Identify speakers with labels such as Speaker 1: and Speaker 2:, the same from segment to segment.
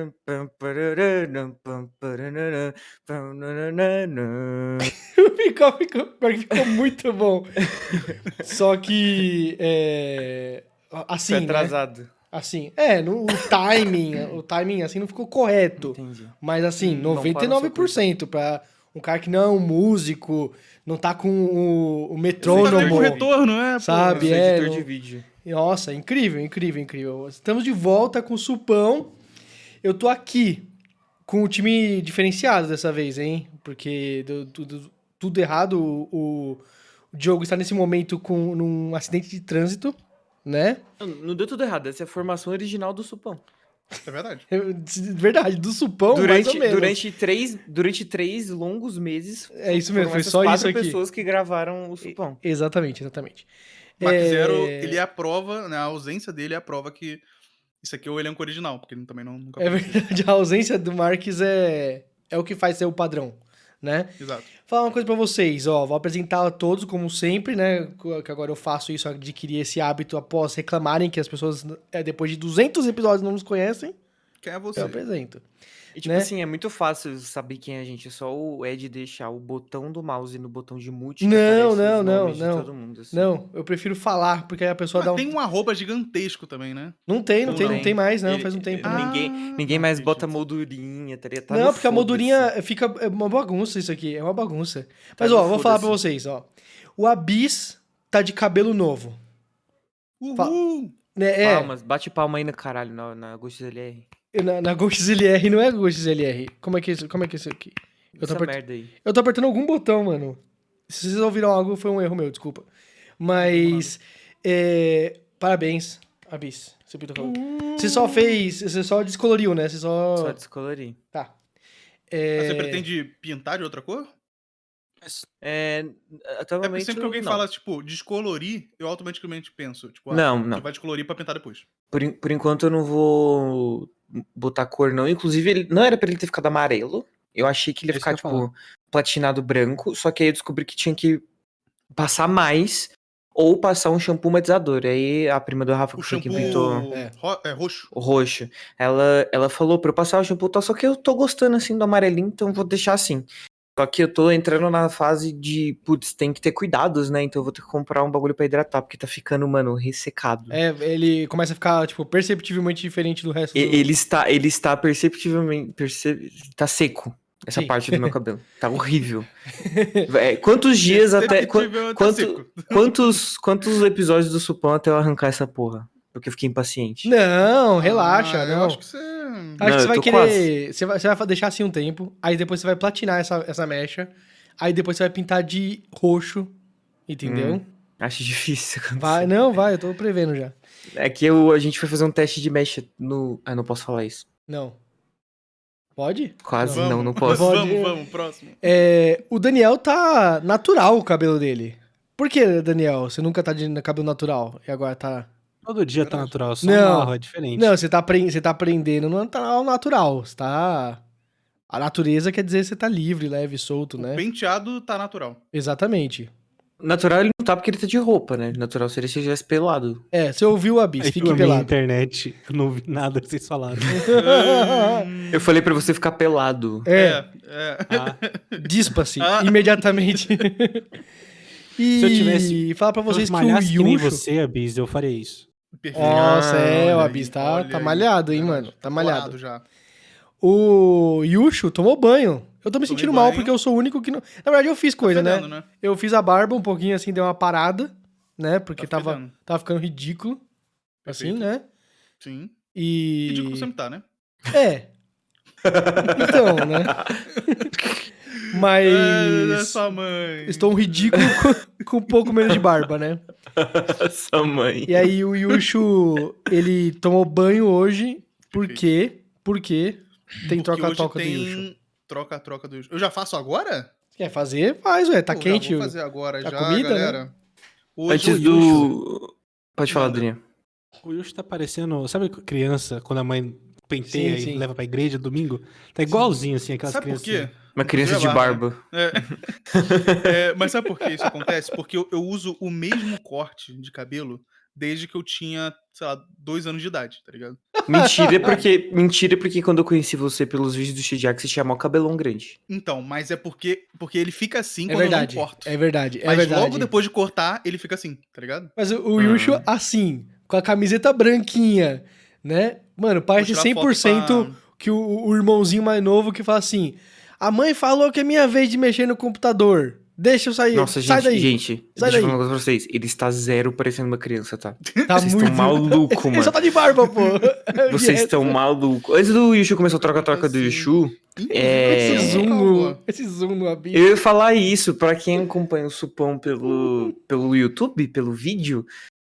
Speaker 1: Ficou, ficou, pior que ficou muito bom. Só que, é, a-
Speaker 2: Foi
Speaker 1: assim, né?
Speaker 2: atrasado.
Speaker 1: Assim, é, no, o timing, o timing assim não ficou correto.
Speaker 2: Entendi.
Speaker 1: Mas assim,
Speaker 2: Não para o seu
Speaker 1: 99% pra um cara que não é um músico, não tá com o, o
Speaker 3: Não tá nem com
Speaker 1: metrônomo.
Speaker 3: retorno, né? pô?
Speaker 1: Sabe?
Speaker 2: Eu sou
Speaker 1: é,
Speaker 2: editor
Speaker 1: não-
Speaker 2: de vídeo.
Speaker 1: Nossa, é incrível, incrível, incrível. Estamos de volta com o Supão. Eu tô aqui com o time diferenciado dessa vez, hein? Porque deu tudo, tudo errado. O, o Diogo está nesse momento com num acidente de trânsito, né?
Speaker 2: Não, não deu tudo errado, essa é a formação original do Supão.
Speaker 3: É verdade.
Speaker 1: Eu- de Verdade, do Supão, mais ou
Speaker 2: durante,
Speaker 1: menos.
Speaker 2: durante, três, durante três longos meses,
Speaker 1: É isso mesmo,
Speaker 2: foram
Speaker 1: foi
Speaker 2: essas
Speaker 1: só isso
Speaker 2: quatro
Speaker 1: aqui.
Speaker 2: pessoas que gravaram o Supão.
Speaker 1: Exatamente, exatamente.
Speaker 3: Mark
Speaker 1: É,
Speaker 3: Zero, ele é a prova, né? A ausência dele é a prova que isso aqui é o elenco original, porque ele também não, nunca
Speaker 1: É verdade, a ausência do Marques é, é o que faz ser o padrão, né?
Speaker 3: Exato.
Speaker 1: falar uma coisa pra vocês, ó, vou apresentar a todos como sempre, né, que agora eu faço isso, adquiri esse hábito após reclamarem que as pessoas é, depois de 200 episódios não nos conhecem,
Speaker 3: Quem é você?
Speaker 1: eu apresento.
Speaker 2: E tipo
Speaker 1: Né?
Speaker 2: assim, é muito fácil saber quem é a gente, é só o Ed deixar o botão do mouse no botão de mute. que aparece
Speaker 1: Não,
Speaker 2: os
Speaker 1: não, não,
Speaker 2: nomes de
Speaker 1: não.
Speaker 2: todo mundo, assim.
Speaker 1: Não, eu prefiro falar, porque aí a pessoa
Speaker 3: Mas
Speaker 1: dá um...
Speaker 3: tem um arroba gigantesco também, né? Ah,
Speaker 1: Não tem, não
Speaker 2: Não
Speaker 1: tem, não
Speaker 2: tem.
Speaker 1: tem mais, não,
Speaker 2: Ele-
Speaker 1: faz um tempo.
Speaker 2: ele- Ninguém- Ninguém mais bota moldurinha, tá ligado? Tá
Speaker 1: não,
Speaker 2: no
Speaker 1: porque a
Speaker 2: foda-se.
Speaker 1: moldurinha fica. É uma bagunça isso aqui, é uma bagunça.
Speaker 2: Tá
Speaker 1: Mas,
Speaker 2: no
Speaker 1: ó, vou falar pra
Speaker 2: foda-se.
Speaker 1: vocês, ó. O Abis tá de cabelo novo.
Speaker 3: Uhul! Ah,
Speaker 1: Né? É,
Speaker 2: Palmas, bate palma aí no caralho, na, na Ghost LR.
Speaker 1: na, na Ghost LR não é Ghost LR. Como é que é isso? Como é que é isso aqui? Eu tô
Speaker 2: Essa
Speaker 1: apert-
Speaker 2: merda aí.
Speaker 1: Eu tô apertando algum botão, mano. Se vocês ouviram algo, foi um erro meu, desculpa. Mas. é, parabéns, Abis. Você pintou o cabelo. Você só fez. Você só descoloriu, né? Você só.
Speaker 2: Só descolori.
Speaker 1: Tá.
Speaker 3: Mas Ah, Você
Speaker 1: É,
Speaker 3: pretende pintar de outra cor?
Speaker 2: É,
Speaker 3: É porque
Speaker 2: atualmente,
Speaker 3: sempre que alguém
Speaker 2: não.
Speaker 3: fala, tipo, descolorir, eu automaticamente penso, tipo, ah,
Speaker 2: Não,
Speaker 3: você
Speaker 2: não.
Speaker 3: vai descolorir pra pintar depois.
Speaker 2: Por, en- por enquanto eu não vou botar cor, não. Inclusive, ele, não era pra ele ter ficado amarelo. Eu achei que ele ia
Speaker 1: É isso
Speaker 2: ficar,
Speaker 1: que eu ia
Speaker 2: tipo, platinado branco. Só que aí eu descobri que tinha que passar mais ou passar um shampoo matizador. Aí a prima do Rafa,
Speaker 3: O
Speaker 2: que foi quem
Speaker 3: shampoo
Speaker 2: pintou
Speaker 1: É.
Speaker 3: ro- é, roxo.
Speaker 2: o roxo, ela, ela falou pra eu passar o shampoo e tal. Só que eu tô gostando, assim, do amarelinho, então vou deixar assim. Só que eu tô entrando na fase de, putz, tem que ter cuidados, né? Então eu vou ter que comprar um bagulho pra hidratar, porque tá ficando, mano, ressecado.
Speaker 1: É, ele começa a ficar, tipo, perceptivelmente diferente do resto.
Speaker 2: E-
Speaker 1: do-
Speaker 2: Ele está, ele está perceptivelmente, perce- tá seco essa
Speaker 1: Sim.
Speaker 2: parte do meu cabelo. Tá horrível. É, quantos dias até quan-
Speaker 3: Perceptível até
Speaker 2: quanto-
Speaker 3: tá seco.
Speaker 2: quantos quantos episódios do Supão até eu arrancar essa porra? Porque eu fiquei impaciente.
Speaker 1: Não, relaxa,
Speaker 3: Ah,
Speaker 1: não.
Speaker 3: Eu
Speaker 1: acho
Speaker 3: acho
Speaker 1: que,
Speaker 3: que você...
Speaker 2: Não,
Speaker 1: você
Speaker 2: eu
Speaker 1: vai
Speaker 2: tô
Speaker 1: querer. Você vai, você vai deixar assim um tempo. Aí depois você vai platinar essa, essa mecha. Aí depois você vai pintar de roxo. Entendeu?
Speaker 3: Hum.
Speaker 2: Acho difícil. acontecer.
Speaker 1: Vai, não, vai, eu tô prevendo já.
Speaker 2: É que eu- a gente foi fazer um teste de mecha no. Ah, não posso falar isso.
Speaker 1: Não. Pode?
Speaker 2: Quase
Speaker 3: Vamos.
Speaker 2: não, não posso.
Speaker 1: Pode-
Speaker 3: Vamos, vamos, próximo.
Speaker 1: É, o Daniel tá natural o cabelo dele. Por que, Daniel? Você nunca tá de cabelo natural e agora tá.
Speaker 4: Todo dia tá natural, só
Speaker 1: Não.
Speaker 4: uma barra, é diferente.
Speaker 1: Não, você tá, apren- você tá aprendendo no natural, natural. Você tá. A natureza quer dizer que você tá livre, leve, solto, né?
Speaker 3: O penteado tá natural.
Speaker 1: Exatamente.
Speaker 2: Natural ele não tá porque ele tá de roupa, né? Natural seria se ele estivesse pelado.
Speaker 1: É, você ouviu a bis,
Speaker 4: Aí
Speaker 1: fique
Speaker 4: eu amei a
Speaker 1: pelado. Então,
Speaker 4: internet, eu não vi nada que vocês falaram.
Speaker 2: Eu falei pra você ficar pelado.
Speaker 1: é,
Speaker 3: Hum, é.
Speaker 4: Ah,
Speaker 1: dispa-se
Speaker 3: Ah.
Speaker 1: imediatamente. e
Speaker 4: Se eu tivesse-
Speaker 1: falar pra vocês
Speaker 4: se
Speaker 1: que
Speaker 4: eu
Speaker 1: o
Speaker 4: malhasse que nem
Speaker 1: Yusho...
Speaker 4: você, Abis, eu faria isso.
Speaker 3: Perfeito.
Speaker 1: Nossa, é, o
Speaker 3: Ah, Olha
Speaker 1: Abis
Speaker 3: aí,
Speaker 1: tá,
Speaker 3: olha
Speaker 1: tá
Speaker 3: aí.
Speaker 1: malhado, hein,
Speaker 3: Verdade.
Speaker 1: mano? Tá malhado.
Speaker 3: Colado já.
Speaker 1: O Yusho tomou banho. Eu tô me
Speaker 3: Tomei
Speaker 1: sentindo mal
Speaker 3: banho.
Speaker 1: porque eu sou o único que não. Na verdade, eu fiz coisa, né?
Speaker 3: Fedendo, né?
Speaker 1: Eu fiz a barba um pouquinho assim, deu uma parada, né? Porque
Speaker 3: Tá
Speaker 1: tava,
Speaker 3: fedendo.
Speaker 1: tava ficando ridículo. Assim,
Speaker 3: Perfeito.
Speaker 1: né?
Speaker 3: Sim.
Speaker 1: E.
Speaker 3: Ridículo sempre tá, né?
Speaker 1: É. então, né?
Speaker 3: É, é
Speaker 1: Mas.
Speaker 3: sua mãe.
Speaker 1: Estou um ridículo com, com um pouco menos de barba, né?
Speaker 2: Sua mãe.
Speaker 1: E aí o Yusho, ele tomou banho hoje, porque. Porque tem
Speaker 3: Porque hoje
Speaker 1: troca-troca do Yusho.
Speaker 3: tem Troca-troca do Yushu. Eu já faço agora?
Speaker 1: Quer fazer? Faz, ué. Tá
Speaker 3: Pô,
Speaker 1: quente.
Speaker 3: Já vou fazer agora
Speaker 1: tá
Speaker 3: já,
Speaker 1: comida, né?
Speaker 3: galera. Hoje
Speaker 2: Antes
Speaker 3: o Yushu-
Speaker 2: do. Pode falar,
Speaker 3: Manda.
Speaker 2: Adriano.
Speaker 4: O Yusho tá parecendo, sabe criança, quando a mãe penteia
Speaker 1: Sim, sim.
Speaker 4: e leva pra igreja domingo. Tá igualzinho, assim, aquelas
Speaker 3: Sabe por
Speaker 4: crianças.
Speaker 3: quê?
Speaker 2: Uma criança de
Speaker 3: Sei lá,
Speaker 2: barba.
Speaker 3: É. É, mas sabe por que isso acontece? Porque eu, eu uso o mesmo corte de cabelo desde que eu tinha, sei lá, dois anos de idade, tá ligado?
Speaker 2: Mentira, é porque. Mentira, porque quando eu conheci você pelos vídeos do Shijak, você tinha mó cabelão grande.
Speaker 3: Então, mas é porque, porque ele fica assim
Speaker 1: É
Speaker 3: quando
Speaker 1: verdade.
Speaker 3: eu não corto.
Speaker 1: É verdade. É
Speaker 3: mas
Speaker 1: verdade.
Speaker 3: logo depois Ah. de cortar, ele fica assim, tá ligado?
Speaker 1: Mas o, o Yushu, assim, com a camiseta branquinha, né? Mano,
Speaker 3: Vou
Speaker 1: parece
Speaker 3: tirar foto
Speaker 1: 100%
Speaker 3: pra-
Speaker 1: que o, o irmãozinho mais novo que fala assim: A mãe falou que é minha vez de mexer no computador. Deixa eu sair.
Speaker 2: Nossa,
Speaker 1: Sai
Speaker 2: gente,
Speaker 1: daí.
Speaker 2: gente, deixa eu
Speaker 1: Sai daí.
Speaker 2: falar um negócio pra vocês. Ele está zero parecendo uma criança, tá?
Speaker 1: tá
Speaker 2: vocês
Speaker 1: muito.
Speaker 2: estão maluco,
Speaker 1: Ele só
Speaker 2: mano.
Speaker 1: tá de barba, pô. é
Speaker 2: Vocês estão maluco. Antes do Yushu começar o troca-troca do
Speaker 3: Assim.
Speaker 2: Yushu,
Speaker 1: Esse
Speaker 2: É.
Speaker 1: zoom,
Speaker 3: Calma.
Speaker 1: no, esse zoom no abismo.
Speaker 2: Eu ia falar isso pra quem acompanha o Supão pelo, pelo YouTube, pelo vídeo.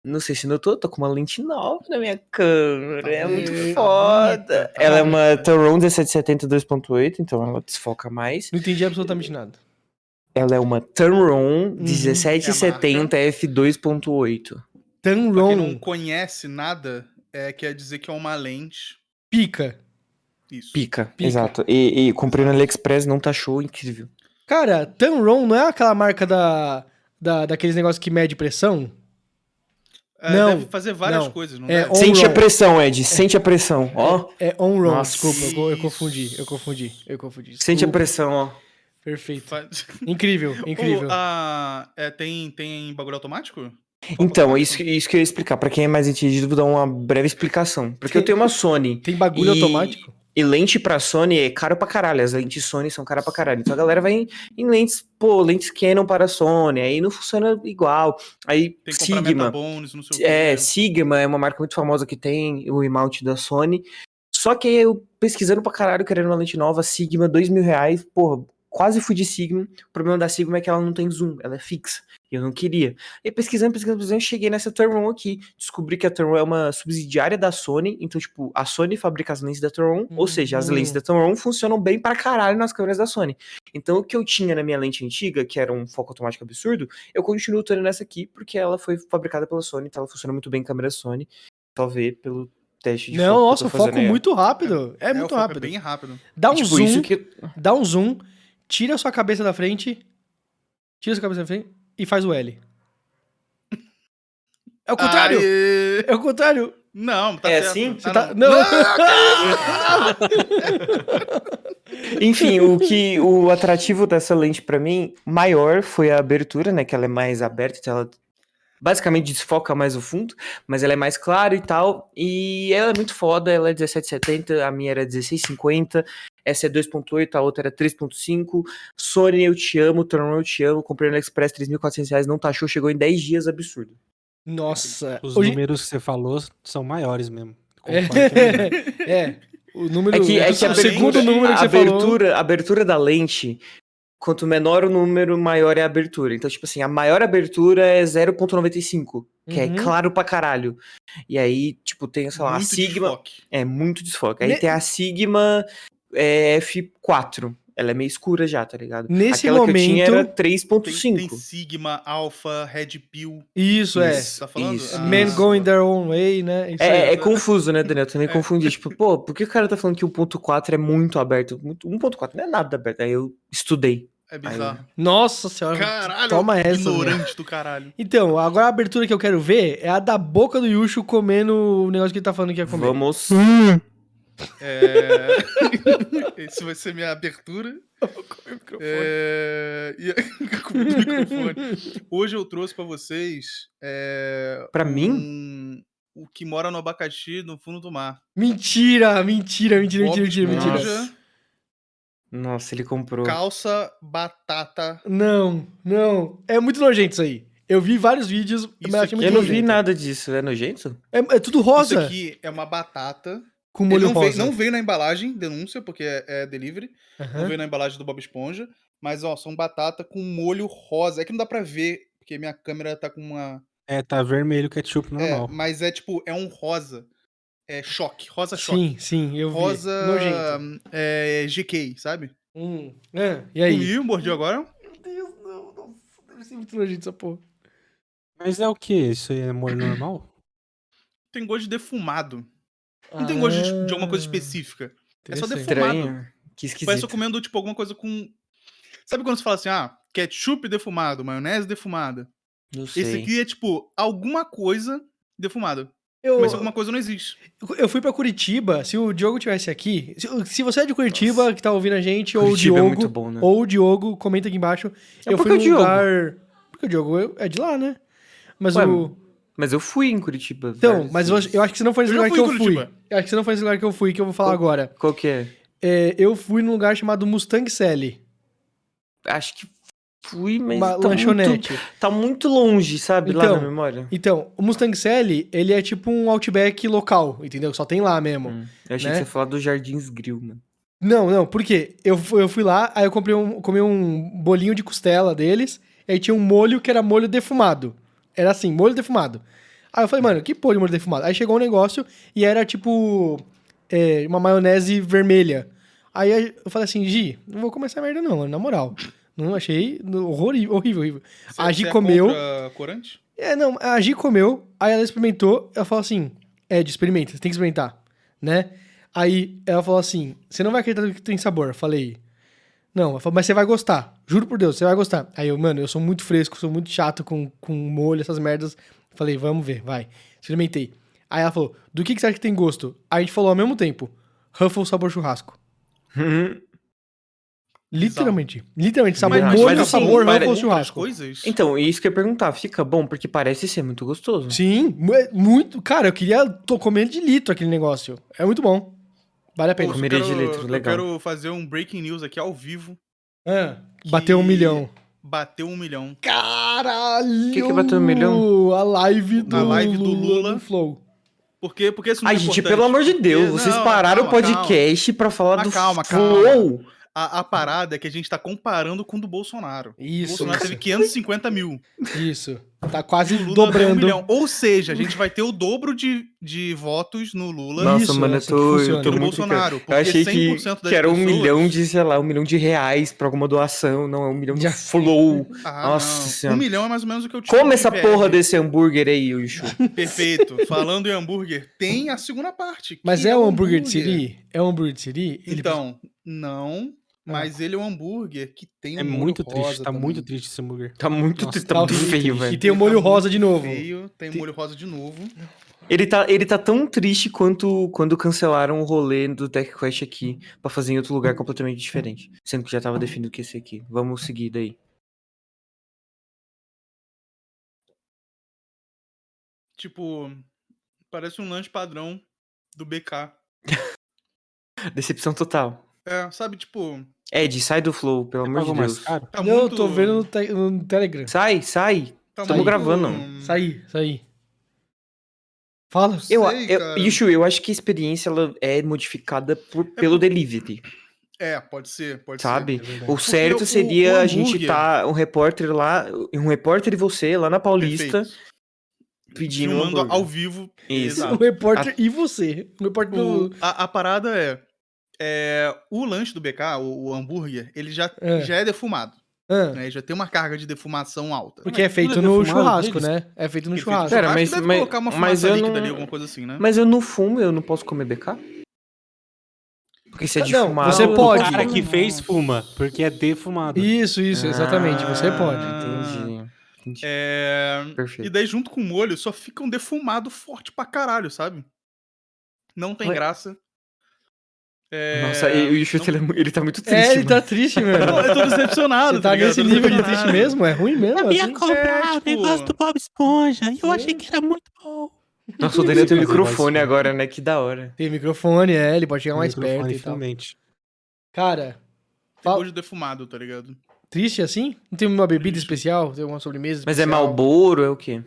Speaker 2: Não sei se notou, eu tô com uma lente nova na minha câmera. é muito
Speaker 3: bonita, tá
Speaker 2: foda.
Speaker 3: bonita, tá
Speaker 2: ela é uma
Speaker 3: bonita.
Speaker 2: Tamron 1770 2.8, então ela desfoca mais.
Speaker 1: Não entendi absolutamente nada.
Speaker 2: Ela é uma Tamron
Speaker 1: marca.
Speaker 2: 1770 f2.8.
Speaker 1: Tão
Speaker 3: Pra quem não
Speaker 1: long,
Speaker 3: conhece nada, é, quer dizer que é uma lente.
Speaker 1: pica.
Speaker 3: Isso.
Speaker 2: Pica,
Speaker 1: Pica.
Speaker 2: exato. E, e comprei no AliExpress, não tá show, incrível.
Speaker 1: Cara, Tamron não é aquela marca da, da, daqueles negócios que mede pressão?
Speaker 3: É,
Speaker 1: Não,
Speaker 3: deve fazer várias
Speaker 1: não.
Speaker 3: coisas, não
Speaker 1: É,
Speaker 3: deve?
Speaker 1: On
Speaker 2: sente a
Speaker 1: roll.
Speaker 2: pressão, Ed, sente a pressão, ó.
Speaker 1: É Onron,
Speaker 2: Nossa.
Speaker 1: desculpa, eu, co- eu confundi, eu confundi, eu confundi.
Speaker 2: Sente a
Speaker 1: desculpa.
Speaker 2: pressão, ó.
Speaker 1: Perfeito.
Speaker 3: Faz-
Speaker 1: Incrível, incrível.
Speaker 3: Ou, ah, é, tem, tem bagulho automático?
Speaker 2: Então, isso, que- isso que eu ia explicar. Pra quem é mais entendido, vou dar uma breve explicação. Porque eu
Speaker 1: Sim.
Speaker 2: tenho uma Sony.
Speaker 1: Tem bagulho
Speaker 2: E-
Speaker 1: automático?
Speaker 2: E lente pra Sony é caro pra caralho. As lentes Sony são caras pra caralho. Então a galera vai em, em lentes, pô, lentes Canon para Sony. Aí não funciona igual. Aí
Speaker 3: Tem que comprar
Speaker 2: Sigma.
Speaker 3: metabônus, não sei o que.
Speaker 2: É, Sigma é uma marca muito famosa que tem o mount da Sony. Só que eu pesquisando pra caralho, querendo uma lente nova, Sigma, dois mil reais, porra, quase fui de Sigma. O problema da Sigma é que ela não tem zoom, ela é fixa. E eu não queria. E pesquisando, pesquisando, pesquisando, cheguei nessa Tamron aqui. Descobri que a Tamron é uma subsidiária da Sony. Então, tipo, a Sony fabrica as lentes da Tamron, ou seja, as
Speaker 1: Uhum.
Speaker 2: lentes da Tamron funcionam bem pra caralho nas câmeras da Sony. Então, o que eu tinha na minha lente antiga, que era um foco automático absurdo, eu continuo tendo nessa aqui porque ela foi fabricada pela Sony, então ela funciona muito bem em câmera Sony. Só vê pelo teste de
Speaker 1: Não,
Speaker 2: foco.
Speaker 1: nossa,
Speaker 2: que eu tô
Speaker 1: foco
Speaker 2: fazendo aí.
Speaker 1: muito rápido. É,
Speaker 3: É, o
Speaker 1: muito
Speaker 3: foco
Speaker 1: rápido.
Speaker 3: É bem rápido.
Speaker 1: Dá um
Speaker 2: Tipo,
Speaker 1: zoom,
Speaker 2: isso que
Speaker 1: dá um zoom, tira a sua cabeça da frente, tira a sua cabeça da frente e faz o L. É o contrário!
Speaker 3: Aê!
Speaker 1: É o contrário!
Speaker 3: Não, tá
Speaker 2: É
Speaker 3: certo.
Speaker 2: assim? Você
Speaker 1: Você
Speaker 3: Ah,
Speaker 1: tá...
Speaker 3: não.
Speaker 1: Não!
Speaker 2: Enfim, o que o atrativo dessa lente pra mim maior foi a abertura, né? Que ela é mais aberta, então ela basicamente desfoca mais o fundo, mas ela é mais clara e tal. E ela é muito foda, ela é 1770, a minha era 1650, essa é 2.8, a outra era 3.5. Sony, eu te amo, Tornon, eu te amo. Comprei no AliExpress 3.400 reais, não taxou, chegou em 10 dias, absurdo.
Speaker 1: Nossa!
Speaker 4: Os
Speaker 1: Hoje-
Speaker 4: números que você falou são maiores mesmo. Concordo.
Speaker 1: É, é. o número tipo,
Speaker 2: É que, é que
Speaker 1: o
Speaker 2: a
Speaker 3: abertura-
Speaker 1: segundo
Speaker 2: abertura,
Speaker 1: número que
Speaker 2: a
Speaker 1: você falou.
Speaker 2: abertura, a abertura da lente, quanto menor o número, maior é a abertura. Então, tipo assim, a maior abertura é 0.95, que
Speaker 1: Uhum.
Speaker 2: é claro pra caralho. E aí, tipo, tem, sei lá, a
Speaker 3: Muito
Speaker 2: Sigma.
Speaker 3: desfoque.
Speaker 2: É muito desfoque. Aí
Speaker 1: Ne-
Speaker 2: tem a Sigma é, F4. Ela é meio escura já, tá ligado?
Speaker 1: Nesse
Speaker 2: Aquela que eu tinha era
Speaker 1: momento-
Speaker 3: Tem, tem
Speaker 2: 3.5.
Speaker 3: Sigma, Alpha, Red Pill.
Speaker 1: Isso, é.
Speaker 2: Isso,
Speaker 3: Tá falando?
Speaker 2: isso,
Speaker 3: Ah,
Speaker 1: Men going their own way, né? É. Isso aí.
Speaker 2: É, é confuso, né, Daniel? Também confundi. Tipo, pô, por que o cara tá falando que 1.4 é muito aberto? Muito- 1.4 não é nada aberto. Aí eu estudei.
Speaker 3: É bizarro.
Speaker 1: Nossa senhora.
Speaker 3: Caralho,
Speaker 1: Toma essa,
Speaker 3: ignorante do caralho.
Speaker 1: Então, agora a abertura que eu quero ver é a da boca do Yushu comendo o negócio que ele tá falando que ia comer.
Speaker 2: Vamos.
Speaker 3: É... Esse vai ser minha abertura. É... e- com o microfone. Hoje eu trouxe pra vocês. É...
Speaker 2: Pra mim?
Speaker 3: um- O que mora no abacaxi no fundo do mar.
Speaker 1: Mentira, mentira, mentira,
Speaker 3: Bob
Speaker 1: mentira, mentira, mentira.
Speaker 2: Nossa.
Speaker 3: Esponja,
Speaker 2: Nossa, ele comprou.
Speaker 3: Calça, batata.
Speaker 1: Não, não. É muito nojento isso aí. Eu vi vários vídeos, mas
Speaker 3: aqui
Speaker 1: achei muito
Speaker 2: Eu não vi
Speaker 1: nojento.
Speaker 2: nada disso. É nojento?
Speaker 1: É, é tudo
Speaker 3: Isso
Speaker 1: rosa
Speaker 3: aqui é uma batata.
Speaker 1: com
Speaker 3: Ele
Speaker 1: molho
Speaker 3: não,
Speaker 1: rosa.
Speaker 3: Veio, não veio na embalagem, denúncia, porque é, é delivery. Não
Speaker 1: Aham.
Speaker 3: veio na embalagem do Bob Esponja. Mas, ó, são batata com molho rosa. É que não dá pra ver, porque minha câmera tá com uma.
Speaker 4: é, tá vermelho ketchup
Speaker 3: É,
Speaker 4: normal.
Speaker 3: mas é tipo, é um rosa. É choque, rosa choque.
Speaker 1: Sim, sim, eu vi.
Speaker 3: Rosa
Speaker 1: Nojento.
Speaker 3: é, GK, sabe?
Speaker 1: Hum. Ah, e aí?
Speaker 3: Comi, mordi agora.
Speaker 1: Meu Deus, não. Nossa, deve ser muito nojento essa porra.
Speaker 4: Mas é o que? Isso aí é molho normal?
Speaker 3: Tem gosto de defumado. Não tem gosto de, de alguma coisa específica. É só
Speaker 1: Ah, Interessante.
Speaker 3: defumado.
Speaker 2: Estranho. Que
Speaker 3: Parece que eu
Speaker 2: esquisito.
Speaker 3: comendo, tipo, alguma coisa com. Sabe quando você fala assim, ah, ketchup defumado, maionese defumada?
Speaker 2: Não
Speaker 3: Esse
Speaker 2: sei.
Speaker 3: aqui é, tipo, alguma coisa defumada.
Speaker 1: Eu,
Speaker 3: Mas alguma coisa não existe.
Speaker 1: eu fui pra Curitiba, se o Diogo tivesse aqui, se, se você é de Curitiba que tá ouvindo a gente, ou o
Speaker 2: Curitiba é
Speaker 1: Diogo,
Speaker 2: muito bom, né?
Speaker 1: ou o Diogo, comenta aqui embaixo.
Speaker 2: É
Speaker 1: eu fui
Speaker 2: porque o
Speaker 1: num
Speaker 2: Diogo.
Speaker 1: lugar... Porque o Diogo é de lá, né? Mas
Speaker 2: Ué,
Speaker 1: o...
Speaker 2: Mas eu fui em Curitiba. assim.
Speaker 1: Então,
Speaker 2: várias
Speaker 1: mas eu acho,
Speaker 2: vezes.
Speaker 1: eu acho que você não foi nesse
Speaker 3: Eu já
Speaker 1: lugar que
Speaker 3: fui em
Speaker 1: eu fui.
Speaker 3: Curitiba.
Speaker 1: Eu acho que você não foi nesse lugar que eu fui, que eu vou falar
Speaker 2: Qual-
Speaker 1: agora.
Speaker 2: Qual que é?
Speaker 1: É, eu fui num lugar chamado Mustang Sally,
Speaker 2: Acho que fui, mas.
Speaker 1: uma
Speaker 2: tá muito,
Speaker 1: lanchonete.
Speaker 2: tá muito longe, sabe? lá na
Speaker 1: Então,
Speaker 2: memória.
Speaker 1: Então, o Mustang Sally, ele é tipo um Outback local, entendeu? Só tem lá mesmo.
Speaker 2: Hum, Eu achei
Speaker 1: né?
Speaker 2: que você ia falar do Jardins Grill, mano.
Speaker 1: Não, não, por quê? Eu, fu- eu fui lá, aí eu comprei um, comi um bolinho de costela deles, e aí tinha um molho que era molho defumado. Era assim, molho defumado. Aí eu falei, mano, que porra de molho defumado? Aí chegou um negócio e era tipo é, uma maionese vermelha. Aí eu falei assim, Gi, não vou comer essa merda não, mano, na moral. Não achei horrível, horrível, horrível.
Speaker 3: Você-
Speaker 1: A Gi
Speaker 3: você é
Speaker 1: comeu.
Speaker 3: contra corante?
Speaker 1: É, não, a Gi comeu, aí ela experimentou, ela falou assim, Ed, experimenta, você tem que experimentar, né? Aí ela falou assim, você não vai acreditar no que tem sabor. Eu falei, não, ela falou, mas você vai gostar, juro por Deus, você vai gostar. Aí eu, mano, eu sou muito fresco, sou muito chato com, com molho, essas merdas. Eu Falei, vamos ver, vai. Experimentei. Aí ela falou, do que, que você acha que tem gosto? Aí a gente falou ao mesmo tempo, Ruffles sabor churrasco. Literalmente, literalmente, sabor
Speaker 3: Mas- mas
Speaker 1: molho,
Speaker 2: assim,
Speaker 1: sabor
Speaker 2: para-
Speaker 1: Ruffles
Speaker 3: Outras
Speaker 1: churrasco.
Speaker 3: coisas?
Speaker 2: Então, isso que eu ia perguntar, fica bom? Porque parece ser muito gostoso.
Speaker 1: Sim, mu- é muito. Cara, eu queria. Tô comendo de litro aquele negócio. É muito bom. Vale a
Speaker 3: Pô,
Speaker 1: pena.
Speaker 3: eu
Speaker 2: Comeria de
Speaker 3: quero-
Speaker 2: letra, legal.
Speaker 3: Eu quero fazer um breaking news aqui ao vivo.
Speaker 1: Ah, Bateu um
Speaker 3: que-
Speaker 1: milhão.
Speaker 3: Bateu um milhão.
Speaker 1: Caralho!
Speaker 2: Que que bateu um milhão?
Speaker 1: A live do,
Speaker 3: Na live do Lula.
Speaker 1: no Flow.
Speaker 3: Por quê? Porque isso não
Speaker 2: Ai,
Speaker 3: é
Speaker 2: gente,
Speaker 3: importante.
Speaker 2: pelo amor de Deus,
Speaker 3: Não,
Speaker 2: vocês pararam o
Speaker 3: calma,
Speaker 2: podcast pra falar
Speaker 3: Ah,
Speaker 2: do
Speaker 3: calma,
Speaker 2: flow.
Speaker 3: A, a parada é que a gente tá comparando com o do Bolsonaro. O
Speaker 1: Isso,
Speaker 3: Bolsonaro teve 550 mil.
Speaker 1: isso, isso. Tá quase
Speaker 3: O Lula deu um
Speaker 1: dobrando.
Speaker 3: milhão. Ou seja, a gente vai ter o dobro de, de votos no Lula
Speaker 1: Não,
Speaker 2: Nossa,
Speaker 1: Isso,
Speaker 2: mano,
Speaker 1: é
Speaker 2: eu
Speaker 1: assim que
Speaker 2: tô, eu
Speaker 1: funciona.
Speaker 2: tô
Speaker 3: do
Speaker 1: Pelo
Speaker 2: muito
Speaker 3: Bolsonaro.
Speaker 2: Eu achei que,
Speaker 3: das
Speaker 2: que era um
Speaker 3: pessoas-
Speaker 2: milhão de, sei lá, um milhão de reais pra alguma doação, não é um milhão
Speaker 1: Já-
Speaker 2: de flow.
Speaker 3: Ah,
Speaker 2: Nossa
Speaker 3: não.
Speaker 2: Senhora.
Speaker 3: Um milhão é mais ou menos o que eu tinha.
Speaker 2: Come essa porra desse hambúrguer aí, Yushu.
Speaker 3: Perfeito. Falando em hambúrguer, tem a segunda parte. que
Speaker 1: Mas é um hambúrguer de Siri? É um hambúrguer de Siri? Ele- Ah.
Speaker 3: Então, não. Mas ele é um hambúrguer que tem um
Speaker 4: É
Speaker 3: molho
Speaker 4: muito
Speaker 3: rosa
Speaker 4: triste, tá
Speaker 3: também.
Speaker 4: muito triste esse hambúrguer.
Speaker 2: Tá muito,
Speaker 4: Nossa,
Speaker 2: tá
Speaker 1: tá
Speaker 2: muito
Speaker 1: muito
Speaker 2: feio,
Speaker 4: triste.
Speaker 1: E
Speaker 2: velho.
Speaker 1: tem o molho rosa de novo.
Speaker 3: Tá Feio, tem molho rosa de novo.
Speaker 2: Ele tá, ele tá tão triste quanto quando cancelaram o rolê do Tech Quest aqui pra fazer em outro lugar completamente diferente. Sendo que já tava definido que esse aqui. Vamos seguir daí.
Speaker 3: Tipo, parece um lanche padrão do BK.
Speaker 2: Decepção total.
Speaker 3: É, sabe, tipo,
Speaker 2: Ed, sai do flow, pelo amor de
Speaker 4: Pagou mais
Speaker 2: Deus.
Speaker 4: caro?
Speaker 3: tá
Speaker 1: não,
Speaker 3: muito...
Speaker 1: eu tô vendo no, te- no Telegram.
Speaker 2: Sai, sai.
Speaker 3: tá
Speaker 2: tamo gravando.
Speaker 1: Saí, saí. Fala.
Speaker 2: Eu,
Speaker 3: Sei,
Speaker 2: eu,
Speaker 3: cara.
Speaker 2: Yushu, eu acho que a experiência ela é modificada por- pelo delivery,
Speaker 3: É, pode ser, pode ser.
Speaker 2: sabe?
Speaker 1: verdade.
Speaker 2: o certo
Speaker 3: É. o- o
Speaker 2: seria a gente
Speaker 3: hambúrguer-
Speaker 2: estar um repórter lá, um repórter e você lá na Paulista
Speaker 3: Perfeito.
Speaker 2: pedindo um
Speaker 3: Filmando ao
Speaker 2: hambúrguer.
Speaker 3: vivo.
Speaker 2: Isso.
Speaker 1: O
Speaker 3: Exato.
Speaker 1: repórter e você. O repórter do.
Speaker 3: O- a, a parada é, é, O lanche do BK, o, o hambúrguer, ele já
Speaker 1: É.
Speaker 3: é, já é defumado.
Speaker 1: Ah.
Speaker 3: Né? Já tem uma carga de defumação alta.
Speaker 1: Porque é
Speaker 4: Mas tudo
Speaker 1: feito
Speaker 4: é
Speaker 1: no
Speaker 4: defumado
Speaker 1: churrasco,
Speaker 4: deles?
Speaker 1: né? É feito no
Speaker 3: Ele fica
Speaker 1: churrasco.
Speaker 2: Pera,
Speaker 3: churrasco,
Speaker 2: mas-
Speaker 3: deve
Speaker 2: mas-
Speaker 3: colocar uma
Speaker 2: mas
Speaker 3: fumaça
Speaker 2: eu
Speaker 3: líquida
Speaker 2: não-
Speaker 3: ali, alguma coisa assim, né?
Speaker 2: Mas eu não fumo, eu não posso comer BK? Porque se é
Speaker 1: Não,
Speaker 2: defumado...
Speaker 1: você
Speaker 2: eu não
Speaker 1: pode.
Speaker 4: O cara
Speaker 2: posso.
Speaker 4: que fez fuma, porque é defumado.
Speaker 1: Isso, isso, exatamente. Você pode.
Speaker 2: Ah, Entendi. Entendi.
Speaker 3: É, E
Speaker 2: Perfeito.
Speaker 3: daí, junto com o molho, só fica um defumado forte pra caralho, sabe? Não tem
Speaker 2: Ué.
Speaker 3: graça. É,
Speaker 2: Nossa, e o Yushu,
Speaker 3: não-
Speaker 2: ele, é mu- ele tá muito triste,
Speaker 1: É, ele
Speaker 2: mano.
Speaker 1: tá triste,
Speaker 3: Não,
Speaker 1: mano.
Speaker 3: eu tô decepcionado.
Speaker 1: Você tá
Speaker 3: ligado?
Speaker 1: nesse
Speaker 3: Eu tô
Speaker 1: nível de
Speaker 3: decepcionado.
Speaker 1: triste mesmo? É ruim mesmo?
Speaker 4: Eu ia
Speaker 1: assim?
Speaker 4: comprar
Speaker 3: É,
Speaker 4: o
Speaker 3: tipo- né?
Speaker 4: negócio do Bob Esponja e eu
Speaker 1: É.
Speaker 4: achei que era muito bom.
Speaker 2: Nossa, o Daniel tem o
Speaker 4: Fazer
Speaker 2: microfone
Speaker 4: voz.
Speaker 2: agora, né? Que da hora.
Speaker 1: Tem microfone, é, ele pode chegar
Speaker 4: O
Speaker 1: mais
Speaker 4: microfone,
Speaker 1: perto e tal.
Speaker 4: finalmente.
Speaker 1: Cara,
Speaker 3: Tem
Speaker 1: Fala-
Speaker 3: gosto de defumado, tá ligado?
Speaker 1: triste assim? Não tem uma bebida especial? Tem alguma sobremesa
Speaker 2: Mas é
Speaker 1: especial?
Speaker 2: Malboro, é o quê?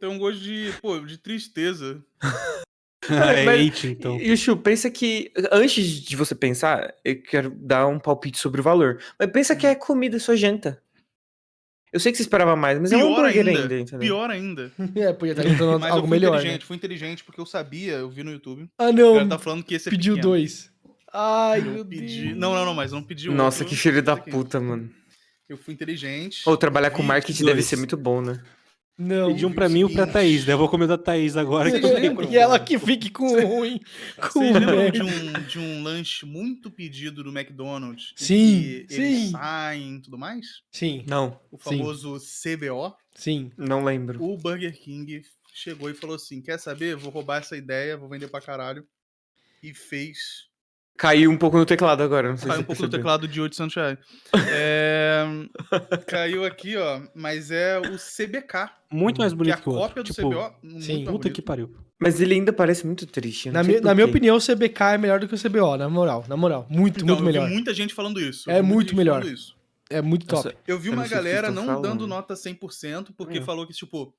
Speaker 3: Tem um gosto de, pô, de tristeza.
Speaker 4: é
Speaker 2: Mas-
Speaker 4: hate, então.
Speaker 2: Yushu, pensa que. Antes de você pensar, eu quero dar um palpite sobre o valor. Mas pensa que é comida, sua janta. Eu sei que você esperava mais, mas é um
Speaker 3: Pior
Speaker 2: hambúrguer ainda.
Speaker 3: ainda.
Speaker 2: entendeu?
Speaker 3: Pior ainda.
Speaker 1: É, podia estar tentando
Speaker 3: Mas
Speaker 1: algo
Speaker 3: eu fui
Speaker 1: melhor. né?
Speaker 3: um inteligente, fui inteligente, porque eu sabia, eu vi no YouTube.
Speaker 1: Ah,
Speaker 3: O
Speaker 1: não.
Speaker 3: cara tá falando que esse é
Speaker 1: Pediu
Speaker 3: pequeno.
Speaker 1: dois. Ai,
Speaker 3: Eu
Speaker 1: meu
Speaker 3: pedi...
Speaker 1: Deus.
Speaker 3: Não, não, não, mas eu não pedi um
Speaker 2: Nossa,
Speaker 3: outro,
Speaker 2: que filho da
Speaker 3: esse aqui.
Speaker 2: puta, mano.
Speaker 3: Eu fui inteligente.
Speaker 2: Ou trabalhar
Speaker 3: vi
Speaker 2: com marketing
Speaker 3: dois.
Speaker 2: deve ser muito bom, né?
Speaker 1: Não.
Speaker 4: Pediam um pra mim e o pra Thaís, né? Eu vou comer o da Thaís agora. Que
Speaker 3: Vocês
Speaker 4: eu tô um
Speaker 3: lembram?
Speaker 4: bem
Speaker 1: E ela que fique com o ruim. Com
Speaker 3: Vocês
Speaker 1: o
Speaker 3: lembram
Speaker 1: bem.
Speaker 3: de um, de um lanche muito pedido do McDonald's? em
Speaker 1: Sim,
Speaker 3: que eles
Speaker 1: sim.
Speaker 3: saem e tudo mais?
Speaker 1: Sim,
Speaker 2: Não,
Speaker 3: O
Speaker 1: Sim.
Speaker 3: famoso CBO.
Speaker 1: sim.
Speaker 2: não lembro.
Speaker 3: O Burger King chegou e falou assim: quer saber? Vou roubar essa ideia, vou vender pra caralho. E fez.
Speaker 2: Caiu um pouco no teclado agora, não sei
Speaker 3: Caiu
Speaker 2: se
Speaker 3: um
Speaker 2: você
Speaker 3: pouco do
Speaker 2: percebeu.
Speaker 3: teclado de 800 reais. É, Caiu aqui, ó. Mas é o CBK.
Speaker 4: Muito mais
Speaker 3: Que é a
Speaker 4: bonito que o outro.
Speaker 3: cópia do
Speaker 4: Tipo,
Speaker 3: CBO. muito
Speaker 1: sim.
Speaker 3: mais
Speaker 4: puta
Speaker 3: bonito.
Speaker 4: que pariu.
Speaker 2: Mas ele ainda parece muito triste. eu não
Speaker 1: Na,
Speaker 2: sei
Speaker 1: mi-
Speaker 2: por
Speaker 1: na minha
Speaker 2: quê.
Speaker 1: opinião, o CBK é melhor do que o CBO, na moral. Na moral. Muito,
Speaker 3: Então,
Speaker 1: muito
Speaker 3: eu vi
Speaker 1: melhor.
Speaker 3: muita gente falando isso. eu
Speaker 1: É
Speaker 3: vi muita
Speaker 1: muito
Speaker 3: gente
Speaker 1: melhor.
Speaker 3: falando isso.
Speaker 1: É muito top.
Speaker 2: Nossa,
Speaker 3: Eu vi
Speaker 2: Eu
Speaker 3: uma
Speaker 2: não sei o que vocês
Speaker 3: galera
Speaker 2: tão
Speaker 3: não dando
Speaker 2: falando.
Speaker 3: nota 100% porque
Speaker 2: É.
Speaker 3: falou que, tipo,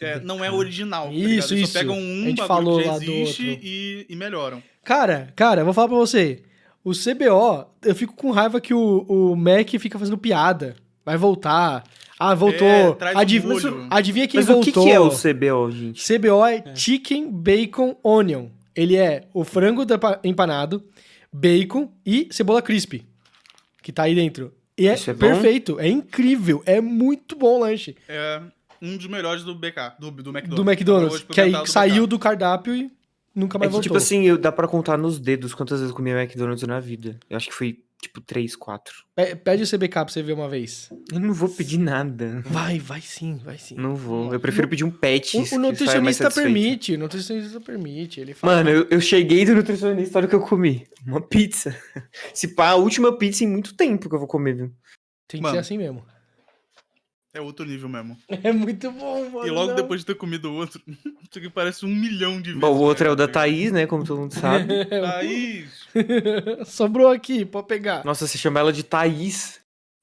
Speaker 3: é,
Speaker 2: CBK.
Speaker 3: não é original. tá
Speaker 1: Isso,
Speaker 3: ligado? Eles
Speaker 1: isso.
Speaker 3: Só pegam
Speaker 1: A
Speaker 3: um
Speaker 1: gente
Speaker 3: bagulho
Speaker 1: falou
Speaker 3: que já
Speaker 1: lá do
Speaker 3: existe
Speaker 1: outro.
Speaker 3: e, e melhoram.
Speaker 1: Cara, cara, eu vou falar pra você. O CBO, eu fico com raiva que o, o Mac fica fazendo piada. Vai voltar. Ah, voltou.
Speaker 3: É, traz um
Speaker 1: Adiv-
Speaker 3: molho.
Speaker 1: Adivinha quem
Speaker 2: Mas o que
Speaker 1: voltou?
Speaker 2: que, é o CBO, gente?
Speaker 1: CBO é,
Speaker 4: É.
Speaker 1: Chicken Bacon Onion. Ele é o frango da pa- empanado, bacon e cebola crisp, que tá aí dentro. E é,
Speaker 2: Isso é bom?
Speaker 1: perfeito, é incrível, é muito bom o lanche
Speaker 3: É um dos melhores do BK, do, do McDonald's.
Speaker 1: do McDonald's,
Speaker 3: Eu vou
Speaker 1: que aí
Speaker 3: experimentar o do
Speaker 1: saiu
Speaker 3: BK.
Speaker 1: do cardápio e
Speaker 2: É
Speaker 1: nunca mais
Speaker 2: que,
Speaker 1: voltou.
Speaker 2: tipo assim, eu, dá pra contar nos dedos quantas vezes eu comi McDonald's na vida. Eu acho que foi, tipo, três, quatro.
Speaker 1: Pe- Pede o CBK pra você ver uma vez.
Speaker 2: Eu não vou pedir nada.
Speaker 1: Vai, vai sim, vai sim.
Speaker 2: Não vou. Eu prefiro pedir um pet.
Speaker 1: O, o nutricionista permite, o nutricionista permite. Ele fala.
Speaker 2: Mano, eu, eu cheguei do nutricionista, olha o que eu comi. Uma pizza. Se pá, a última pizza em muito tempo que eu vou comer, viu?
Speaker 1: tem que
Speaker 3: mano.
Speaker 1: ser assim mesmo.
Speaker 3: É outro nível mesmo.
Speaker 1: É muito bom, mano.
Speaker 3: e logo
Speaker 1: não.
Speaker 3: depois de ter comido o outro, isso aqui parece um milhão de vezes.
Speaker 2: Bom, o outro é o da
Speaker 3: Thaís.
Speaker 2: Thaís, né? Como todo mundo sabe.
Speaker 3: tá Thaís.
Speaker 1: É, Sobrou aqui, pode pegar.
Speaker 2: Nossa, você chama ela de Thaís,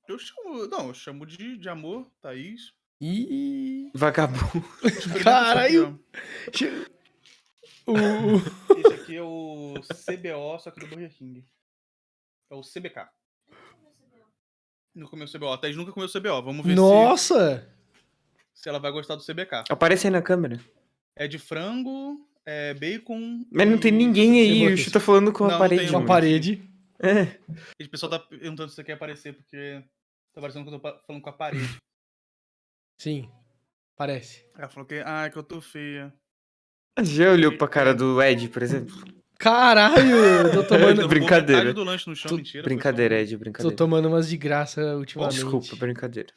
Speaker 3: Eu chamo. Não, eu chamo de, de amor, Thaís. Tipo,
Speaker 1: Ih.
Speaker 2: vagabundo.
Speaker 1: Caralho.
Speaker 3: Experimenta
Speaker 1: O-
Speaker 3: esse aqui, ó. Esse aqui é o CBO, só que do Burger King. É o CBK. Não comeu CBO. A Thaís nunca comeu CBO. Vamos ver se-
Speaker 1: Nossa!
Speaker 3: se ela vai gostar do CBK.
Speaker 2: Aparece aí na câmera.
Speaker 3: É de frango, é bacon.
Speaker 2: Mas não
Speaker 3: e-
Speaker 2: tem ninguém
Speaker 1: Eu
Speaker 2: aí,
Speaker 1: vou
Speaker 2: o
Speaker 1: aqui.
Speaker 2: Chu tá falando com
Speaker 3: Não,
Speaker 2: a
Speaker 3: não
Speaker 2: parede.
Speaker 3: tem um
Speaker 1: Uma
Speaker 3: Sim.
Speaker 2: mano.
Speaker 1: parede.
Speaker 2: É.
Speaker 3: E O pessoal tá perguntando se você quer aparecer, porque tá parecendo que eu tô pa- falando com a parede.
Speaker 1: Sim. Parece.
Speaker 3: Ela falou que, ah, é que eu tô feia.
Speaker 2: Já olhou pra cara do Ed, por exemplo?
Speaker 1: Caralho! eu Tô
Speaker 3: Ele
Speaker 1: tomando,
Speaker 3: derrubou
Speaker 2: brincadeira.
Speaker 3: metade do lanche no chão,
Speaker 2: Tu-
Speaker 3: mentira. foi um
Speaker 2: brincadeira, Ed,
Speaker 1: tô
Speaker 2: brincadeira.
Speaker 1: tomando umas de graça ultimamente.
Speaker 2: Desculpa, brincadeira.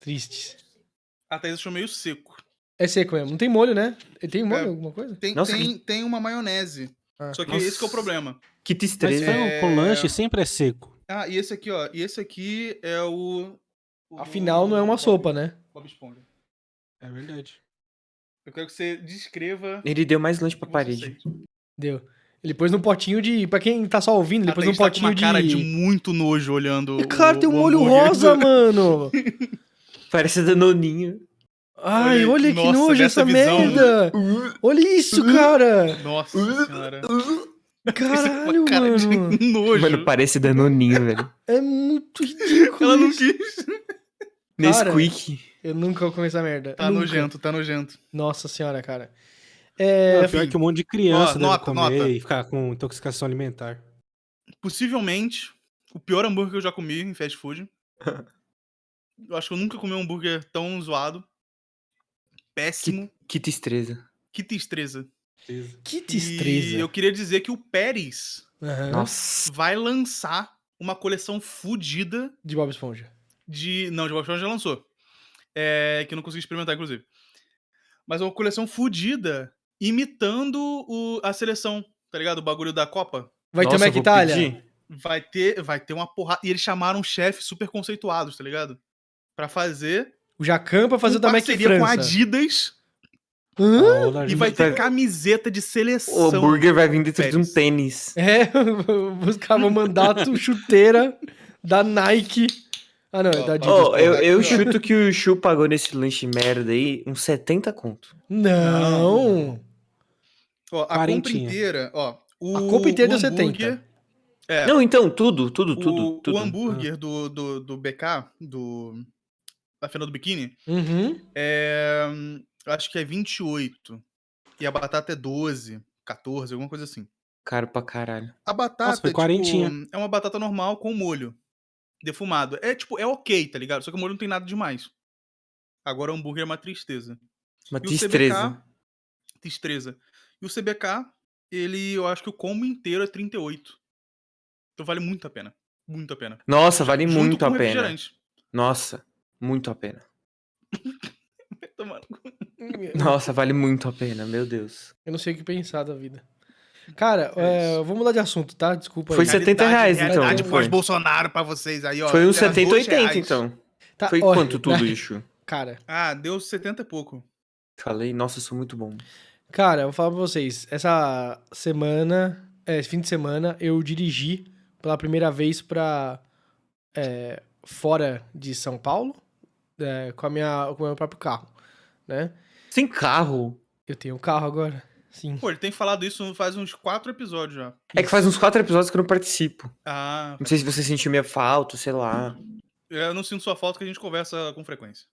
Speaker 1: Tristes.
Speaker 3: só- A Thaís achou meio seco.
Speaker 1: É seco mesmo. Não tem molho, né? Tem molho
Speaker 3: É.
Speaker 1: alguma coisa?
Speaker 3: Tem,
Speaker 2: Nossa,
Speaker 3: tem, tem uma maionese.
Speaker 1: Ah.
Speaker 3: Só que
Speaker 2: Nossa.
Speaker 3: esse que é o problema.
Speaker 2: Que
Speaker 4: Mas um-
Speaker 2: tristeza.
Speaker 4: frango com lanche sempre é seco.
Speaker 3: Ah, e esse aqui, ó. E esse aqui é o. o-
Speaker 1: Afinal, não é uma
Speaker 3: Bob-
Speaker 1: sopa, né?
Speaker 3: Bob Esponja.
Speaker 4: É verdade.
Speaker 3: Eu quero que você descreva.
Speaker 2: Ele deu mais lanche pra
Speaker 3: o que você
Speaker 2: parede.
Speaker 3: sente.
Speaker 1: Deu. Ele pôs num potinho de. Pra quem tá só ouvindo, ele
Speaker 3: A
Speaker 1: pôs num
Speaker 3: Thaís tá com
Speaker 1: potinho
Speaker 3: uma cara de
Speaker 1: de.
Speaker 3: muito nojo olhando.
Speaker 1: É Cara,
Speaker 3: o-
Speaker 1: tem
Speaker 3: o
Speaker 1: um olho
Speaker 3: hambúrguer.
Speaker 1: rosa, mano!
Speaker 2: Parece danoninho.
Speaker 1: Ai,
Speaker 3: Olha-
Speaker 1: olha que
Speaker 3: nossa,
Speaker 1: nojo
Speaker 3: dessa
Speaker 1: essa
Speaker 3: visão.
Speaker 1: merda! Olha isso, cara!
Speaker 3: Nossa senhora.
Speaker 1: Caralho, mano!
Speaker 3: é de nojo.
Speaker 2: Mano, parece danoninho, velho.
Speaker 1: É muito ridículo!
Speaker 3: Ela não
Speaker 1: isso.
Speaker 3: quis.
Speaker 1: Cara.
Speaker 2: Nesquik.
Speaker 1: Eu nunca vou comer essa merda.
Speaker 3: Tá
Speaker 1: nunca.
Speaker 3: nojento, tá nojento.
Speaker 1: Nossa senhora, cara. É,
Speaker 4: Não, pior que um monte de criança
Speaker 3: Ó,
Speaker 4: deve
Speaker 3: nota,
Speaker 4: comer
Speaker 3: nota.
Speaker 4: e ficar com intoxicação alimentar.
Speaker 3: Possivelmente, o pior hambúrguer que eu já comi em fast food. eu acho que eu nunca comi um hambúrguer tão zoado. Péssimo.
Speaker 2: Que tristeza.
Speaker 3: Que tristeza.
Speaker 1: que
Speaker 3: E
Speaker 1: destreza.
Speaker 3: eu queria dizer que o Pérez
Speaker 1: Aham,
Speaker 2: Nossa.
Speaker 3: vai lançar uma coleção fodida
Speaker 1: De Bob Esponja.
Speaker 3: de. Não, de Bob Esponja já lançou. É, que eu não consegui experimentar, inclusive. Mas é uma coleção fodida imitando o- a seleção, tá ligado? O bagulho da Copa.
Speaker 1: Vai
Speaker 2: Nossa,
Speaker 1: ter
Speaker 2: eu
Speaker 1: Mac
Speaker 2: vou
Speaker 1: Itália?
Speaker 2: pedir.
Speaker 3: vai ter, vai ter uma porrada. E eles chamaram chefes super conceituados, tá ligado? Pra fazer.
Speaker 1: O Jacan pra fazer
Speaker 3: em
Speaker 1: o da Mac
Speaker 3: Um parceria com a
Speaker 1: França.
Speaker 3: Adidas.
Speaker 1: Hã?
Speaker 4: A aula
Speaker 3: E
Speaker 2: Vai-
Speaker 3: vai ter camiseta de
Speaker 2: O
Speaker 3: seleção.
Speaker 2: hambúrguer vai vir dentro de um
Speaker 3: Pérez.
Speaker 2: tênis.
Speaker 1: É, eu buscava o mandato chuteira da Nike. Ah, não, é
Speaker 3: Ó,
Speaker 1: da
Speaker 3: ó,
Speaker 1: Adidas.
Speaker 2: Ó,
Speaker 1: porra.
Speaker 2: eu, eu
Speaker 3: Aqui, ó.
Speaker 2: chuto que o Chu pagou nesse lanche merda aí uns 70 conto.
Speaker 1: Não.
Speaker 3: Ó, a compra
Speaker 4: Quarentinha.
Speaker 3: inteira, ó. O,
Speaker 1: A compra inteira
Speaker 3: o
Speaker 1: deu 70.
Speaker 3: hambúrguer- É.
Speaker 2: Não, então, tudo, tudo, tudo.
Speaker 3: o,
Speaker 2: tudo. Ah.
Speaker 3: o hambúrguer do, do, do BK, do. Da Fena do Biquíni,
Speaker 1: Uhum.
Speaker 3: é. hum, eu Acho que é 28. E a batata é 12, 14, alguma coisa assim.
Speaker 2: Caro pra caralho.
Speaker 3: A batata
Speaker 4: foi quarentinha.
Speaker 3: tipo, é uma batata normal com molho defumado. É tipo, é ok, tá ligado? Só que o molho não tem nada demais. Agora o hambúrguer é uma tristeza.
Speaker 2: Uma
Speaker 3: E o
Speaker 2: tristeza.
Speaker 3: CBK, tristeza. E o CBK, ele, eu acho que o combo inteiro é 38. Então vale muito a pena. Muito a pena.
Speaker 2: Nossa, vale
Speaker 3: Junto
Speaker 2: muito
Speaker 3: com
Speaker 2: a pena.
Speaker 3: refrigerante.
Speaker 2: Nossa, muito a pena.
Speaker 3: Vai tomar no cu.
Speaker 2: Nossa, vale muito a pena, meu Deus.
Speaker 1: Eu não sei o que pensar da vida. Cara,
Speaker 3: É
Speaker 1: é, vamos mudar de assunto, tá? Desculpa
Speaker 2: Foi
Speaker 1: aí.
Speaker 2: R$ 70 reais, então,
Speaker 3: Realidade
Speaker 2: não foi?
Speaker 3: pós-Bolsonaro pra vocês aí, ó.
Speaker 2: Foi uns
Speaker 3: Era
Speaker 2: 70,
Speaker 3: dois
Speaker 2: 80,
Speaker 3: reais.
Speaker 2: então.
Speaker 1: Tá,
Speaker 2: Foi
Speaker 1: olha,
Speaker 2: quanto tudo
Speaker 1: na-
Speaker 2: isso?
Speaker 1: Cara,
Speaker 3: Ah, deu 70 e pouco.
Speaker 2: Falei, nossa, eu sou muito bom.
Speaker 1: cara, eu vou falar pra vocês. Essa semana, é, esse fim de semana, eu dirigi pela primeira vez pra é, fora de São Paulo é, com, a minha, com o meu próprio carro, né?
Speaker 2: Sem carro?
Speaker 1: Eu tenho um carro agora, sim.
Speaker 3: Pô, ele tem falado isso faz uns quatro episódios já.
Speaker 2: É que faz uns quatro episódios que eu não participo.
Speaker 3: Ah,
Speaker 2: Não sei se você sentiu minha falta, sei lá.
Speaker 3: eu não sinto sua falta que a gente conversa com frequência.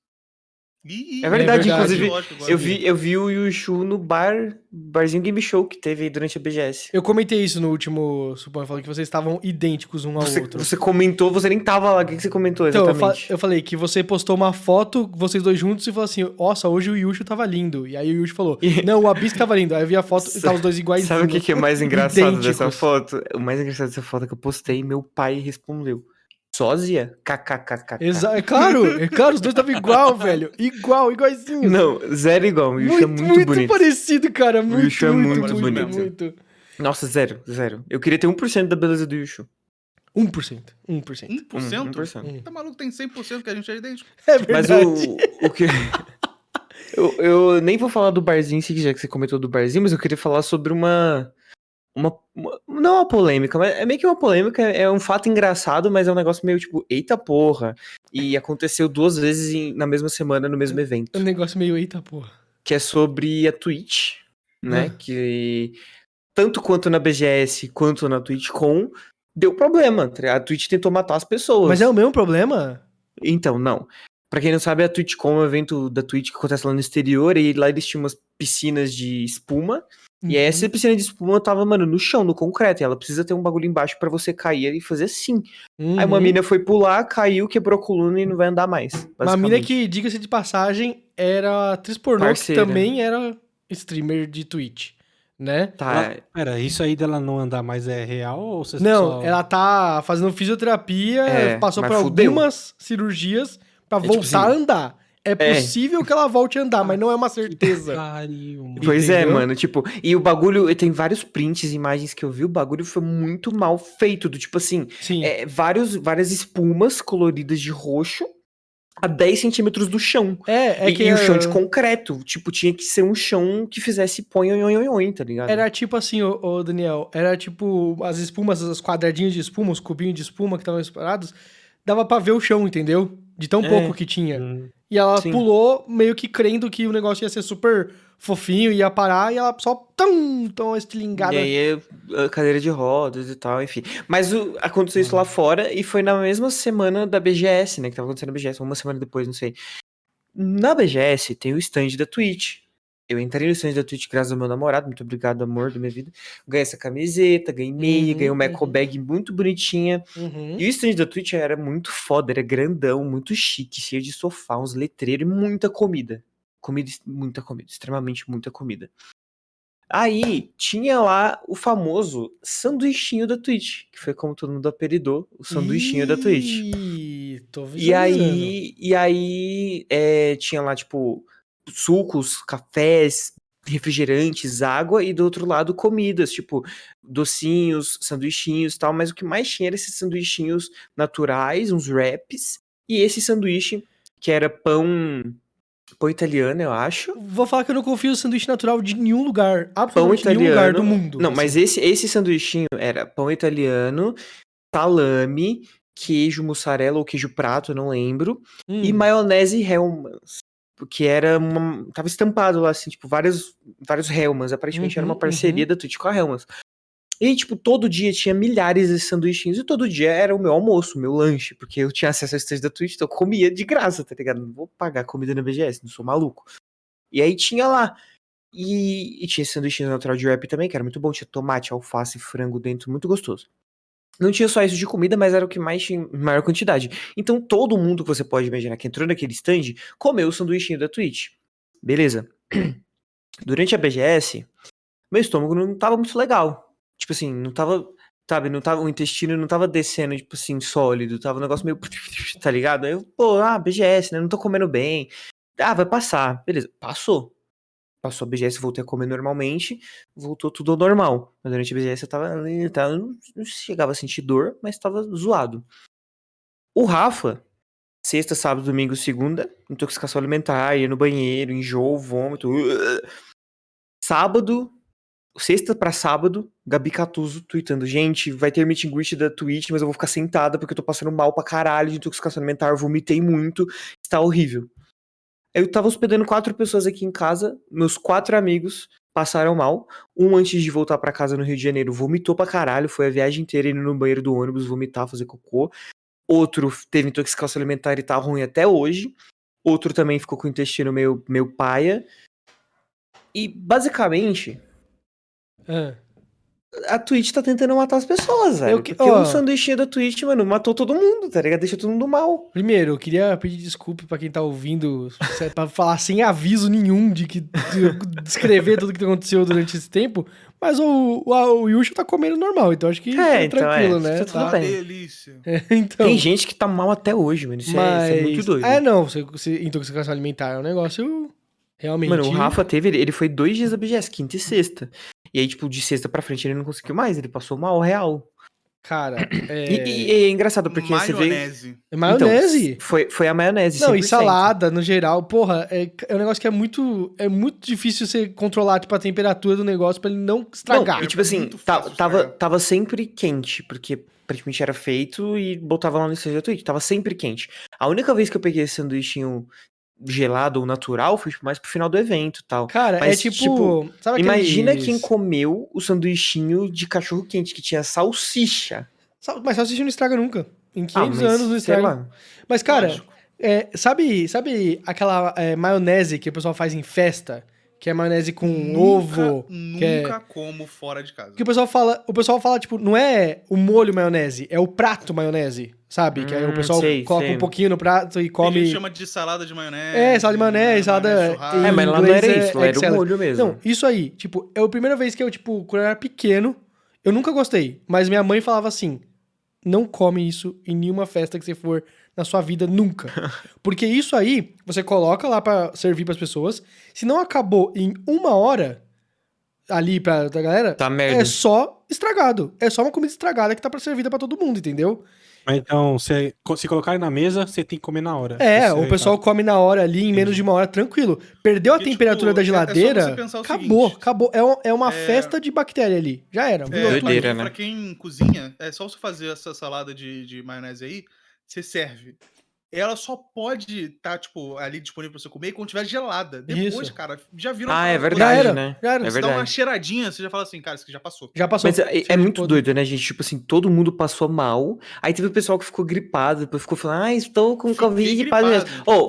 Speaker 3: Ih,
Speaker 2: É verdade,
Speaker 1: É verdade.
Speaker 2: inclusive,
Speaker 3: lógico, agora.
Speaker 2: Eu vi, eu vi o Yushu no bar, barzinho Game Show que teve aí durante a BGS.
Speaker 1: Eu comentei isso no último suponho, falando que vocês estavam idênticos um ao
Speaker 2: Você,
Speaker 1: outro.
Speaker 2: você comentou, você nem tava lá. O que, que você comentou
Speaker 1: Então, eu, fa-
Speaker 2: exatamente?
Speaker 1: eu falei que você postou uma foto, vocês dois juntos, e falou assim: Nossa, hoje o Yushu tava lindo. E aí o Yushu falou:
Speaker 2: E-
Speaker 1: Não, o Abisco tava lindo. Aí eu vi a foto e
Speaker 2: Sabe-
Speaker 1: tava os dois iguais.
Speaker 2: Sabe o que, que é mais engraçado dessa
Speaker 1: Idênticos.
Speaker 2: foto? O mais engraçado dessa foto é que eu postei, meu pai respondeu. Sósia? KKKK.
Speaker 1: Exa é claro, é claro, os dois estavam igual, velho. Igual, iguaizinho.
Speaker 2: Não, zero igual. O Yushu é muito, bonito.
Speaker 1: parecido, cara. Muito,
Speaker 2: Yushu é
Speaker 1: muito,
Speaker 2: muito
Speaker 1: muito, muito,
Speaker 2: bonito. Nossa, zero, zero. Eu queria ter 1% da beleza do Um, Yushu.
Speaker 1: 1%. 1%.
Speaker 3: 1%?
Speaker 2: 1%.
Speaker 3: Tá maluco, tem 100% que a gente é idêntico.
Speaker 1: Hum. É
Speaker 2: Mas
Speaker 1: verdade.
Speaker 2: o, o que. eu, eu nem vou falar do barzinho, em si, já que você comentou do barzinho, mas eu queria falar sobre uma. Uma, uma- não uma polêmica, mas é meio que uma polêmica, é um fato engraçado, mas é um negócio meio tipo, eita porra. E aconteceu duas vezes em- na mesma semana, no mesmo evento.
Speaker 1: Um negócio meio eita, porra.
Speaker 2: Que é sobre a Twitch, né?
Speaker 1: Ah.
Speaker 2: Que tanto quanto na BGS quanto na Twitch com deu problema. tá ligado? A Twitch tentou matar as pessoas.
Speaker 1: Mas é o mesmo problema?
Speaker 2: Então, não. Pra quem não sabe, a TwitchCon é um evento da Twitch que acontece lá no exterior, e lá eles tinham umas piscinas de espuma, e é aí
Speaker 1: Uhum.
Speaker 2: essa piscina de espuma tava, mano, no chão, no concreto, e ela precisa ter um bagulho embaixo pra você cair e fazer assim. Aí uma
Speaker 1: Uhum.
Speaker 2: mina foi pular, caiu, quebrou a coluna e não vai andar mais.
Speaker 1: Uma mina
Speaker 2: basicamente.
Speaker 1: que, diga-se de passagem, era atriz pornô,
Speaker 2: Parceira. né?
Speaker 1: que também era streamer de Twitch, né?
Speaker 2: Tá,
Speaker 4: Pera, isso aí dela não andar mais é real ou você
Speaker 1: Não,
Speaker 4: só...
Speaker 3: é
Speaker 1: ela tá fazendo fisioterapia,
Speaker 2: É,
Speaker 1: passou
Speaker 2: mas
Speaker 1: por
Speaker 2: fudeu.
Speaker 1: algumas cirurgias pra
Speaker 2: É tipo
Speaker 1: voltar a
Speaker 2: assim,
Speaker 1: andar. É
Speaker 2: é.
Speaker 1: possível que ela volte a andar, mas não é uma certeza.
Speaker 4: Caralho, mano.
Speaker 2: Pois é,
Speaker 1: Entendeu?
Speaker 2: mano, tipo, e o bagulho, tem vários prints, imagens que eu vi, o bagulho foi muito mal feito, do tipo assim,
Speaker 1: Sim.
Speaker 2: é, vários, várias espumas coloridas de roxo a 10 centímetros do chão.
Speaker 1: É, é
Speaker 2: e,
Speaker 1: que
Speaker 2: e o chão
Speaker 1: ah,
Speaker 2: de concreto. Tipo, tinha que ser um chão que fizesse põe, oi, oi, oi, oi, tá ligado?
Speaker 1: era tipo assim, ô, ô, Daniel, era tipo as espumas, os quadradinhos de espuma, os cubinhos de espuma que estavam separados, dava pra ver o chão, entendeu? De tão
Speaker 2: É.
Speaker 1: pouco que tinha.
Speaker 4: Hum.
Speaker 1: E ela
Speaker 2: Sim.
Speaker 1: pulou, meio que crendo que o negócio ia ser super fofinho, ia parar, e ela só tão, tão estilingada.
Speaker 2: E aí, a cadeira de rodas e tal, enfim. Mas o- aconteceu isso lá
Speaker 1: Uhum.
Speaker 2: fora e foi na mesma semana da BGS, né? Que tava acontecendo na BGS, uma semana depois, não sei. Na BGS tem o stand da Twitch. Eu entrei no stand da Twitch graças ao meu namorado, muito obrigado, amor da minha vida. Ganhei essa camiseta, ganhei meia,
Speaker 1: Uhum,
Speaker 2: ganhei uma eco
Speaker 1: uhum.
Speaker 2: bag muito bonitinha.
Speaker 1: Uhum.
Speaker 2: E o stand da Twitch era muito foda, era grandão, muito chique, cheio de sofá, uns letreiros e muita comida. Comida, muita comida, extremamente muita comida. Aí tinha lá o famoso sanduichinho da Twitch, que foi como todo mundo apelidou, o sanduichinho da Twitch.
Speaker 1: Ih, tô
Speaker 2: E
Speaker 1: visualizando.
Speaker 2: aí, e aí é, tinha lá, tipo, sucos, cafés, refrigerantes, água e do outro lado comidas, tipo, docinhos, sanduichinhos e tal, mas o que mais tinha era esses sanduichinhos naturais, uns wraps, e esse sanduíche que era pão, pão italiano, eu acho.
Speaker 1: Vou falar que eu não confio no sanduíche natural de nenhum lugar. Absolutamente nenhum lugar do
Speaker 2: italiano.
Speaker 1: mundo.
Speaker 2: Não, mas esse, esse sanduichinho era pão italiano, salame, queijo mussarela ou queijo prato, eu não lembro,
Speaker 1: Hum,
Speaker 2: e maionese Hellmann's. Que era uma. Tava estampado lá, assim, tipo, vários, vários Hellmann's. Aparentemente era
Speaker 1: Uhum,
Speaker 2: uma parceria da Twitch com a Hellmann's. E, tipo, todo dia tinha milhares de sanduichinhos. E todo dia era o meu almoço, o meu lanche. Porque eu tinha acesso ao stand da Twitch, então eu comia de graça, tá ligado? Não vou pagar comida na BGS, não sou maluco. E aí tinha lá. E, e tinha esse sanduichinho natural de wrap também, que era muito bom. Tinha tomate, alface, frango dentro, muito gostoso. Não tinha só isso de comida, mas era o que mais tinha em maior quantidade. Então todo mundo que você pode imaginar que entrou naquele stand comeu o sanduichinho da Twitch. Beleza. Durante a BGS, meu estômago não tava muito legal. Tipo assim, não tava. Sabe, não tava, o intestino não tava descendo, tipo assim, sólido, tava um negócio meio. Tá ligado? Aí eu, pô, ah, BGS, né? Não tô comendo bem. Ah, vai passar. Beleza, passou. Passou a BGS, voltei a comer normalmente, voltou tudo ao normal. Mas durante a BGS eu tava ali, tá, eu não, não chegava a sentir dor, mas tava zoado. O Rafa, sexta, sábado, domingo, segunda, intoxicação alimentar, ia no banheiro, enjoo, vômito. Sábado, sexta pra sábado, Gabi Catuso tweetando, gente, vai ter meeting greet da Twitch, mas eu vou ficar sentada porque eu tô passando mal pra caralho de intoxicação alimentar, vomitei muito, está horrível. Eu tava hospedando quatro pessoas aqui em casa, meus quatro amigos passaram mal. Um antes de voltar pra casa no Rio de Janeiro vomitou pra caralho, foi a viagem inteira indo no banheiro do ônibus vomitar, fazer cocô. Outro teve intoxicação alimentar e tá ruim até hoje. Outro também ficou com o intestino meio, meio paia. E basicamente,
Speaker 1: Ah.
Speaker 2: a Twitch tá tentando matar as pessoas, velho.
Speaker 1: Eu que-
Speaker 2: Porque
Speaker 1: ó.
Speaker 2: o sanduichinho da Twitch, mano, matou todo mundo, tá ligado? Deixou todo mundo mal.
Speaker 1: Primeiro, eu queria pedir desculpa pra quem tá ouvindo, se- é pra falar sem aviso nenhum de que de eu descrever tudo que aconteceu durante esse tempo, mas o, o, o Yusha tá comendo normal, então acho que
Speaker 2: É,
Speaker 1: tá
Speaker 2: então,
Speaker 1: tranquilo,
Speaker 2: é,
Speaker 1: né?
Speaker 2: tá tudo
Speaker 1: Tá-
Speaker 2: bem.
Speaker 3: Ah, Delícia.
Speaker 1: Então,
Speaker 2: Tem gente que tá mal até hoje, mano. Isso, é, isso é muito doido.
Speaker 1: É, não, você, você- intoxicação alimentar é um negócio realmente...
Speaker 2: mano, o Rafa teve, ele, ele foi dois dias da BGS, quinta e sexta. E aí, tipo, de sexta pra frente ele não conseguiu mais, ele passou mal, real.
Speaker 1: Cara, é,
Speaker 2: E, e- e é engraçado, porque você vê.
Speaker 3: Maionese.
Speaker 1: é
Speaker 2: Então,
Speaker 1: maionese.
Speaker 2: foi, foi a maionese.
Speaker 1: Não, e
Speaker 2: 100%.
Speaker 1: salada, no geral, porra, é, é um negócio que é muito, é muito difícil você controlar, tipo, a temperatura do negócio pra ele não
Speaker 2: Não,
Speaker 1: estragar. é
Speaker 2: e tipo assim,
Speaker 3: Muito
Speaker 2: ta-
Speaker 3: fácil
Speaker 2: tava,
Speaker 3: estragar.
Speaker 2: tava sempre quente, porque aparentemente era feito e botava lá no Instagram da Twitch, tava sempre quente. A única vez que eu peguei esse sanduichinho gelado ou natural foi tipo, mais pro final do evento e tal.
Speaker 1: Cara,
Speaker 2: mas,
Speaker 1: é tipo,
Speaker 2: tipo,
Speaker 1: sabe
Speaker 2: Imagina
Speaker 1: aqueles-
Speaker 2: quem comeu o sanduichinho de cachorro quente, que tinha salsicha.
Speaker 1: Sal- Mas salsicha não estraga nunca. Em 500
Speaker 2: Ah, mas
Speaker 1: anos não
Speaker 2: sei
Speaker 1: estraga.
Speaker 2: lá.
Speaker 1: Mas, cara,
Speaker 3: Lógico.
Speaker 1: é, sabe, sabe aquela é, maionese que o pessoal faz em festa? Que é maionese com ovo.
Speaker 3: Nunca
Speaker 1: que é-
Speaker 3: como fora de casa.
Speaker 1: Que o pessoal fala, o pessoal fala, tipo, não é o molho maionese, é o prato maionese, sabe? que aí o
Speaker 2: Hum,
Speaker 1: pessoal
Speaker 2: sei,
Speaker 1: coloca
Speaker 2: sei.
Speaker 1: um pouquinho no prato e
Speaker 3: Tem gente que
Speaker 1: come.
Speaker 3: chama de salada de maionese. né,
Speaker 1: É, salada de maionese, salada-
Speaker 3: churrasco.
Speaker 2: É,
Speaker 1: Em
Speaker 2: mas lá não
Speaker 1: inglês
Speaker 2: era
Speaker 1: é
Speaker 2: isso, lá era o
Speaker 1: excellent.
Speaker 2: molho mesmo.
Speaker 1: Não, isso aí, tipo, é a primeira vez que eu, tipo, quando eu era pequeno, eu nunca gostei, mas minha mãe falava assim: não come isso em nenhuma festa que você for na sua vida nunca. Porque isso aí, você coloca lá pra servir pras pessoas, se não acabou em uma hora ali pra, pra galera,
Speaker 2: Tá merda.
Speaker 1: é só estragado. É só uma comida estragada que tá pra servida pra todo mundo, entendeu?
Speaker 4: Mas então, se, se colocarem na mesa, você tem que comer na hora.
Speaker 1: É,
Speaker 4: Isso
Speaker 1: o
Speaker 4: aí,
Speaker 1: pessoal
Speaker 4: tá.
Speaker 1: come na hora ali, em menos de uma hora, tranquilo. Perdeu a
Speaker 3: Porque,
Speaker 1: temperatura
Speaker 3: tipo,
Speaker 1: da
Speaker 3: é- é só
Speaker 1: geladeira,
Speaker 3: você pensar o
Speaker 1: acabou,
Speaker 3: seguinte,
Speaker 1: acabou. É, um- é uma
Speaker 3: é-
Speaker 1: festa de bactéria ali. Já era.
Speaker 3: É,
Speaker 1: mudou tudo.
Speaker 2: Doideira,
Speaker 3: pra-
Speaker 2: né?
Speaker 3: Pra quem cozinha, é só você fazer essa salada de, de maionese aí, você serve. Ela só pode estar, tipo, ali disponível pra você comer quando tiver gelada. Depois,
Speaker 1: Isso.
Speaker 3: cara, já virou.
Speaker 2: Ah, é
Speaker 1: Já
Speaker 2: verdade,
Speaker 1: era,
Speaker 2: né?
Speaker 1: já era.
Speaker 2: É
Speaker 3: Você dá uma
Speaker 2: verdade.
Speaker 3: cheiradinha, você já fala assim, cara, isso aqui já passou.
Speaker 1: Já passou.
Speaker 2: Mas é, é
Speaker 1: Seja
Speaker 2: muito
Speaker 1: podre.
Speaker 2: doido, né, gente? Tipo assim, todo mundo passou mal. Aí teve o pessoal que ficou gripado, depois ficou falando, ah, estou com
Speaker 3: Fiquei
Speaker 2: Covid.
Speaker 3: gripado,
Speaker 2: Ô, oh,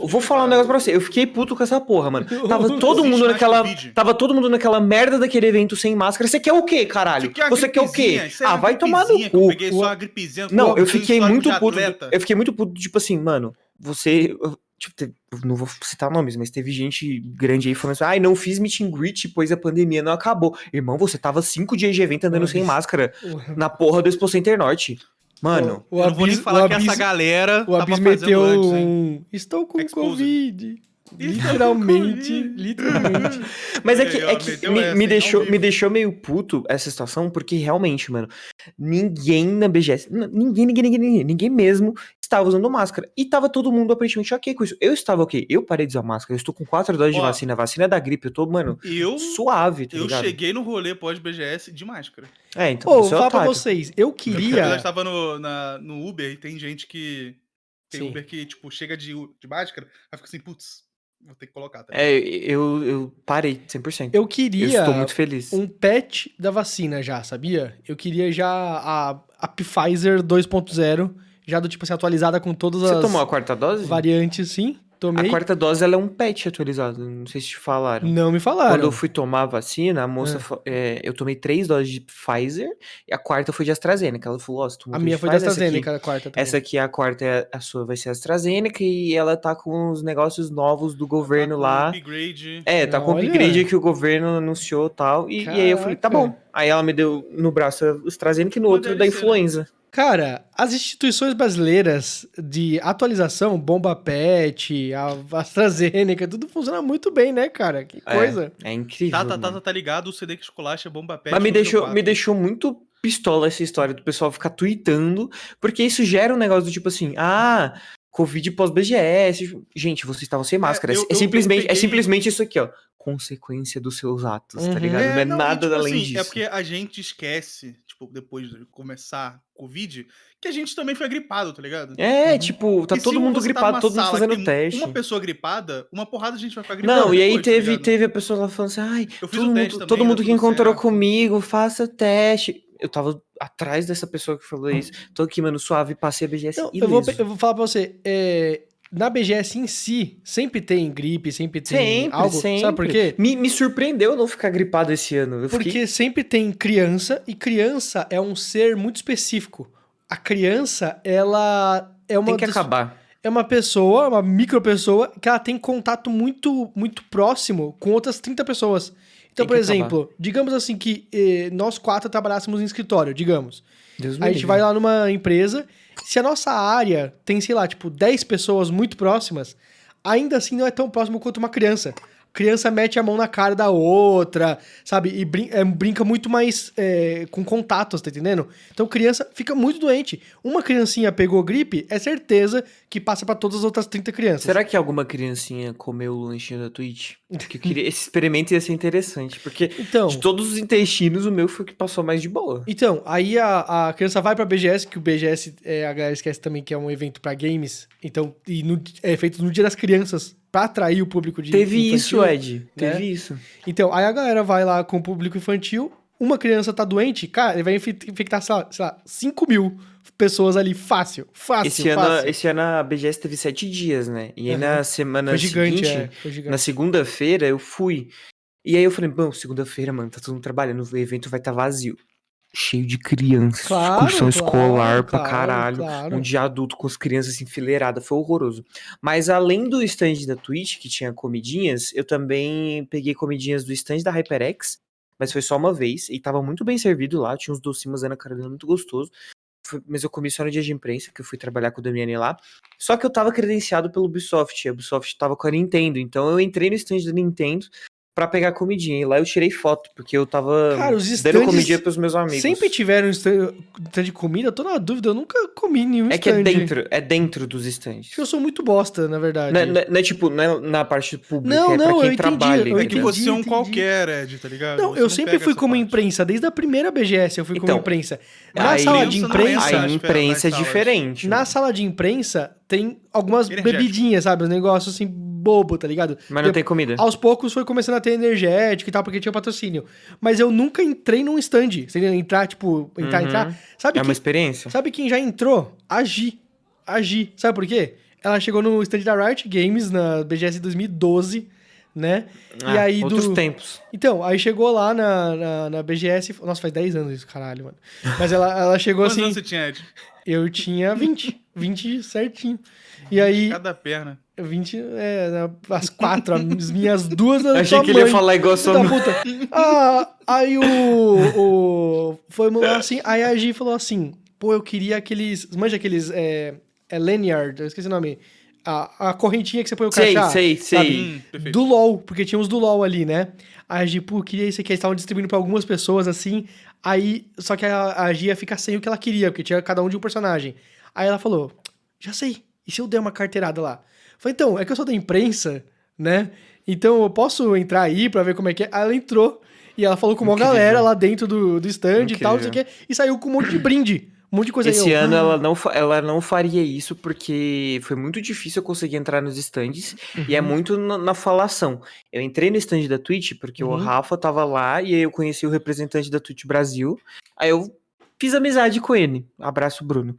Speaker 3: fiquei
Speaker 2: vou falar um
Speaker 3: gripado.
Speaker 2: negócio pra você. Eu fiquei puto com essa porra, mano. Tava
Speaker 1: Não
Speaker 2: todo
Speaker 3: existe
Speaker 2: mundo
Speaker 3: mais
Speaker 2: naquela.
Speaker 3: Covid.
Speaker 2: Tava todo mundo naquela merda daquele evento sem máscara. Você quer o quê, caralho?
Speaker 3: Você quer a
Speaker 2: Você quer o quê?
Speaker 3: gripezinha? Isso é
Speaker 2: Ah,
Speaker 3: uma
Speaker 2: vai tomar no
Speaker 3: gripezinha que Eu
Speaker 2: cu.
Speaker 3: peguei só a gripezinha.
Speaker 2: Não,
Speaker 3: pô,
Speaker 2: eu
Speaker 3: tenho
Speaker 2: fiquei
Speaker 3: histórico
Speaker 2: muito
Speaker 3: de
Speaker 2: puto.
Speaker 3: atleta.
Speaker 2: Eu fiquei muito puto, tipo assim, mano, você. eu- Tipo, teve- eu não vou citar nomes, mas teve gente grande aí falando assim: ai, não fiz meet and greet, pois a pandemia não acabou. Irmão, você tava cinco dias de evento andando
Speaker 1: Mano,
Speaker 2: sem
Speaker 1: isso-
Speaker 2: máscara na porra do Expo Center Norte. Mano,
Speaker 1: o, o
Speaker 3: eu não vou nem
Speaker 1: Abis,
Speaker 3: falar
Speaker 1: o
Speaker 3: que essa
Speaker 1: Abis-
Speaker 3: galera
Speaker 1: o
Speaker 3: tava
Speaker 1: Abis
Speaker 3: fazendo
Speaker 1: meteu
Speaker 3: antes, hein?
Speaker 1: um. Estou com
Speaker 3: Exposed.
Speaker 1: Covid.
Speaker 3: Estou com
Speaker 1: Literalmente,
Speaker 3: Covid.
Speaker 1: literalmente.
Speaker 2: mas é
Speaker 3: Aí,
Speaker 2: que,
Speaker 3: ó,
Speaker 2: é que
Speaker 3: meteu
Speaker 2: me,
Speaker 3: essa,
Speaker 2: me
Speaker 3: hein, ao
Speaker 2: deixou, me
Speaker 3: vivo.
Speaker 2: deixou meio puto essa situação, porque realmente, mano, ninguém na BGS, n- ninguém, ninguém, ninguém, ninguém, ninguém mesmo estava usando máscara. E tava todo mundo aparentemente ok com isso. Eu estava ok, eu parei de usar máscara, eu estou com quatro doses de
Speaker 3: Ó.
Speaker 2: vacina, vacina da gripe, eu tô, mano,
Speaker 3: Eu,
Speaker 2: suave, tá
Speaker 3: eu
Speaker 2: ligado?
Speaker 3: cheguei no rolê pós-BGS de máscara.
Speaker 2: É, então,
Speaker 1: Ô,
Speaker 2: você é
Speaker 1: vou falar pra
Speaker 2: otário.
Speaker 1: vocês, eu
Speaker 3: Eu
Speaker 1: queria.
Speaker 3: estava no, na- no Uber e tem gente que. Tem
Speaker 1: Sim.
Speaker 3: Uber que, tipo, chega de, u- de máscara, aí fica assim, putz, vou ter que colocar. Tá?
Speaker 2: É, eu, eu parei, 100%.
Speaker 1: Eu
Speaker 2: Eu
Speaker 1: queria
Speaker 2: estou muito feliz.
Speaker 1: um patch da vacina já, sabia? Eu queria já a, a Pfizer 2.0, já do tipo assim, atualizada com todas
Speaker 2: Você
Speaker 1: as
Speaker 2: tomou a quarta dose?
Speaker 1: variantes, sim.
Speaker 2: A
Speaker 1: Tomei.
Speaker 2: quarta dose ela é um patch atualizado, não sei se te falaram.
Speaker 1: Não me
Speaker 2: Quando
Speaker 1: falaram.
Speaker 2: eu fui tomar a vacina, a moça.
Speaker 1: Ah.
Speaker 2: fa- é, eu tomei três doses de Pfizer e a quarta foi de AstraZeneca. Ela falou: Ó, você tomou
Speaker 1: A
Speaker 2: três
Speaker 1: minha
Speaker 2: de
Speaker 1: foi da
Speaker 2: Pfizer, essa aqui-
Speaker 1: AstraZeneca, a quarta também.
Speaker 2: Essa aqui é a quarta, é- a sua vai ser a AstraZeneca e ela tá com os negócios novos do governo
Speaker 3: Tá com
Speaker 2: lá.
Speaker 3: Upgrade.
Speaker 2: É, tá com o
Speaker 1: Olha.
Speaker 2: upgrade que o governo anunciou e tal. E, e aí eu falei, tá
Speaker 1: Caraca.
Speaker 2: bom. Aí ela me deu no braço a AstraZeneca e no
Speaker 3: Uma
Speaker 2: outro da
Speaker 3: DLC, né?
Speaker 2: influenza.
Speaker 1: Cara, as instituições brasileiras de atualização, Bomba Pet, a AstraZeneca, tudo funciona muito bem, né, cara? Que
Speaker 2: É.
Speaker 1: coisa.
Speaker 2: É incrível.
Speaker 3: Tá, tá, tá,
Speaker 2: mano.
Speaker 3: tá, tá ligado, o CD que esculacha, é bomba pet.
Speaker 2: Mas me
Speaker 3: número
Speaker 2: deixou,
Speaker 3: quatro.
Speaker 2: me deixou muito pistola essa história do pessoal ficar tweetando, porque isso gera um negócio do tipo assim, ah, Covid pós-BGS. tipo, Gente, vocês estavam sem máscara. É,
Speaker 3: eu- eu- eu
Speaker 2: simplesmente, é
Speaker 3: peguei-
Speaker 2: simplesmente isso aqui, ó. Consequência dos seus atos,
Speaker 1: Uhum.
Speaker 2: tá ligado? Não é,
Speaker 3: não, e,
Speaker 2: nada
Speaker 3: tipo
Speaker 2: além
Speaker 3: assim,
Speaker 2: disso.
Speaker 3: É porque a gente esquece, tipo, depois de começar Covid, que a gente também foi gripado, tá ligado?
Speaker 2: É,
Speaker 1: Uhum.
Speaker 2: tipo, tá
Speaker 3: E se
Speaker 2: todo mundo
Speaker 3: você tá
Speaker 2: gripado,
Speaker 3: numa
Speaker 2: todo mundo
Speaker 3: sala que
Speaker 2: fazendo
Speaker 3: tem
Speaker 2: teste.
Speaker 3: Uma pessoa gripada, uma porrada de gente vai ficar gripada.
Speaker 2: Não, e aí
Speaker 3: depois, tá
Speaker 2: teve,
Speaker 3: ligado?
Speaker 2: teve a pessoa lá falando assim, ai,
Speaker 3: Eu
Speaker 2: todo
Speaker 3: fiz o
Speaker 2: mundo,
Speaker 3: teste também,
Speaker 2: todo
Speaker 3: deu
Speaker 2: mundo que
Speaker 3: tudo
Speaker 2: encontrou
Speaker 3: certo.
Speaker 2: comigo, faça o teste. Eu tava atrás dessa pessoa que falou
Speaker 3: Uhum.
Speaker 2: isso. Tô aqui, mano, suave, passei a BGS
Speaker 1: Então,
Speaker 2: e
Speaker 1: eu vou, pe- eu vou falar pra você, é, na BGS em si, sempre tem gripe, sempre tem
Speaker 2: Sempre,
Speaker 1: algo.
Speaker 2: sempre.
Speaker 1: Sabe por quê?
Speaker 2: Me, me surpreendeu não ficar gripado esse ano. Eu fiquei...
Speaker 1: Porque sempre tem criança, e criança é um ser muito específico. A criança, ela é uma
Speaker 2: tem que
Speaker 1: das-
Speaker 2: acabar.
Speaker 1: é uma pessoa, uma micro pessoa, que ela tem contato muito, muito próximo com outras 30 pessoas. Então,
Speaker 2: Tem
Speaker 1: por
Speaker 2: que
Speaker 1: exemplo, digamos assim que eh, nós quatro trabalhássemos em escritório, digamos.
Speaker 2: Deus me
Speaker 1: A gente
Speaker 2: livre.
Speaker 1: vai lá numa empresa, se a nossa área tem, sei lá, tipo, 10 pessoas muito próximas, ainda assim não é tão próximo quanto uma criança. Criança mete a mão na cara da outra, sabe? E brin- é, brinca muito mais é, com contatos, tá entendendo? Então criança fica muito doente. Uma criancinha pegou gripe, é certeza que passa pra todas as outras 30 crianças.
Speaker 2: Será que alguma criancinha comeu o lanchinho da Twitch? Porque eu queria... esse experimento ia ser interessante. Porque
Speaker 1: Então,
Speaker 2: de todos os intestinos, o meu foi o que passou mais de boa.
Speaker 1: então aí a, a criança vai pra BGS, que o BGS, é, a galera esquece também que é um evento pra games. Então, e no- é feito no dia das crianças, pra atrair o público de
Speaker 2: Teve
Speaker 1: infantil.
Speaker 2: isso, Ed.
Speaker 1: né?
Speaker 2: Teve isso.
Speaker 1: Então, aí a galera vai lá com o público infantil, uma criança tá doente, cara, ele vai infi- infectar, sei lá, sei lá 5 mil pessoas ali, fácil, fácil,
Speaker 2: Esse ano,
Speaker 1: fácil.
Speaker 2: esse ano a BGS teve sete dias, né? E aí na semana
Speaker 1: Foi gigante,
Speaker 2: seguinte,
Speaker 1: é, foi gigante.
Speaker 2: na segunda-feira, eu fui. E aí eu falei, bom, segunda-feira, mano, tá todo mundo trabalhando, o evento vai estar vazio. Cheio de crianças,
Speaker 1: Claro,
Speaker 2: excursão
Speaker 1: claro,
Speaker 2: escolar pra
Speaker 1: claro,
Speaker 2: caralho.
Speaker 1: claro.
Speaker 2: Um dia adulto com as crianças assim, enfileirada, foi horroroso. Mas além do stand da Twitch, que tinha comidinhas, eu também peguei comidinhas do stand da HyperX, mas foi só uma vez, e tava muito bem servido lá, tinha uns docinhos Ana Carolina muito gostoso. Foi- mas eu comi só no dia de imprensa, que eu fui trabalhar com o Damiani lá. Só que eu tava credenciado pelo Ubisoft, e a Ubisoft tava com a Nintendo, então eu entrei no stand da Nintendo pra pegar comidinha, e lá eu tirei foto, porque eu tava
Speaker 1: Cara, os
Speaker 2: dando
Speaker 1: stands
Speaker 2: comidinha pros meus amigos.
Speaker 1: Sempre tiveram um stand, stand de comida, eu tô na dúvida, eu nunca comi nenhum
Speaker 2: É que
Speaker 1: stand.
Speaker 2: é dentro, é dentro dos stands.
Speaker 1: Eu sou muito bosta, na verdade.
Speaker 2: Não é, não é- não é tipo, não é na parte pública,
Speaker 1: Não,
Speaker 2: é pra
Speaker 1: não, eu
Speaker 2: quem
Speaker 1: entendi,
Speaker 2: trabalha.
Speaker 1: eu
Speaker 3: É
Speaker 2: entendeu?
Speaker 3: que
Speaker 1: entendi,
Speaker 3: você é um
Speaker 1: entendi.
Speaker 3: qualquer, Ed, tá ligado?
Speaker 1: Não,
Speaker 3: Você
Speaker 1: eu sempre
Speaker 3: pega
Speaker 1: fui
Speaker 3: essa
Speaker 1: como
Speaker 3: parte.
Speaker 1: imprensa, desde a primeira BGS eu fui como
Speaker 2: Então,
Speaker 1: imprensa. Na
Speaker 2: Aí-
Speaker 1: sala de
Speaker 3: Imprensa não é
Speaker 1: imprensa,
Speaker 3: essa,
Speaker 2: Aí
Speaker 3: acho,
Speaker 2: imprensa é
Speaker 3: nas salas.
Speaker 2: diferente.
Speaker 1: Na sala de imprensa tem algumas
Speaker 3: Energético.
Speaker 1: bebidinhas, sabe? Um negócio assim bobo, tá ligado?
Speaker 2: Mas não
Speaker 1: Eu-
Speaker 2: tem comida.
Speaker 1: Aos poucos foi começando a ter energético e tal, porque tinha patrocínio. Mas eu nunca entrei num stand. Você entrar, tipo, entrar,
Speaker 2: Uhum.
Speaker 1: entrar. Sabe,
Speaker 2: É uma
Speaker 1: quem,
Speaker 2: experiência.
Speaker 1: sabe quem já entrou? A Gi. A Gi. Sabe por quê? Ela chegou no stand da Riot Games, na BGS 2012, né? E
Speaker 2: Ah,
Speaker 1: aí do-
Speaker 2: outros tempos.
Speaker 1: Então, aí chegou lá na, na, na BGS. Nossa, faz 10 anos isso, caralho, mano. Mas ela, ela chegou
Speaker 3: Quantos
Speaker 1: assim.
Speaker 3: anos você tinha, Ed?
Speaker 1: Eu tinha 20. 20 certinho. E aí,
Speaker 3: Cada perna.
Speaker 1: 20, é, na- as quatro, as minhas duas da
Speaker 2: Achei
Speaker 1: sua
Speaker 2: que ele ia
Speaker 1: mãe,
Speaker 2: falar igual a
Speaker 1: filho
Speaker 2: sua mãe.
Speaker 1: da puta. Ah, aí o, o... Foi lá assim, aí a Gi falou assim, pô, eu queria aqueles... Manja aqueles... É, é lanyard, eu esqueci o nome. A, a correntinha que você põe o
Speaker 2: Sei,
Speaker 1: crachá.
Speaker 2: sei, sei.
Speaker 3: Hum, perfeito.
Speaker 1: Do LOL, porque tinha uns do LOL ali, né? Aí a Gi, pô, eu queria isso aqui. Eles estavam distribuindo pra algumas pessoas, assim. Aí, só que a, a Gi ia ficar sem o que ela queria, porque tinha cada um de um personagem. Aí ela falou, já sei, e se eu der uma carteirada lá? Eu Falei, então, é que eu sou da imprensa, né? Então eu posso entrar aí pra ver como é que é. Aí ela entrou e ela falou com uma
Speaker 2: Incrível.
Speaker 1: galera lá dentro do, do stand e tal, não sei o quê. E saiu com um monte de brinde, um monte de coisa. aí.
Speaker 2: Esse
Speaker 1: Eu,
Speaker 2: ano
Speaker 1: "Ah,
Speaker 2: ela não, fa- ela não faria isso porque foi muito difícil eu conseguir entrar nos stands e é muito na, na falação. Eu entrei no stand da Twitch porque o
Speaker 1: Uhum.
Speaker 2: Rafa tava lá e aí eu conheci o representante da Twitch Brasil. Aí eu fiz amizade com ele. Abraço, Bruno.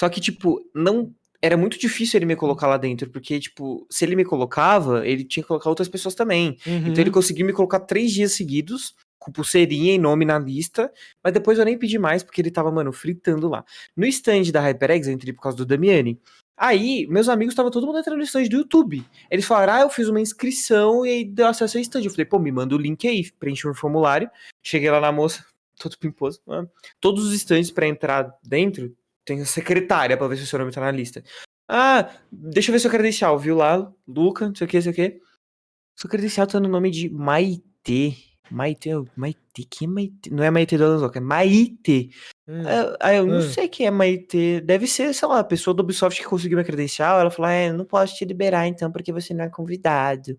Speaker 2: Só que, tipo, não era muito difícil ele me colocar lá dentro, porque, tipo, se ele me colocava, ele tinha que colocar outras pessoas também.
Speaker 1: Uhum.
Speaker 2: Então ele conseguiu me colocar três dias seguidos, com pulseirinha e nome na lista, mas depois eu nem pedi mais, porque ele tava, mano, fritando lá. No stand da HyperX, eu entrei por causa do Damiani. Aí, meus amigos estavam todo mundo entrando no stand do YouTube. Eles falaram, ah, eu fiz uma inscrição e aí deu acesso ao stand. Eu falei, pô, me manda o link aí, preenchi um formulário. Cheguei lá na moça, todo pimposo. né? Todos os stands pra entrar dentro, tem a secretária pra ver se o seu nome tá na lista. Ah, deixa eu ver seu credencial, viu lá, Luca, não sei o que, não sei o que. Seu credencial tá no nome de Maitê. Maitê, eu- Maitê, que é Maitê? Não é Maitê do Alanzoca, é Maitê. Aí eu- Aí eu não
Speaker 1: Ah.
Speaker 2: sei quem é Maitê. Deve ser, sei lá, a pessoa do Ubisoft que conseguiu minha credencial. Ela falou: É, não posso te liberar então, porque você não é convidado.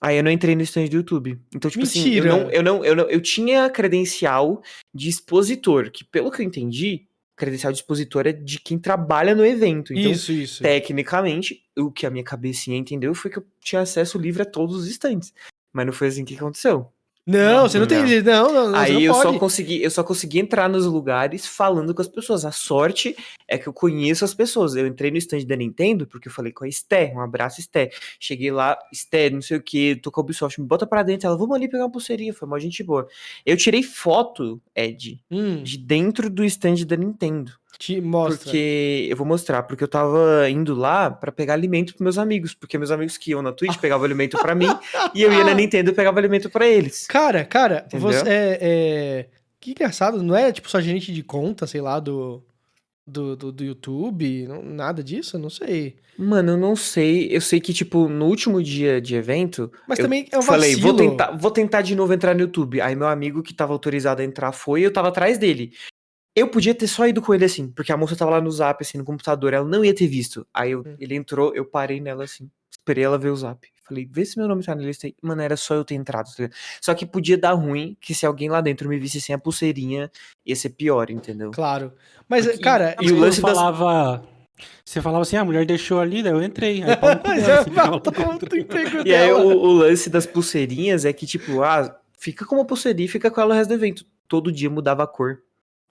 Speaker 2: Aí eu não entrei no stand do YouTube. Então, tipo
Speaker 1: Mentira.
Speaker 2: assim, eu não, eu não, eu não. Eu tinha a credencial de expositor, que pelo que eu entendi, credencial de expositor é de quem trabalha no evento. Então,
Speaker 1: isso, isso.
Speaker 2: tecnicamente, o que a minha cabecinha entendeu foi que eu tinha acesso livre a todos os stands. Mas não foi assim que aconteceu.
Speaker 1: Não, você não tem
Speaker 2: Não.
Speaker 1: direito. Não, não, não, você
Speaker 2: Aí
Speaker 1: não
Speaker 2: eu
Speaker 1: pode.
Speaker 2: só, consegui, eu só consegui entrar nos lugares falando com as pessoas. A sorte é que eu conheço as pessoas. Eu entrei no stand da Nintendo porque eu falei com a Esté. Um abraço, Esté. Cheguei lá, Esté, não sei o que, tô com a Ubisoft, me bota pra dentro. Ela, vamos ali pegar uma pulseirinha. Foi mó gente boa. Eu tirei foto, Ed,
Speaker 1: Hum,
Speaker 2: de dentro do stand da Nintendo.
Speaker 1: te mostra.
Speaker 2: Porque eu vou mostrar, porque eu tava indo lá pra pegar alimento pros meus amigos, porque meus amigos que iam na Twitch pegavam alimento pra mim e eu ia na Nintendo e pegava alimento pra eles.
Speaker 1: Cara, cara,
Speaker 2: Entendeu?
Speaker 1: você é, é- Que engraçado, não é tipo só gerente de conta, sei lá, do. Do, do, do YouTube, não- nada disso, não sei.
Speaker 2: Mano, eu não sei, eu sei que tipo no último dia de evento,
Speaker 1: Mas
Speaker 2: Eu
Speaker 1: também é um
Speaker 2: falei,
Speaker 1: vacilo.
Speaker 2: vou tentar, vou tentar de novo entrar no YouTube. Aí meu amigo que tava autorizado a entrar foi e eu tava atrás dele. Eu podia ter só ido com ele assim, porque a moça tava lá no zap, assim, no computador, ela não ia ter visto. Aí eu-
Speaker 1: Hum.
Speaker 2: ele entrou, eu parei nela assim, esperei ela ver o zap. Falei, vê se meu nome tá na lista aí. Mano, era só eu ter entrado. tá ligado? Só que podia dar ruim que se alguém lá dentro me visse sem a pulseirinha, ia ser pior, entendeu?
Speaker 1: Claro. Mas,
Speaker 2: Porque-
Speaker 1: cara,
Speaker 2: E o lance das-
Speaker 4: falava. Você falava assim, ah, a mulher deixou ali, daí eu entrei. Aí pau no cu
Speaker 1: Mas
Speaker 4: dela, assim,
Speaker 1: é
Speaker 4: você ficava lá
Speaker 1: falta
Speaker 4: dentro.
Speaker 1: do emprego
Speaker 2: E aí o,
Speaker 1: dela.
Speaker 2: o lance das pulseirinhas é que, tipo, ah, fica com uma pulseirinha e fica com ela o resto do evento. Todo dia mudava a cor.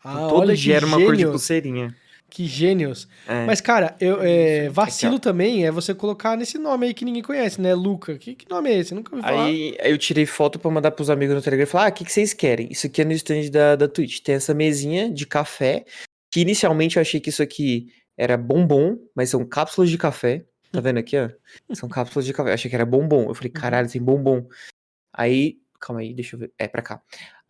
Speaker 1: Ah,
Speaker 2: Todo
Speaker 1: olha
Speaker 2: dia
Speaker 1: que
Speaker 2: era uma cor de
Speaker 1: gênios,
Speaker 2: pulseirinha.
Speaker 1: Que gênios.
Speaker 2: É.
Speaker 1: Mas, cara, eu, é, vacilo
Speaker 2: Aqui,
Speaker 1: também é você colocar nesse nome aí que ninguém conhece, né? Luca. Que, que nome é esse? Nunca ouvi falar.
Speaker 2: Aí, aí eu tirei foto pra mandar pros amigos no Telegram e falar: ah, o que, que vocês querem? Isso aqui é no stand da, da Twitch. Tem essa mesinha de café, que inicialmente eu achei que isso aqui era bombom, mas são cápsulas de café. Tá vendo aqui, ó? São cápsulas de café. Eu achei que era bombom. Eu falei:
Speaker 1: Uhum.
Speaker 2: caralho, tem bombom. Aí, calma aí, deixa eu ver. É pra cá.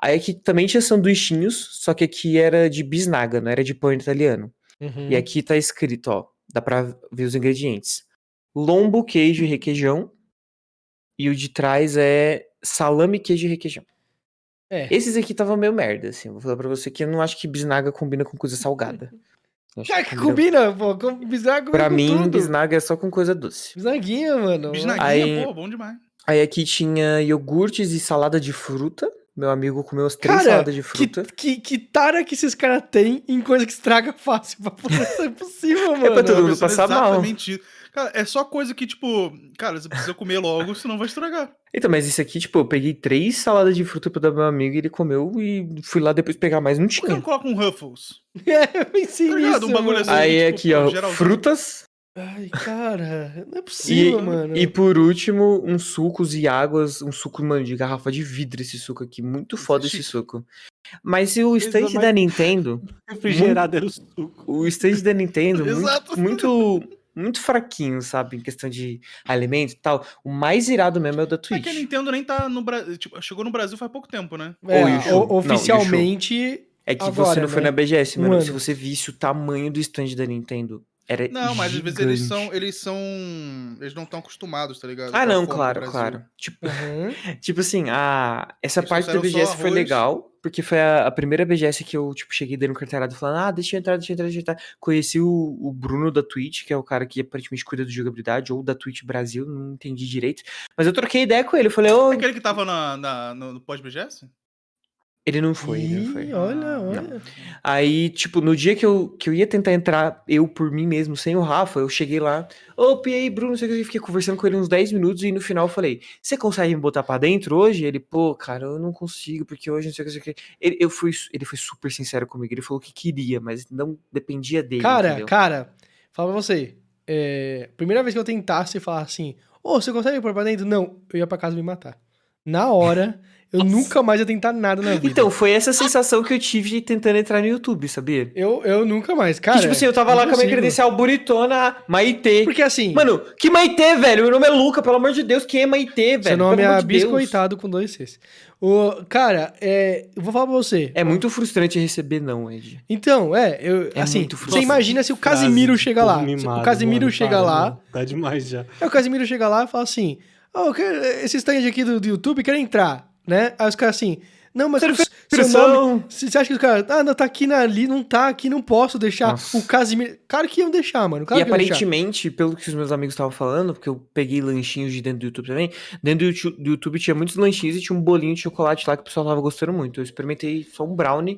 Speaker 2: Aí aqui também tinha sanduichinhos, só que aqui era de bisnaga, não era de pão italiano.
Speaker 1: Uhum.
Speaker 2: E aqui tá escrito, ó, dá pra ver os ingredientes. Lombo, queijo e requeijão. E o de trás é salame, queijo e requeijão.
Speaker 1: É.
Speaker 2: Esses aqui tava meio merda, assim. Vou falar pra você que eu não acho que bisnaga combina com coisa salgada. Eu acho
Speaker 1: Cara, que combina, pô. Com bisnaga combina
Speaker 2: Pra
Speaker 1: com
Speaker 2: mim,
Speaker 1: tudo.
Speaker 2: bisnaga é só com coisa doce.
Speaker 1: Bisnaguinha, mano.
Speaker 3: Bisnaguinha,
Speaker 2: Aí-
Speaker 3: pô, bom demais.
Speaker 2: Aí aqui tinha iogurtes e salada de fruta. Meu amigo comeu as três
Speaker 1: Cara,
Speaker 2: saladas de
Speaker 1: Que,
Speaker 2: Ah, fruta.
Speaker 1: que, que tara que esses caras têm em coisa que estraga fácil. Pra poder ser possível, mano.
Speaker 2: É pra todo
Speaker 3: Eu
Speaker 2: mundo
Speaker 3: pensando
Speaker 2: passar mal.
Speaker 3: exatamente isso. Cara, é só coisa que, tipo, cara, você precisa comer logo, senão vai estragar.
Speaker 2: Então, mas isso aqui, tipo, eu peguei três saladas de fruta pra dar pro meu amigo, ele comeu e fui lá depois pegar mais. Não
Speaker 3: Por que
Speaker 2: tinha.
Speaker 3: não coloca um Ruffles?
Speaker 1: É, eu pensei
Speaker 3: Tá
Speaker 1: nisso.
Speaker 3: ligado? Um bagulho
Speaker 1: mano.
Speaker 3: assim.
Speaker 2: Aí
Speaker 3: tipo,
Speaker 2: aqui,
Speaker 3: pô,
Speaker 2: ó,
Speaker 3: geralzão.
Speaker 2: frutas
Speaker 1: Ai, cara. Não é
Speaker 2: e,
Speaker 1: possível, mano.
Speaker 2: e por último, uns sucos e águas, um suco, mano, de garrafa de vidro esse suco aqui, muito
Speaker 3: é
Speaker 2: foda esse
Speaker 3: chique.
Speaker 2: suco. Mas e o
Speaker 4: Esse é
Speaker 2: stand da
Speaker 4: mais-
Speaker 2: Nintendo,
Speaker 4: Refrigerado era o suco.
Speaker 2: o stand da Nintendo,
Speaker 3: Exato.
Speaker 2: muito, muito, muito fraquinho, sabe, em questão de alimento e tal. O mais irado mesmo é o da
Speaker 3: É que a
Speaker 2: Twitch.
Speaker 3: Nintendo nem tá no Brasil. Tipo, chegou no Brasil faz pouco tempo, né?
Speaker 1: É,
Speaker 2: Ou e o show?
Speaker 1: o-
Speaker 2: Não, e o show?
Speaker 1: oficialmente.
Speaker 2: É que você
Speaker 1: Agora,
Speaker 2: não foi
Speaker 1: né?
Speaker 2: na BGS,
Speaker 1: Um
Speaker 2: mano, se
Speaker 1: ano.
Speaker 2: você visse o tamanho do stand da Nintendo, era
Speaker 3: Não, mas às vezes eles
Speaker 2: gigante.
Speaker 3: são. Eles são. Eles não estão acostumados, tá ligado?
Speaker 2: Ah,
Speaker 3: Com a
Speaker 2: não,
Speaker 3: fome do
Speaker 2: claro,
Speaker 3: Brasil.
Speaker 2: claro. Tipo,
Speaker 1: Aham.
Speaker 2: Tipo assim, a... essa
Speaker 3: Eles
Speaker 2: parte da
Speaker 3: trouxeram só
Speaker 2: BGS foi
Speaker 3: arroz.
Speaker 2: legal, porque foi a, a primeira BGS que eu, tipo, cheguei dando carteirada falando, ah, deixa eu entrar, deixa eu entrar, deixa eu entrar. Conheci o, o Bruno da Twitch, que é o cara que aparentemente cuida do jogabilidade, ou da Twitch Brasil, não entendi direito. Mas eu troquei ideia com ele, eu falei, ô,
Speaker 3: Aquele que tava na, na- no, no pós-BGS?
Speaker 2: ele não foi, ele não foi.
Speaker 1: Ih, olha,
Speaker 3: Ah, Não.
Speaker 1: olha.
Speaker 2: Aí, tipo, no dia que eu, que eu ia tentar entrar, eu por mim mesmo, sem o Rafa, eu cheguei lá, opa, e aí, Bruno, não sei o que, eu fiquei conversando com ele uns 10 minutos, e no final eu falei, você consegue me botar pra dentro hoje? Ele, pô, cara, eu não consigo, porque hoje não sei o que, não sei o que. Ele, eu fui, su- ele foi super sincero comigo, ele falou que queria, mas não dependia dele,
Speaker 1: Cara,
Speaker 2: entendeu?
Speaker 1: cara, Fala pra você. é, primeira vez que eu tentasse falar assim, ô, você consegue pôr pra dentro? Não, eu ia pra casa me matar. Na hora, eu nunca mais ia tentar nada na vida.
Speaker 2: Então, foi essa sensação que eu tive tentando entrar no YouTube, sabia? Que,
Speaker 1: eu, eu nunca mais, cara. é
Speaker 2: tipo assim, eu tava lá com a minha
Speaker 1: impossível.
Speaker 2: credencial bonitona, Maitê.
Speaker 1: Porque assim,
Speaker 2: Mano, que Maitê, velho? Meu nome é Luca, pelo amor de Deus. Quem é Maitê, velho?
Speaker 1: seu nome
Speaker 2: Pelo amor
Speaker 1: é
Speaker 2: de Deus.
Speaker 1: biscoitado com dois Cs. O, cara, é, eu vou falar pra você.
Speaker 2: É muito frustrante receber não, Ed.
Speaker 1: Então, é, eu,
Speaker 2: É
Speaker 1: assim,
Speaker 2: muito
Speaker 1: você
Speaker 2: frustrante.
Speaker 1: imagina se o
Speaker 4: Frase
Speaker 1: Casimiro
Speaker 4: de
Speaker 1: chega
Speaker 4: povo
Speaker 1: lá. Se
Speaker 4: mimado,
Speaker 1: o Casimiro
Speaker 4: mano,
Speaker 1: chega
Speaker 4: para,
Speaker 1: lá.
Speaker 4: mano. Tá demais já.
Speaker 1: Aí o Casimiro chega lá e fala assim: Ó, eu quero- esse stand aqui do, do YouTube quer entrar, né? Aí os caras assim, não, mas
Speaker 2: Você
Speaker 1: seu- seu nome.
Speaker 2: Pressão.
Speaker 1: Você você acha que os caras. Ah, não, tá aqui na, ali, não tá aqui, não posso deixar.
Speaker 2: Nossa.
Speaker 1: O Casimiro. Claro que iam deixar, mano. Claro
Speaker 2: e
Speaker 1: que iam deixar.
Speaker 2: aparentemente, pelo que os meus amigos estavam falando, porque eu peguei lanchinhos de dentro do YouTube também, dentro do Youtu- do YouTube tinha muitos lanchinhos e tinha um bolinho de chocolate lá que o pessoal tava gostando muito. Eu experimentei só um brownie,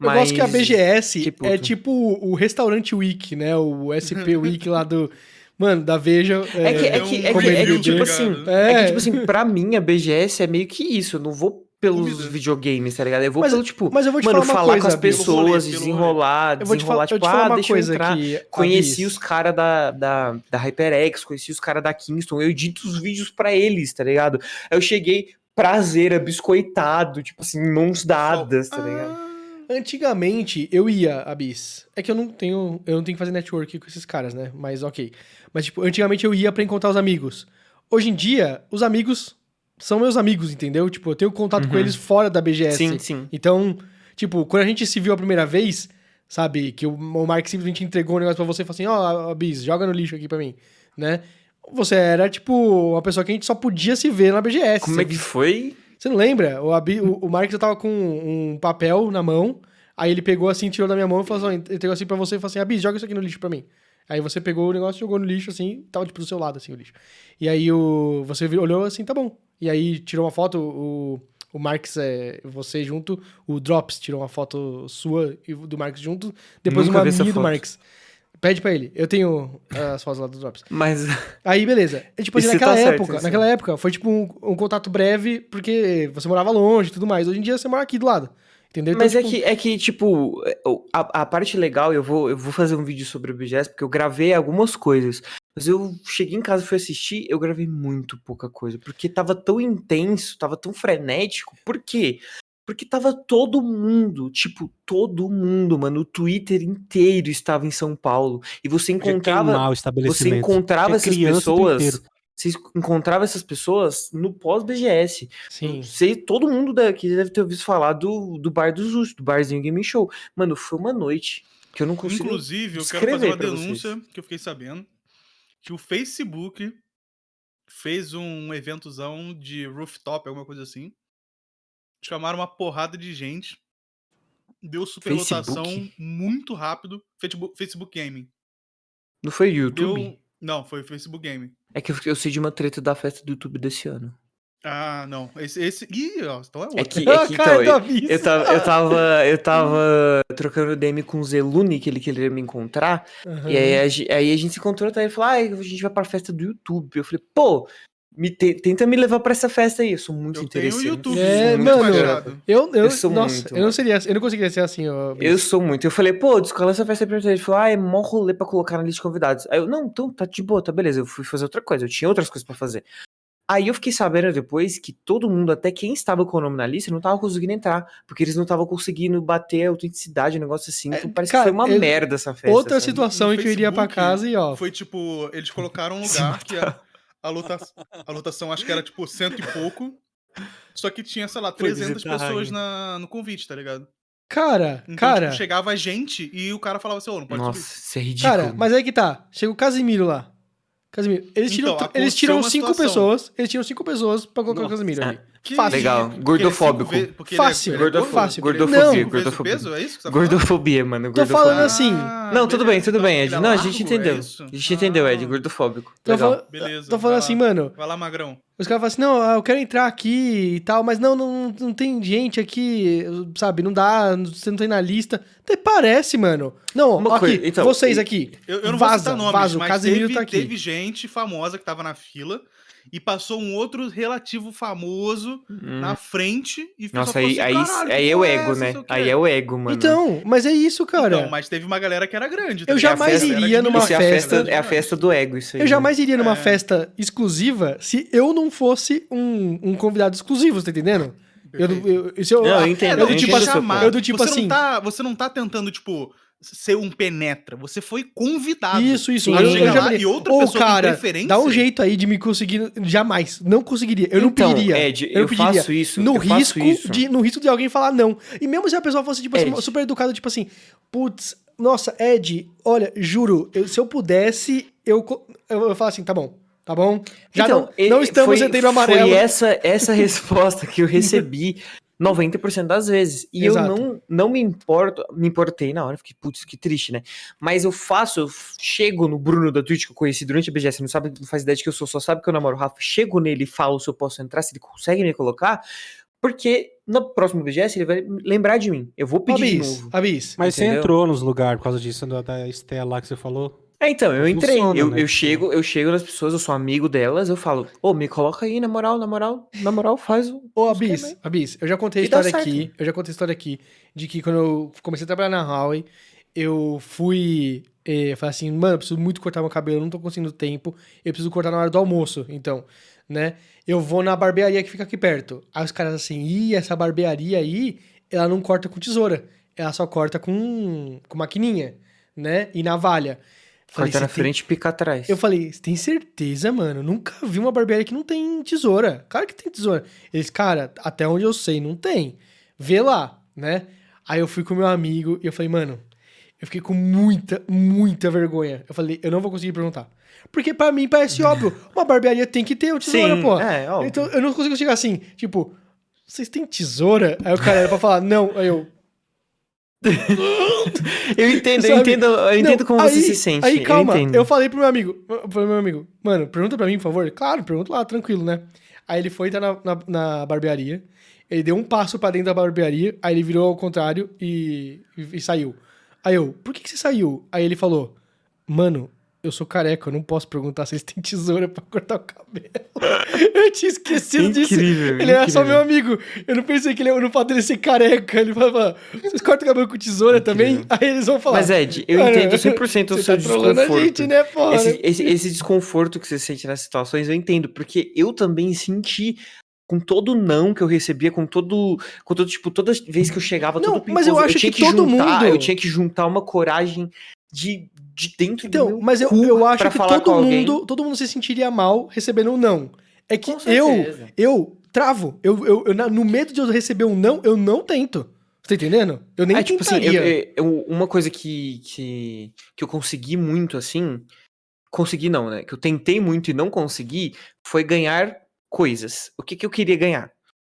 Speaker 1: Eu
Speaker 2: mas...
Speaker 1: gosto que a BGS
Speaker 2: que
Speaker 1: é
Speaker 2: puto.
Speaker 1: tipo o, o restaurante Week, né? O SP Week lá do. Mano, da Veja.
Speaker 2: Uhum. É que, é
Speaker 3: um
Speaker 2: que, é que-
Speaker 1: comedor
Speaker 2: é que,
Speaker 1: de
Speaker 2: tipo
Speaker 3: gado.
Speaker 2: assim,
Speaker 1: É.
Speaker 2: é. que, tipo assim, pra mim a BGS é meio que isso, eu não vou pelos
Speaker 3: Comida.
Speaker 2: videogames, tá ligado? Eu vou
Speaker 1: Mas-
Speaker 2: pelo, tipo,
Speaker 1: Mas eu vou te
Speaker 2: mano,
Speaker 1: falar uma
Speaker 2: falar
Speaker 1: coisa.
Speaker 2: com as
Speaker 1: Bia.
Speaker 3: Pelo rolê,
Speaker 2: pessoas,
Speaker 3: pelo rolê.
Speaker 2: desenrolar,
Speaker 1: Eu vou te
Speaker 2: desenrolar,
Speaker 1: falar, eu
Speaker 2: tipo,
Speaker 1: te falar
Speaker 2: ah,
Speaker 1: uma
Speaker 2: deixa eu
Speaker 1: coisa
Speaker 2: entrar.
Speaker 1: aqui. Abis.
Speaker 2: Conheci os caras da, da, da HyperX, conheci os caras da Kingston, eu edito os vídeos pra eles, tá ligado? Aí Eu cheguei prazer, biscoitado, tipo assim, mãos dadas, tá ligado?
Speaker 3: Ah,
Speaker 1: Antigamente eu ia a Bis. É que eu não tenho, eu não tenho que fazer network com esses caras, né? Mas ok. Mas tipo, antigamente eu ia pra encontrar os amigos. Hoje em dia, os amigos são meus amigos, entendeu? Tipo, eu tenho contato com
Speaker 2: Uhum.
Speaker 1: eles fora da BGS.
Speaker 2: Sim, sim.
Speaker 1: Então, tipo, quando a gente se viu a primeira vez, sabe, que o, o Mark simplesmente entregou um negócio pra você e falou assim, ó, a Bis, joga no lixo aqui pra mim, né? Você era, tipo, uma pessoa que a gente só podia se ver na BGS.
Speaker 2: Como
Speaker 1: você
Speaker 2: é que foi?
Speaker 1: você não lembra? O, Abi, o, o Mark já tava com um papel na mão, aí ele pegou assim, tirou da minha mão e falou assim, ó, entregou assim pra você e falou assim, Abi, joga isso aqui no lixo pra mim. Aí você pegou o negócio, jogou no lixo assim, tava tipo do seu lado assim o lixo. E aí o, você vi- olhou assim, tá bom. E aí tirou uma foto, o, o Marx, é, você junto, o Drops tirou uma foto sua e do Marx junto, depois
Speaker 2: Nunca
Speaker 1: uma
Speaker 2: vi essa
Speaker 1: minha do
Speaker 2: foto.
Speaker 1: Marx. Pede pra ele, eu tenho ah, as fotos lá do Drops.
Speaker 2: Mas
Speaker 1: Aí, beleza. E, tipo assim,
Speaker 2: Isso
Speaker 1: naquela
Speaker 2: tá certo,
Speaker 1: época,
Speaker 2: isso.
Speaker 1: naquela
Speaker 3: né?
Speaker 1: época, foi tipo um, um contato breve, porque você morava longe e tudo mais. Hoje em dia você mora aqui do lado. Entendeu?
Speaker 2: Mas é
Speaker 1: tipo,
Speaker 2: que, é que, tipo, é, o- a, a parte legal, eu vou, eu vou fazer um vídeo sobre o BGS, porque eu gravei algumas coisas. Mas eu cheguei em casa, fui assistir, eu gravei muito pouca coisa. Porque tava tão intenso, tava tão frenético. Por quê? Porque tava todo mundo, tipo, todo mundo, mano. O Twitter inteiro estava em São Paulo. E você
Speaker 4: Podia
Speaker 2: encontrava
Speaker 4: queimar o
Speaker 2: você
Speaker 4: estabelecimento.
Speaker 2: encontrava
Speaker 4: É
Speaker 2: essas
Speaker 4: criança o tempo
Speaker 2: pessoas.
Speaker 4: inteiro.
Speaker 2: Você encontrava essas pessoas no pós-BGS.
Speaker 1: Sim.
Speaker 2: Sei, todo mundo daqui deve ter ouvido falar do, do Bar dos Usos, do Barzinho Gaming Show. Mano, foi uma noite que eu não consigo.
Speaker 3: Inclusive, eu quero
Speaker 2: descrever
Speaker 3: fazer uma
Speaker 2: pra vocês.
Speaker 3: denúncia que eu fiquei sabendo que o Facebook fez um eventozão de rooftop, alguma coisa assim. Chamaram uma porrada de gente. Deu superlotação
Speaker 2: Facebook?
Speaker 3: muito rápido. Facebook, Facebook Gaming.
Speaker 2: Não foi YouTube?
Speaker 3: Deu... Não, foi o Facebook Gaming.
Speaker 2: É que eu, eu sei de uma treta da festa do YouTube desse ano.
Speaker 3: Ah, não. Esse. esse... Ih, ó, então é outro.
Speaker 2: É que,
Speaker 1: Ah,
Speaker 2: é que então, eu,
Speaker 1: Davi.
Speaker 2: eu tava, eu tava, eu tava trocando DM com o Zeluni, que ele queria me encontrar.
Speaker 1: Aham.
Speaker 2: E aí é- a, gen- aí a gente se encontrou, tá? Ele falou, ah, a gente vai pra festa do YouTube. Eu falei, pô, me te- tenta me levar pra essa festa aí. Eu sou muito
Speaker 3: Eu tenho o
Speaker 2: interessante.
Speaker 3: YouTube.
Speaker 1: É,
Speaker 2: sou muito
Speaker 1: mano.
Speaker 2: bacana.
Speaker 1: Eu, eu,
Speaker 2: eu sou
Speaker 1: nossa,
Speaker 2: muito,
Speaker 1: eu não seria, eu não conseguiria ser assim, ó.
Speaker 2: Eu sou muito. Eu falei, pô, descola essa festa aí pra você. Ele falou, ah, é mó rolê pra colocar na lista de convidados. Aí eu, não, então tá de boa, tá beleza. Eu fui fazer outra coisa, eu tinha outras coisas pra fazer. Aí eu fiquei sabendo depois que todo mundo, até quem estava com o nome na lista, não tava conseguindo entrar. Porque eles não estavam conseguindo bater a autenticidade, um negócio assim. Então parece
Speaker 1: É, cara,
Speaker 2: que foi uma
Speaker 1: eu-
Speaker 2: merda essa festa.
Speaker 1: Outra
Speaker 2: sabe?
Speaker 1: situação
Speaker 3: No
Speaker 1: em que eu iria pra
Speaker 3: Facebook,
Speaker 1: casa e ó.
Speaker 3: Foi tipo, eles colocaram um
Speaker 2: Se
Speaker 3: lugar que a, a, lota- a lotação acho que era tipo cento e pouco. Só que tinha, sei lá,
Speaker 4: Foi
Speaker 3: 300
Speaker 4: visitar a
Speaker 3: pessoas
Speaker 4: rainha.
Speaker 3: na, no convite, tá ligado?
Speaker 1: Cara,
Speaker 3: Então,
Speaker 1: cara,
Speaker 3: tipo, chegava a gente e o cara falava assim, ô, não pode
Speaker 2: Nossa,
Speaker 3: subir.
Speaker 2: isso é ridículo.
Speaker 1: cara, mas aí que tá. Chega o Casimiro lá. Casimiro, eles tiram,
Speaker 3: Então,
Speaker 1: eles tiram
Speaker 3: aconteceu uma
Speaker 1: cinco
Speaker 3: situação. tá
Speaker 1: pessoas, eles tiram cinco pessoas pra colocar o
Speaker 4: Nossa.
Speaker 1: Casimiro ali.
Speaker 3: Que
Speaker 1: Fácil.
Speaker 2: Legal,
Speaker 3: Porque ele é
Speaker 2: gordofóbico.
Speaker 3: cinco ve- porque
Speaker 1: Fácil,
Speaker 3: ele é- ele é gordo?
Speaker 1: assim, fácil.
Speaker 3: Ele é
Speaker 2: Gordofobia,
Speaker 3: cinco vezes o
Speaker 2: gordofobia.
Speaker 3: peso, é isso que você tá falando? Ah,
Speaker 2: Gordofobia, mano.
Speaker 1: Tô
Speaker 2: Gordofobia.
Speaker 1: falando assim.
Speaker 2: Não, tudo bem, tudo bem, Ed.
Speaker 3: Ele é
Speaker 2: Não, a
Speaker 3: largo,
Speaker 2: gente
Speaker 3: é
Speaker 2: entendeu.
Speaker 3: isso?
Speaker 2: A gente entendeu, Ed.
Speaker 3: Ah,
Speaker 2: Gordofóbico.
Speaker 1: Tô
Speaker 2: Legal.
Speaker 1: falando,
Speaker 3: Beleza,
Speaker 1: Então, tô falando
Speaker 3: vai
Speaker 1: assim,
Speaker 3: lá.
Speaker 1: mano.
Speaker 3: Vai lá, magrão.
Speaker 1: Os caras falam assim, não, ah, eu quero entrar aqui e tal, mas não, não, não tem gente aqui, sabe, não dá, você não tem na lista. Até parece, mano. Não,
Speaker 2: Uma
Speaker 1: aqui,
Speaker 2: coisa, então,
Speaker 1: vocês
Speaker 2: e-
Speaker 1: aqui.
Speaker 3: Eu, eu não vou
Speaker 1: vaza,
Speaker 3: citar nomes,
Speaker 1: vaza, o
Speaker 3: mas
Speaker 1: Casemiro
Speaker 3: teve,
Speaker 1: tá aqui.
Speaker 3: teve gente famosa que tava na fila e passou um outro relativo famoso peso
Speaker 1: Tá,
Speaker 2: Hum.
Speaker 3: na frente e
Speaker 2: Nossa,
Speaker 3: falou assim,
Speaker 2: aí, aí,
Speaker 3: "Caralho, que
Speaker 2: aí é o
Speaker 3: porra
Speaker 2: ego,
Speaker 3: essa?",
Speaker 2: né?
Speaker 3: não sei o quê.
Speaker 2: Aí é o ego, mano.
Speaker 1: Então, mas é isso, cara.
Speaker 3: Então, mas teve uma galera que era grande. né?
Speaker 1: Eu
Speaker 3: ligado?
Speaker 1: jamais
Speaker 3: Era
Speaker 1: iria
Speaker 3: grande
Speaker 1: numa
Speaker 2: Isso é a festa,
Speaker 1: festa,
Speaker 2: é a festa do ego, isso aí. né?
Speaker 1: Eu jamais iria numa
Speaker 3: É.
Speaker 1: festa exclusiva se eu não fosse um, um convidado exclusivo, você tá entendendo? Eu, não- eu, isso eu,
Speaker 2: Não, eu
Speaker 1: ah,
Speaker 3: É,
Speaker 2: entendo,
Speaker 1: eu
Speaker 2: eu
Speaker 1: tipo
Speaker 2: entendo
Speaker 1: assim,
Speaker 2: seu ponto.
Speaker 1: eu do tipo
Speaker 3: você
Speaker 1: assim,
Speaker 3: Não tá, você não tá tentando, tipo, ser um penetra. Você foi convidado.
Speaker 1: Isso, isso.
Speaker 2: Sim,
Speaker 1: eu,
Speaker 3: Pra
Speaker 2: eu
Speaker 1: eu
Speaker 3: chegar
Speaker 1: já
Speaker 3: lá
Speaker 1: falei,
Speaker 3: e outra
Speaker 1: "Ô,
Speaker 3: pessoa
Speaker 1: cara,
Speaker 3: com preferência.
Speaker 1: Dá um jeito aí de me conseguir. Jamais. Não conseguiria. Eu não
Speaker 2: então,
Speaker 1: pediria.
Speaker 2: Ed,
Speaker 1: eu não
Speaker 2: eu,
Speaker 1: pediria.
Speaker 2: faço isso.
Speaker 1: no
Speaker 2: eu faço
Speaker 1: risco
Speaker 2: isso.
Speaker 1: de no risco de alguém falar não. E mesmo se a pessoa fosse tipo assim,
Speaker 2: Ed.
Speaker 1: super educada, tipo assim, putz, nossa, Ed, olha, juro, eu- se eu pudesse, eu co- eu, eu falo assim, tá bom. Tá bom? Já
Speaker 2: Então,
Speaker 1: não, não
Speaker 2: ele-
Speaker 1: estamos
Speaker 2: foi,
Speaker 1: em setembro amarelo.
Speaker 2: Foi essa, essa resposta que eu recebi 90% das vezes. E
Speaker 1: Exato.
Speaker 2: eu não, não me importo, me importei na hora, fiquei, putz, que triste, né? Mas eu faço, eu f- chego no Bruno da Twitch que eu conheci durante a BGS, não sabe, não faz ideia de que eu sou, só sabe que eu namoro o Rafa, chego nele e falo se eu posso entrar, se ele consegue me colocar, porque no próximo BGS ele vai lembrar de mim. Eu vou pedir de
Speaker 1: Abis,
Speaker 2: novo.
Speaker 1: Abis.
Speaker 4: Mas você
Speaker 2: Entendeu?
Speaker 4: entrou nos lugares por causa disso, da, da Estela lá que você falou.
Speaker 2: É, então, eu entrei.
Speaker 4: Funciona,
Speaker 2: eu,
Speaker 4: né?
Speaker 2: eu chego, eu chego nas pessoas, eu sou amigo delas, eu falo, ô, me coloca aí, na moral, na moral, na moral, faz o.
Speaker 1: Ô,
Speaker 2: os
Speaker 1: Abis,
Speaker 2: caminhos."
Speaker 1: Abis, eu já contei a
Speaker 2: é E dá
Speaker 1: história
Speaker 2: certo.
Speaker 1: aqui. Eu já contei a história aqui de que quando eu comecei a trabalhar na Huawei, eu fui. eh, falei assim, mano, eu preciso muito cortar meu cabelo, eu não tô conseguindo tempo, eu preciso cortar na hora do almoço, então, né? Eu vou na barbearia que fica aqui perto. Aí os caras assim, ih, essa barbearia aí, ela não corta com tesoura, ela só corta com, com maquininha, né? E navalha. Falei, assim,
Speaker 2: Corta na
Speaker 1: "Você tem-
Speaker 2: frente e pica atrás.
Speaker 1: eu falei, você tem certeza, mano? Eu Nunca vi uma barbearia que não tem tesoura. Claro que tem tesoura. Eles, cara, até onde eu sei, não tem. Vê lá, né? Aí eu fui com meu amigo e eu falei, mano, eu fiquei com muita, muita vergonha. Eu falei, eu não vou conseguir perguntar. Porque pra mim parece óbvio, uma barbearia tem que ter o tesoura, pô.
Speaker 2: É, ó.
Speaker 1: Então eu não consigo chegar assim, tipo, vocês têm tesoura? Aí o cara era pra falar, não. Aí eu,
Speaker 2: eu entendo, eu
Speaker 1: sabe?
Speaker 2: entendo, eu entendo
Speaker 1: Não,
Speaker 2: como
Speaker 1: aí-
Speaker 2: você se sente.
Speaker 1: Aí, calma,
Speaker 2: eu
Speaker 1: eu,
Speaker 2: entendo.
Speaker 1: falei pro meu amigo, pro meu amigo, mano, pergunta pra mim, por favor. Claro, pergunta lá, tranquilo, né? Aí ele foi tá na, na, na barbearia, ele deu um passo pra dentro da barbearia, aí ele virou ao contrário e, e, e saiu. Aí eu, por que, que você saiu? Aí ele falou, mano, eu sou careca, eu não posso perguntar se eles têm tesoura pra cortar o cabelo. eu tinha esquecido disso.
Speaker 2: Incrível,
Speaker 1: Ele era só
Speaker 2: incrível.
Speaker 1: meu amigo. Eu não pensei que ele, no fato dele ser careca, ele falava, vocês cortam o cabelo com tesoura também? Aí eles vão falar.
Speaker 2: Mas, Ed, eu
Speaker 1: Cara,
Speaker 2: entendo 100% o
Speaker 1: Você
Speaker 2: seu
Speaker 1: tá trolando a
Speaker 2: desconforto.
Speaker 1: gente, né, porra?
Speaker 2: esse, esse- esse desconforto que você sente nas situações, eu entendo, porque eu também senti com todo não que eu recebia, com todo, com todo tipo, toda vez que eu chegava,
Speaker 1: Não,
Speaker 2: todo
Speaker 1: mas eu acho
Speaker 2: tinha
Speaker 1: que todo
Speaker 2: juntar,
Speaker 1: mundo-
Speaker 2: eu tinha que juntar uma coragem de, de dentro do
Speaker 1: Então,
Speaker 2: meu
Speaker 1: mas eu,
Speaker 2: cu
Speaker 1: eu acho
Speaker 2: pra
Speaker 1: que
Speaker 2: falar com
Speaker 1: todo
Speaker 2: alguém.
Speaker 1: mundo, todo mundo se sentiria mal recebendo um não. É que
Speaker 2: Com
Speaker 1: eu,
Speaker 2: certeza.
Speaker 1: eu travo. Eu, eu, eu na- no medo de eu receber um não, eu não tento. Você tá entendendo? Eu nem
Speaker 2: É, tipo assim,
Speaker 1: tentaria.
Speaker 2: eu- eu- eu- uma coisa que, que, que eu consegui muito, assim, consegui não, né? Que eu tentei muito e não consegui, foi ganhar coisas. O que, que eu queria ganhar?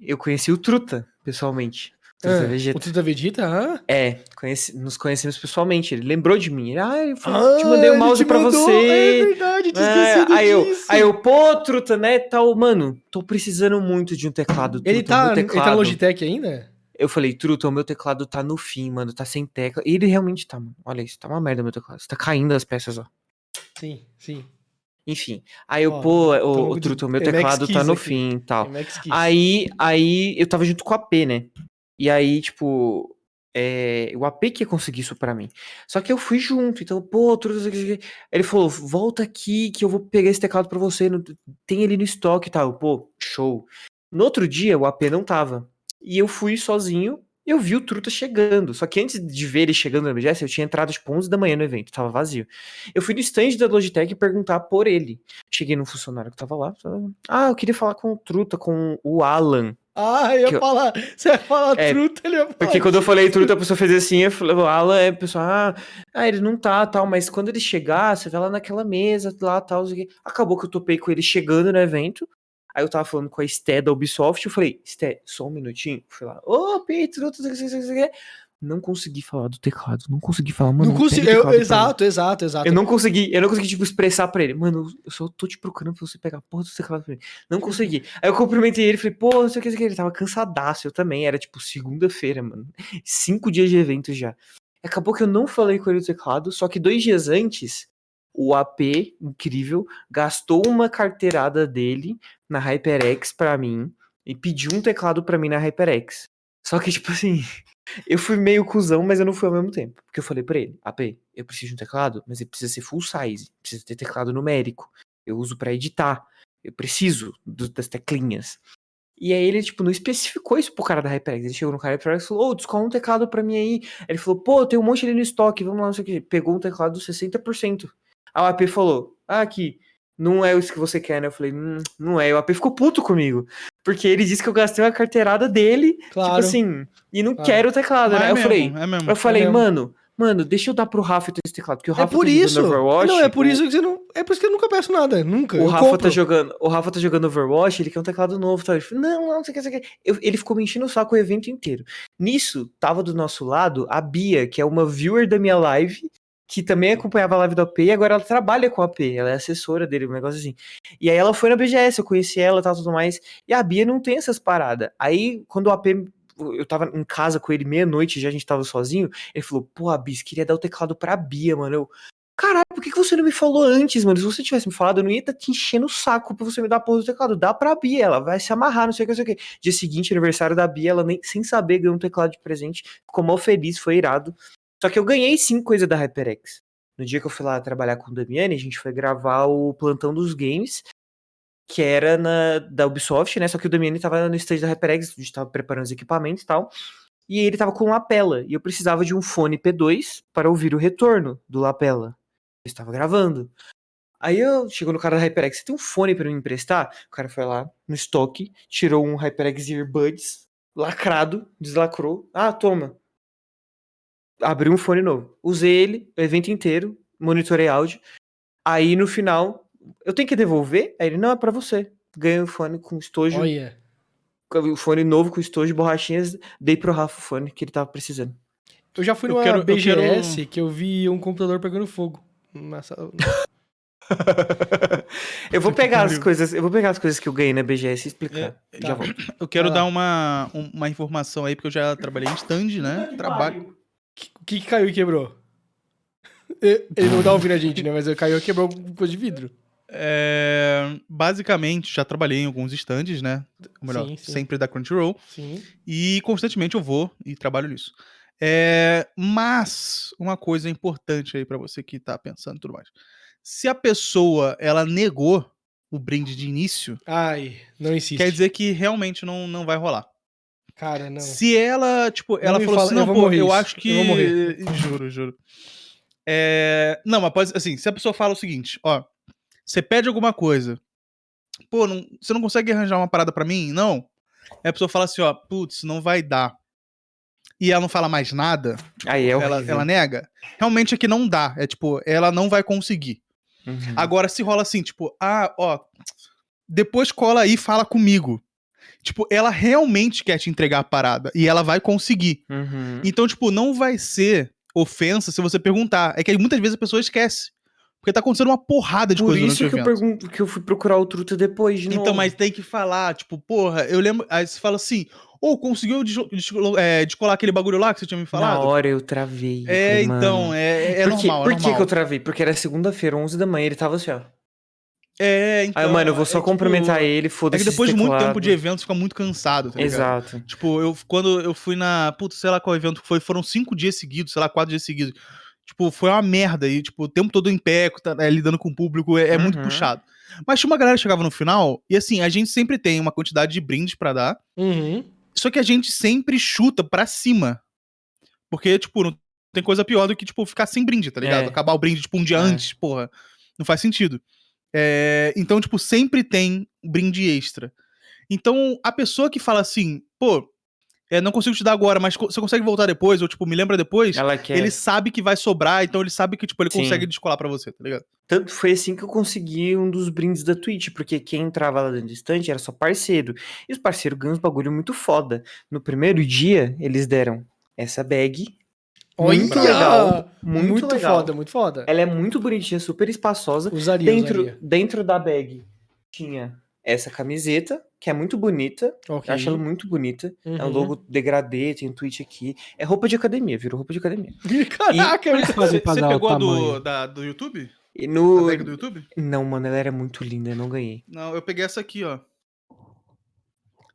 Speaker 2: Eu conheci o Truta, pessoalmente. Truta
Speaker 1: Ah,
Speaker 2: Vegeta.
Speaker 1: o Tuta Vegeta, ah,
Speaker 2: É, conheci- nos conhecemos pessoalmente. Ele lembrou de mim. Ele, ah, eu fui- te
Speaker 1: Ah,
Speaker 2: mandei o
Speaker 1: ele
Speaker 2: mouse
Speaker 1: te
Speaker 2: pra
Speaker 1: mandou, É
Speaker 2: você.
Speaker 1: verdade, tinha
Speaker 2: É,
Speaker 1: esquecido
Speaker 2: aí, eu,
Speaker 1: disso.
Speaker 2: aí eu, pô, Truta, né? Tal, mano, tô precisando muito de um teclado.
Speaker 1: ele,
Speaker 2: Truta, meu
Speaker 1: tá, ele tá
Speaker 2: teclado."
Speaker 1: Logitech ainda?
Speaker 2: Eu falei, Truta, o meu teclado tá no fim, mano. Tá sem tecla. E ele realmente tá, mano. Olha isso, tá uma merda meu teclado. Tá caindo as peças, ó.
Speaker 1: Sim, sim.
Speaker 2: Enfim. Aí eu,
Speaker 1: Ó,
Speaker 2: pô,
Speaker 1: tamo
Speaker 2: o,
Speaker 1: de-
Speaker 2: Truta, o meu
Speaker 1: é Max
Speaker 2: teclado tá
Speaker 1: Keys
Speaker 2: no
Speaker 1: aqui.
Speaker 2: fim e
Speaker 1: É
Speaker 2: tal.
Speaker 1: Max Kiss.
Speaker 2: Aí, aí eu tava junto com o AP, né? E aí, tipo, é, o AP que ia conseguir isso pra mim. Só que eu fui junto, então, pô, tudo isso aqui. isso aqui. Ele falou: volta aqui que eu vou pegar esse teclado pra você. não- tem ele no estoque e tal. Eu, Pô, show. No outro dia, o AP não tava. E eu fui sozinho. e Eu vi o Truta chegando. Só que antes de ver ele chegando na BGS, eu tinha entrado tipo 11 da manhã no evento, tava vazio. Eu fui no stand da Logitech perguntar por ele. Cheguei num funcionário que tava lá. falei, ah, eu queria falar com o Truta, com o Alan.
Speaker 1: Ah, eu ia
Speaker 2: que eu-
Speaker 1: falar. Você ia falar
Speaker 2: É,
Speaker 1: truta, ele ia falar.
Speaker 2: Porque quando eu falei truta, a pessoa fez assim, eu falei, o Alan, é, a pessoa, ah, ah, ele não tá, tal, mas quando ele chegar, você vai lá naquela mesa, lá, tal, não sei o quê. acabou que eu topei com ele chegando no evento, aí eu tava falando com a Sté da Ubisoft, eu falei, Sté, só um minutinho, fui lá, ô, Pi, truta, não sei o que, não sei o que. não consegui falar do teclado, não consegui falar, mano,
Speaker 1: Não consigo.
Speaker 2: pega o teclado
Speaker 1: eu-
Speaker 2: pra mim.
Speaker 1: exato, exato, exato.
Speaker 2: Eu não consegui, eu não consegui, tipo, expressar pra ele. Mano, eu só tô te procurando pra você pegar a porra do teclado pra mim. Não consegui. Aí eu cumprimentei ele, falei, pô, não sei o que, não sei o que. Ele tava cansadaço, eu também. Era, tipo, segunda-feira, mano. Cinco dias de evento já. Acabou que eu não falei com ele do teclado, só que dois dias antes, o AP, incrível, gastou uma carteirada dele na HyperX pra mim. e pediu um teclado pra mim na HyperX. Só que, tipo assim, eu fui meio cuzão, mas eu não fui ao mesmo tempo. Porque eu falei pra ele, AP, eu preciso de um teclado, mas ele precisa ser full size, precisa ter teclado numérico. Eu uso pra editar. Eu preciso do- das teclinhas. E aí ele, tipo, não especificou isso pro cara da HyperX. Ele chegou no cara da HyperX e falou, ô, descola um teclado pra mim aí. Aí Ele falou, pô, tem um monte ali no estoque, vamos lá, não sei o que. Pegou um teclado 60%. Aí o AP falou, ah, aqui, não é isso que você quer, né? Eu falei, hum, não é. E o AP ficou puto comigo. Porque ele disse que eu gastei uma carteirada dele,
Speaker 1: Claro.
Speaker 2: tipo assim, e não
Speaker 1: Claro.
Speaker 2: quero o teclado,
Speaker 3: Mas
Speaker 2: né?
Speaker 3: é
Speaker 2: eu
Speaker 3: mesmo,
Speaker 2: falei,
Speaker 3: é mesmo.
Speaker 2: eu falei,
Speaker 1: mesmo.
Speaker 2: mano, mano, deixa eu dar pro Rafa esse teclado, porque o
Speaker 1: É
Speaker 2: Rafa
Speaker 1: por
Speaker 2: tá jogando
Speaker 1: isso.
Speaker 2: Overwatch.
Speaker 1: Não, é por
Speaker 2: o-
Speaker 1: isso que você não. É por isso que eu nunca peço nada. Nunca.
Speaker 2: o
Speaker 1: eu
Speaker 2: Rafa, tá
Speaker 1: compro.
Speaker 2: jogando, o Rafa tá jogando Overwatch, ele quer um teclado novo. Tá? Eu falei, não, não, não sei o que, não sei o que. Eu- ele ficou me enchendo o saco o evento inteiro. Nisso, tava do nosso lado a Bia, que é uma viewer da minha live, que também acompanhava a live do AP, e agora ela trabalha com o AP, ela é assessora dele, um negócio assim. E aí ela foi na BGS, eu conheci ela e tal, tudo mais. E a Bia não tem essas paradas. Aí, quando o AP. Eu tava em casa com ele meia-noite, já a gente tava sozinho. Ele falou, pô, a Bis, queria dar o teclado pra Bia, mano. Eu, caralho, por que, que você não me falou antes, mano? Se você tivesse me falado, eu não ia estar te enchendo o saco pra você me dar a porra do teclado. Dá pra Bia, ela vai se amarrar, não sei o que, não sei o que. Dia seguinte, aniversário da Bia, ela nem, sem saber, ganhou um teclado de presente. Ficou mal feliz, foi irado. Só que eu ganhei sim coisa da HyperX. No dia que eu fui lá trabalhar com o Damiani, a gente foi gravar o Plantão dos Games, que era na, da Ubisoft, né? Só que o Damiani tava no stage da HyperX, a gente tava preparando os equipamentos e tal e ele tava com lapela, e eu precisava de um fone P2 para ouvir o retorno do lapela. Eu estava gravando. Aí eu chegou no cara da HyperX, você tem um fone para me emprestar? O cara foi lá no estoque, tirou um HyperX Earbuds, lacrado, deslacrou. Ah, toma. Abriu um fone novo. Usei ele o evento inteiro, monitorei áudio. Aí no final, eu tenho que devolver? Aí ele, não, é para você. Ganhei o fone com estojo
Speaker 1: Olha.
Speaker 2: com o um fone novo com estojo de borrachinhas, dei pro Rafa o fone que ele tava precisando.
Speaker 1: Eu já fui
Speaker 3: Eu
Speaker 1: numa
Speaker 3: quero- eu quero um-
Speaker 1: BGS que eu vi um computador pegando fogo. Nessa...
Speaker 2: Eu vou
Speaker 3: Puta que
Speaker 2: pegar as
Speaker 3: pariu.
Speaker 2: coisas, eu vou pegar as coisas que eu ganhei na BGS e explicar.
Speaker 1: É, tá.
Speaker 2: Já volto.
Speaker 3: Eu quero
Speaker 1: Vai lá.
Speaker 3: dar uma, um- uma informação aí, porque eu já trabalhei em stand, né? Trabalho.
Speaker 1: que- O que, que caiu e quebrou? E- Ele não tá ouvindo a gente, né? Mas eu caiu e quebrou alguma coisa de vidro.
Speaker 3: É, basicamente, já trabalhei em alguns stands, né? Ou melhor,
Speaker 1: Sim, sim.
Speaker 3: sempre da Crunchyroll.
Speaker 1: Sim.
Speaker 3: E constantemente eu vou e trabalho nisso. É, mas uma coisa importante aí pra você que tá pensando e tudo mais. Se a pessoa ela negou o brinde de início,
Speaker 1: Ai, não insiste.
Speaker 3: quer dizer que realmente não, não vai rolar.
Speaker 1: Cara, não.
Speaker 3: Se ela, tipo, ela
Speaker 1: me
Speaker 3: falou
Speaker 1: fala-
Speaker 3: assim,
Speaker 1: eu
Speaker 3: não,
Speaker 1: vou
Speaker 3: pô,
Speaker 1: morrer
Speaker 3: eu
Speaker 1: isso,
Speaker 3: acho
Speaker 1: eu
Speaker 3: que.
Speaker 1: vou morrer.
Speaker 3: Juro, juro. É, Não, mas pode, assim, se a pessoa fala o seguinte, ó, você pede alguma coisa, pô, não- você não consegue arranjar uma parada pra mim? Não. Aí a pessoa fala assim, ó, putz, não vai dar. E ela não fala mais nada,
Speaker 2: Aí é
Speaker 3: ela,
Speaker 2: horrível.
Speaker 3: ela nega. Realmente é que não dá. É tipo, ela não vai conseguir.
Speaker 2: Uhum.
Speaker 3: Agora, se rola assim, tipo, ah, ó, depois cola aí e fala comigo. Tipo, ela realmente quer te entregar a parada e ela vai conseguir.
Speaker 2: Uhum.
Speaker 3: Então, tipo, não vai ser ofensa se você perguntar. É que muitas vezes a pessoa esquece. Porque tá acontecendo uma porrada de
Speaker 2: Por
Speaker 3: coisa durante o
Speaker 2: isso que eu,
Speaker 3: evento.
Speaker 2: pergunto, que eu fui procurar o truta depois de novo.
Speaker 3: Então, mas tem que falar, tipo, porra, eu lembro. Aí você fala assim, ou conseguiu deslo- deslo- é, descolar aquele bagulho lá que você tinha me
Speaker 2: na
Speaker 3: falado?
Speaker 2: hora eu travei. eu
Speaker 3: É,
Speaker 2: falei, mano.
Speaker 3: então, é, é
Speaker 2: por que,
Speaker 3: normal.
Speaker 2: por
Speaker 3: é
Speaker 2: que
Speaker 3: normal.
Speaker 2: que eu travei? Porque era segunda-feira, 11 da manhã, ele tava assim, ó.
Speaker 3: É, então.
Speaker 2: Aí, mano, eu vou só
Speaker 3: é, tipo,
Speaker 2: cumprimentar ele,
Speaker 3: É
Speaker 2: foda-se.
Speaker 3: que depois de
Speaker 2: esse
Speaker 3: muito tempo
Speaker 2: teclado.
Speaker 3: de evento, você fica muito cansado, tá ligado?
Speaker 2: Exato.
Speaker 3: Tipo, eu quando eu fui na. Putz, sei lá qual evento que foi, foram cinco dias seguidos, sei lá, quatro dias seguidos. Tipo, foi uma merda. E, tipo, o tempo todo em pé, tá, é, lidando com o público, é, é muito
Speaker 2: Uhum.
Speaker 3: puxado. Mas tinha uma galera que chegava no final, e assim, a gente sempre tem uma quantidade de brindes pra dar.
Speaker 1: Uhum.
Speaker 3: Só que a gente sempre chuta pra cima. Porque, tipo, não tem coisa pior do que, tipo, ficar sem brinde, tá ligado?
Speaker 2: É.
Speaker 3: Acabar o brinde, tipo, um dia
Speaker 2: É.
Speaker 3: antes, porra. Não faz sentido. É, então, tipo, sempre tem brinde extra. Então, a pessoa que fala assim, pô, é, não consigo te dar agora, mas co- você consegue voltar depois, ou, tipo, me lembra depois,
Speaker 2: Ela quer.
Speaker 3: ele sabe que vai sobrar, então ele sabe que, tipo, ele
Speaker 2: Sim.
Speaker 3: consegue descolar pra você, tá ligado?
Speaker 2: Tanto foi assim que eu consegui um dos brindes da Twitch, porque quem entrava lá dentro do stand era só parceiro. E os parceiros ganham uns bagulho muito foda. No primeiro dia, eles deram essa bag, Muito
Speaker 1: Olha!
Speaker 2: legal, muito,
Speaker 1: Muito
Speaker 2: legal.
Speaker 1: foda, muito foda.
Speaker 2: Ela é muito bonitinha, super espaçosa.
Speaker 1: Usaria,
Speaker 2: Dentro,
Speaker 1: usaria.
Speaker 2: dentro da bag tinha essa camiseta, que é muito bonita.
Speaker 1: Ok.
Speaker 2: Eu acho ela muito bonita. É um
Speaker 1: Uhum.
Speaker 2: logo degradê, tem um tweet aqui. É roupa de academia, virou roupa de academia.
Speaker 1: Caraca, é muito
Speaker 4: Fazer pra
Speaker 3: Você
Speaker 4: dar o
Speaker 3: pegou a
Speaker 4: tamanho.
Speaker 3: do, da- do YouTube?
Speaker 2: E
Speaker 3: A
Speaker 2: no...
Speaker 3: tag do YouTube?
Speaker 2: Não, mano, ela era muito linda, eu não ganhei.
Speaker 3: Não, eu peguei essa aqui, ó.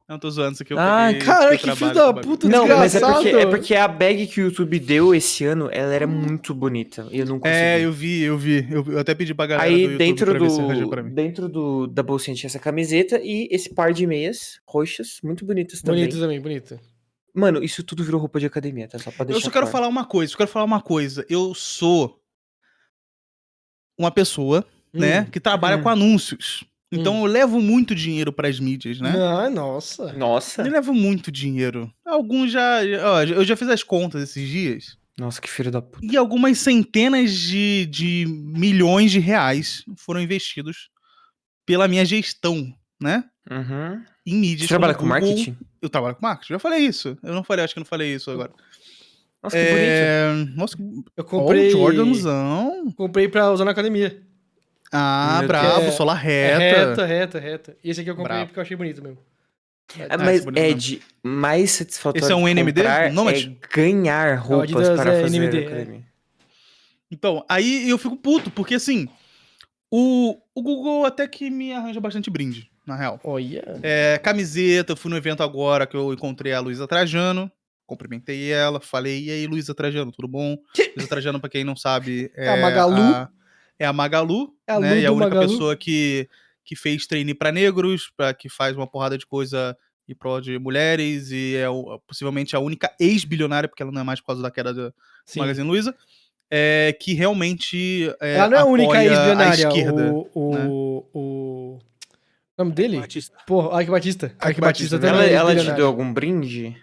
Speaker 3: Não, tô zoando isso aqui. Eu
Speaker 2: Ai,
Speaker 3: peguei
Speaker 1: cara,
Speaker 3: porque
Speaker 1: que
Speaker 3: eu
Speaker 1: filho
Speaker 3: trabalho com
Speaker 1: da
Speaker 3: bagulho.
Speaker 1: puta
Speaker 2: Não, mas é
Speaker 1: desgraçado.
Speaker 2: porque, é porque a bag que o YouTube deu esse ano, ela era muito bonita. E eu não consegui.
Speaker 3: É, eu vi, eu vi. Eu, eu até pedi pra galera do
Speaker 2: Aí
Speaker 3: YouTube
Speaker 2: dentro
Speaker 3: pra ver se arranjou pra
Speaker 2: do
Speaker 3: mim.
Speaker 2: dentro do da bolsinha tinha essa camiseta e esse par de meias roxas, muito bonitas também.
Speaker 1: Bonito também, bonito.
Speaker 2: Mano, isso tudo virou roupa de academia, tá? Só pra deixar
Speaker 3: Eu só quero
Speaker 2: claro.
Speaker 3: falar uma coisa, eu quero falar uma coisa. Eu sou uma pessoa, né, que trabalha
Speaker 2: Hum.
Speaker 3: com anúncios. Então eu levo muito dinheiro pras mídias, né?
Speaker 1: Ah, nossa.
Speaker 2: Nossa.
Speaker 3: Eu levo muito dinheiro. Alguns já. ó, eu já fiz as contas esses dias.
Speaker 2: Nossa, que filho da puta.
Speaker 3: E algumas centenas de, de milhões de reais foram investidos pela minha gestão, né?
Speaker 2: Uhum.
Speaker 3: Em mídias.
Speaker 2: Você trabalha com
Speaker 3: como um Google.
Speaker 2: marketing?
Speaker 3: Eu trabalho com marketing. Já falei isso. Eu não falei, acho que eu não falei isso agora.
Speaker 2: Nossa, que bonito.
Speaker 3: É... Nossa, que
Speaker 1: Eu
Speaker 3: Comprei...
Speaker 1: comprei.
Speaker 3: o Jordanzão.
Speaker 1: Comprei pra usar na academia.
Speaker 3: Ah,
Speaker 2: Meu
Speaker 3: bravo,
Speaker 1: Deus.
Speaker 3: solar
Speaker 1: É
Speaker 3: reta.
Speaker 1: Reta, reta, reta. E esse aqui eu comprei
Speaker 3: Brabo.
Speaker 1: porque eu achei bonito mesmo.
Speaker 2: Ah,
Speaker 3: esse é
Speaker 2: mas,
Speaker 3: bonito mesmo.
Speaker 2: Ed, mais satisfatório
Speaker 3: Esse é um
Speaker 2: de
Speaker 3: NMD?
Speaker 2: comprar
Speaker 3: Nomad?
Speaker 2: é ganhar roupas
Speaker 1: Adidas
Speaker 2: para
Speaker 1: é
Speaker 2: fazer
Speaker 1: NMD, é.
Speaker 2: academia.
Speaker 3: Então, aí eu fico puto, porque assim, o, o Google até que me arranja bastante brinde, na real.
Speaker 1: Olha.
Speaker 3: É, camiseta, eu fui no evento agora que eu encontrei a Luísa Trajano. Cumprimentei ela, falei, e aí, Luísa Trajano, tudo bom? Luísa Trajano, pra quem não sabe, é,
Speaker 1: É a Magalu?
Speaker 3: a- é a Magalu,
Speaker 1: É a
Speaker 3: né?
Speaker 1: Lu
Speaker 3: E a
Speaker 1: do
Speaker 3: única
Speaker 1: Magalu.
Speaker 3: pessoa que, que fez treine pra negros, pra, que faz uma porrada de coisa em prol de mulheres, e é o- possivelmente a única ex-bilionária, porque ela não é mais por causa da queda da
Speaker 1: Sim.
Speaker 3: Magazine Luiza, é, que realmente. é,
Speaker 1: Ela não é a única
Speaker 3: apoia
Speaker 1: ex-bilionária.
Speaker 3: esquerda.
Speaker 1: O, o,
Speaker 3: né?
Speaker 1: o. O nome dele?
Speaker 4: Batista.
Speaker 1: Porra, Ike Batista. Ike
Speaker 3: Ike
Speaker 1: Batista
Speaker 3: Batista,
Speaker 1: também.
Speaker 2: Ela,
Speaker 1: é
Speaker 2: ela te
Speaker 1: bilionário.
Speaker 2: deu algum brinde?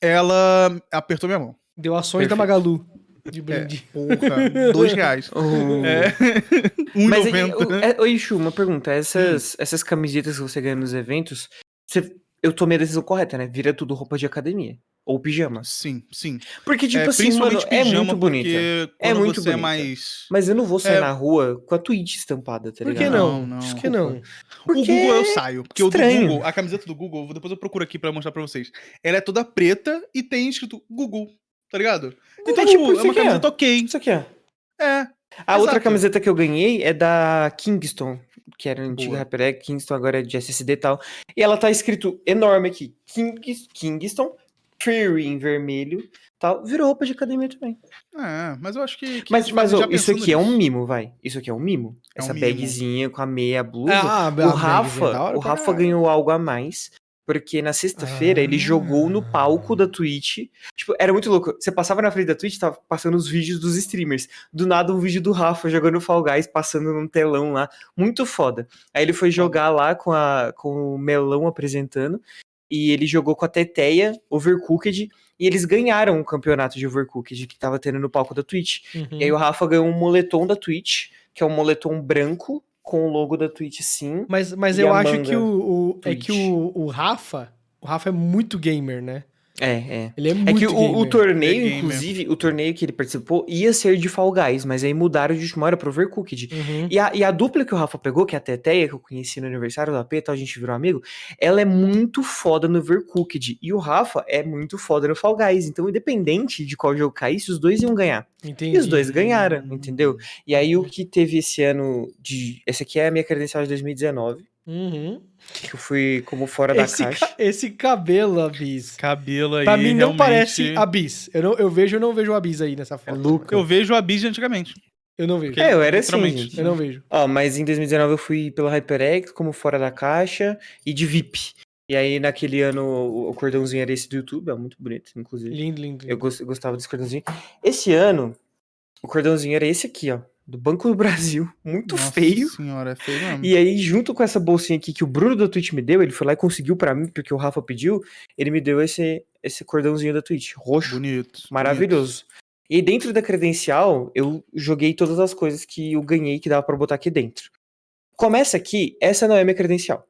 Speaker 3: Ela apertou minha mão.
Speaker 1: Deu ações
Speaker 2: Perfeito.
Speaker 1: da Magalu de
Speaker 3: tá
Speaker 1: brinde.
Speaker 3: Porra, dois reais.
Speaker 2: Ou-
Speaker 3: É.
Speaker 2: Mas é que,
Speaker 3: 1,90.
Speaker 2: o- é, ô, Ishu, uma pergunta.
Speaker 3: Hum.
Speaker 2: Essas, essas camisetas que você ganha nos eventos, você- eu tomei a decisão correta, né? Vira tudo roupa de academia. Ou pijamas.
Speaker 3: Sim, sim.
Speaker 2: Porque, é tipo
Speaker 3: É,
Speaker 2: assim, mano, é muito
Speaker 3: porque
Speaker 2: bonita. É
Speaker 3: quando
Speaker 2: muito
Speaker 3: você é
Speaker 2: bonita.
Speaker 3: mais.
Speaker 2: Mas eu não vou sair
Speaker 3: É.
Speaker 2: na rua com a Twitch estampada, tá
Speaker 1: Por
Speaker 2: ligado?
Speaker 1: que não?
Speaker 3: Não, não.
Speaker 1: Por que não?
Speaker 3: O
Speaker 2: Porque é
Speaker 3: Google eu saio. Porque o do
Speaker 2: estranho.
Speaker 3: Google, a camiseta do Google, vou- depois eu procuro aqui pra mostrar pra vocês. Ela é toda preta e tem escrito Google, tá ligado? Então,
Speaker 2: é
Speaker 3: tipo,
Speaker 2: tipo, isso
Speaker 3: é uma
Speaker 2: aqui, ó.
Speaker 3: camiseta ok.
Speaker 2: Isso aqui, ó.
Speaker 3: É.
Speaker 2: A outra
Speaker 3: Exato.
Speaker 2: camiseta que eu ganhei é da Kingston, que era a antiga
Speaker 3: Boa.
Speaker 2: Rapper Kingston agora é de SSD e tal. E ela tá escrito enorme aqui, Kings, Kingston, Fury em vermelho, tal. Virou roupa de academia também.
Speaker 3: É, mas eu acho que. que
Speaker 2: mas
Speaker 3: eles
Speaker 2: mas
Speaker 3: fazem
Speaker 2: ô,
Speaker 3: já
Speaker 2: isso
Speaker 3: pensando
Speaker 2: aqui é um
Speaker 3: nisso.
Speaker 2: mimo, vai. Isso aqui é um mimo.
Speaker 3: É um
Speaker 2: Essa
Speaker 3: mimo.
Speaker 2: bagzinha com a meia a blusa.
Speaker 1: Ah, a
Speaker 2: o
Speaker 1: Magazine é da
Speaker 2: Rafa,
Speaker 1: hora
Speaker 2: o
Speaker 1: pra
Speaker 2: Rafa
Speaker 1: caralho.
Speaker 2: ganhou algo a mais. Porque na sexta-feira ele jogou no palco da Twitch. Tipo, era muito louco. Você passava na frente da Twitch, tava passando os vídeos dos streamers. Do nada, um vídeo do Rafa jogando Fall Guys, passando num telão lá. Muito foda. Aí ele foi jogar lá com, a, com o Melão apresentando. E ele jogou com a Teteia, Overcooked. E eles ganharam o campeonato de Overcooked que tava tendo no palco da Twitch.
Speaker 1: Uhum.
Speaker 2: E aí o Rafa ganhou um moletom da Twitch, que é um moletom branco com o logo da Twitch sim.
Speaker 1: Mas, mas
Speaker 2: E
Speaker 1: eu
Speaker 2: a
Speaker 1: acho
Speaker 2: manga
Speaker 1: que o, o- é
Speaker 2: Twitch. que
Speaker 1: que o, o Rafa, o Rafa é muito gamer, né?
Speaker 2: É, é.
Speaker 1: Ele é muito
Speaker 2: É que o-
Speaker 1: gamer.
Speaker 2: o, torneio,
Speaker 3: É gamer.
Speaker 2: inclusive, o torneio que ele participou ia ser de Fall Guys, mas aí mudaram de última hora pro Overcooked.
Speaker 1: Uhum.
Speaker 2: E a, e a dupla que o Rafa pegou, que é a Teteia, que eu conheci no aniversário do AP e tal, a gente virou amigo, ela é muito foda no Overcooked. E o Rafa é muito foda no Fall Guys. Então, independente de qual jogo caísse, os dois iam ganhar.
Speaker 1: Entendi.
Speaker 2: E os dois ganharam, entendeu? E aí o que teve esse ano de. Essa aqui é a minha credencial de 2019,
Speaker 1: Uhum.
Speaker 2: que eu fui como fora da
Speaker 1: Esse,
Speaker 2: caixa.
Speaker 1: ca- esse cabelo, Abis.
Speaker 3: Cabelo aí.
Speaker 1: Pra mim não
Speaker 3: realmente-
Speaker 1: parece Abis. Eu, não, eu vejo eu não vejo o Abis aí nessa foto.
Speaker 2: Luca.
Speaker 3: Eu vejo a Biz de antigamente.
Speaker 1: Eu não vejo.
Speaker 2: É, eu era assim.
Speaker 3: Literalmente.
Speaker 2: gente.
Speaker 1: Eu não vejo.
Speaker 2: Ó, mas em 2019 eu fui pelo HyperX como fora da caixa e de VIP. E aí naquele ano o o cordãozinho era esse do YouTube, é muito bonito, inclusive.
Speaker 1: Lindo, lindo.
Speaker 2: Eu
Speaker 1: lindo.
Speaker 2: gos- eu gostava desse cordãozinho. Esse ano, o cordãozinho era esse aqui, ó. Do Banco do Brasil. Muito
Speaker 3: Nossa
Speaker 2: feio.
Speaker 3: Senhora, é feio mesmo.
Speaker 2: E aí, junto com essa bolsinha aqui que o Bruno da Twitch me deu, ele foi lá e conseguiu pra mim, porque o Rafa pediu, ele me deu esse, esse cordãozinho da Twitch, roxo,
Speaker 3: Bonito.
Speaker 2: maravilhoso. E dentro da credencial, eu joguei todas as coisas que eu ganhei que dava pra botar aqui dentro. Começa aqui, essa não é minha credencial.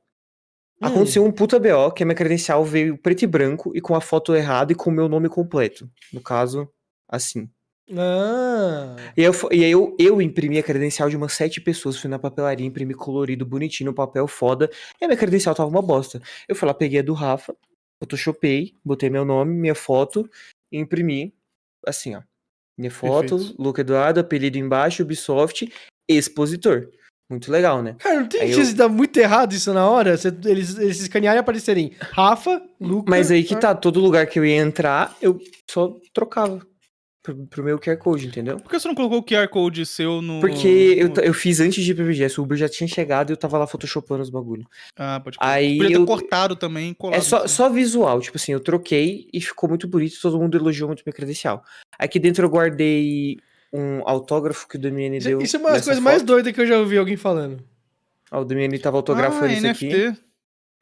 Speaker 1: Hum.
Speaker 2: Aconteceu um puta BO que a minha credencial veio preto e branco e com a foto errada e com o meu nome completo. No caso, assim.
Speaker 1: Ah.
Speaker 2: E, eu, fo- e aí eu, eu imprimi a credencial de umas sete pessoas, fui na papelaria, imprimi colorido, bonitinho, no papel foda, e a minha credencial tava uma bosta. Eu fui lá, peguei a do Rafa, photoshopei, botei meu nome, minha foto, e imprimi, assim, ó. Minha foto,
Speaker 3: Perfeito.
Speaker 2: Luca Eduardo, apelido embaixo, Ubisoft, expositor. Muito legal, né?
Speaker 1: Cara, não tem
Speaker 2: Aí eu-
Speaker 1: chance de dar muito errado isso na hora? Você- eles, eles escanearem e aparecerem Rafa, Lucas...
Speaker 2: Mas aí que tá, todo lugar que eu ia entrar, eu só trocava pro, pro meu QR Code, entendeu?
Speaker 3: Por que você não colocou o QR Code seu no.
Speaker 2: Porque eu,
Speaker 3: no-
Speaker 2: ta- eu fiz antes de ir pro BGS, o Uber já tinha chegado e eu tava lá photoshopando os bagulho.
Speaker 3: Ah, pode crer.
Speaker 2: Aí
Speaker 3: Podia ter
Speaker 2: eu,
Speaker 3: cortado também e colado.
Speaker 2: É só,
Speaker 1: né?
Speaker 3: assim.
Speaker 2: só visual, tipo assim, eu troquei e ficou muito bonito, todo mundo elogiou muito minha credencial. Aqui dentro eu guardei um autógrafo que o Damiani
Speaker 1: Isso,
Speaker 2: deu.
Speaker 1: isso é uma das
Speaker 2: nessa
Speaker 1: coisas mais
Speaker 2: foto.
Speaker 1: doidas que eu já ouvi alguém falando.
Speaker 2: Ó, o Damiani tava
Speaker 3: ah,
Speaker 2: autografando isso
Speaker 3: NFT.
Speaker 2: aqui.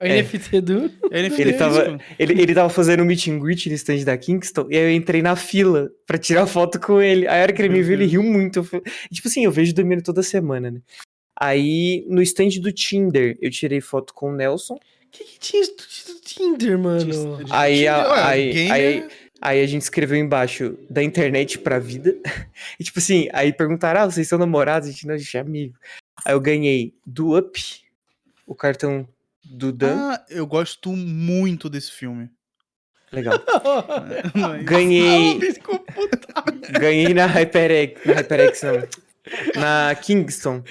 Speaker 1: A
Speaker 2: É.
Speaker 1: NFT do...
Speaker 3: É NFT.
Speaker 2: Ele tava-
Speaker 3: físico.
Speaker 2: Ele, ele tava fazendo um meet and greet no stand da Kingston e aí eu entrei na fila pra tirar foto com ele. Aí a hora que ele me
Speaker 3: Meu
Speaker 2: viu, ele
Speaker 3: Deus.
Speaker 1: Uhum.
Speaker 2: riu muito. Eu fui- Tipo assim, eu vejo o Damiani toda semana, né? Aí no stand do Tinder eu tirei foto com o Nelson.
Speaker 1: O que, que tinha isso do Tinder, mano?
Speaker 3: Tinder.
Speaker 2: Aí, a-
Speaker 3: Ué,
Speaker 2: aí,
Speaker 3: gamer-
Speaker 2: aí, Aí a gente escreveu embaixo da internet pra vida. E tipo assim, aí perguntaram: ah, vocês são namorados? A gente não, a gente é amigo. Aí eu ganhei do Up, o cartão do Dan.
Speaker 3: Ah, eu gosto muito desse filme.
Speaker 1: Ah.
Speaker 2: Legal.
Speaker 3: Mas-
Speaker 2: Ganhei,
Speaker 1: Desculpa.
Speaker 2: ganhei na HyperX. Na HyperX, não. Na Kingston.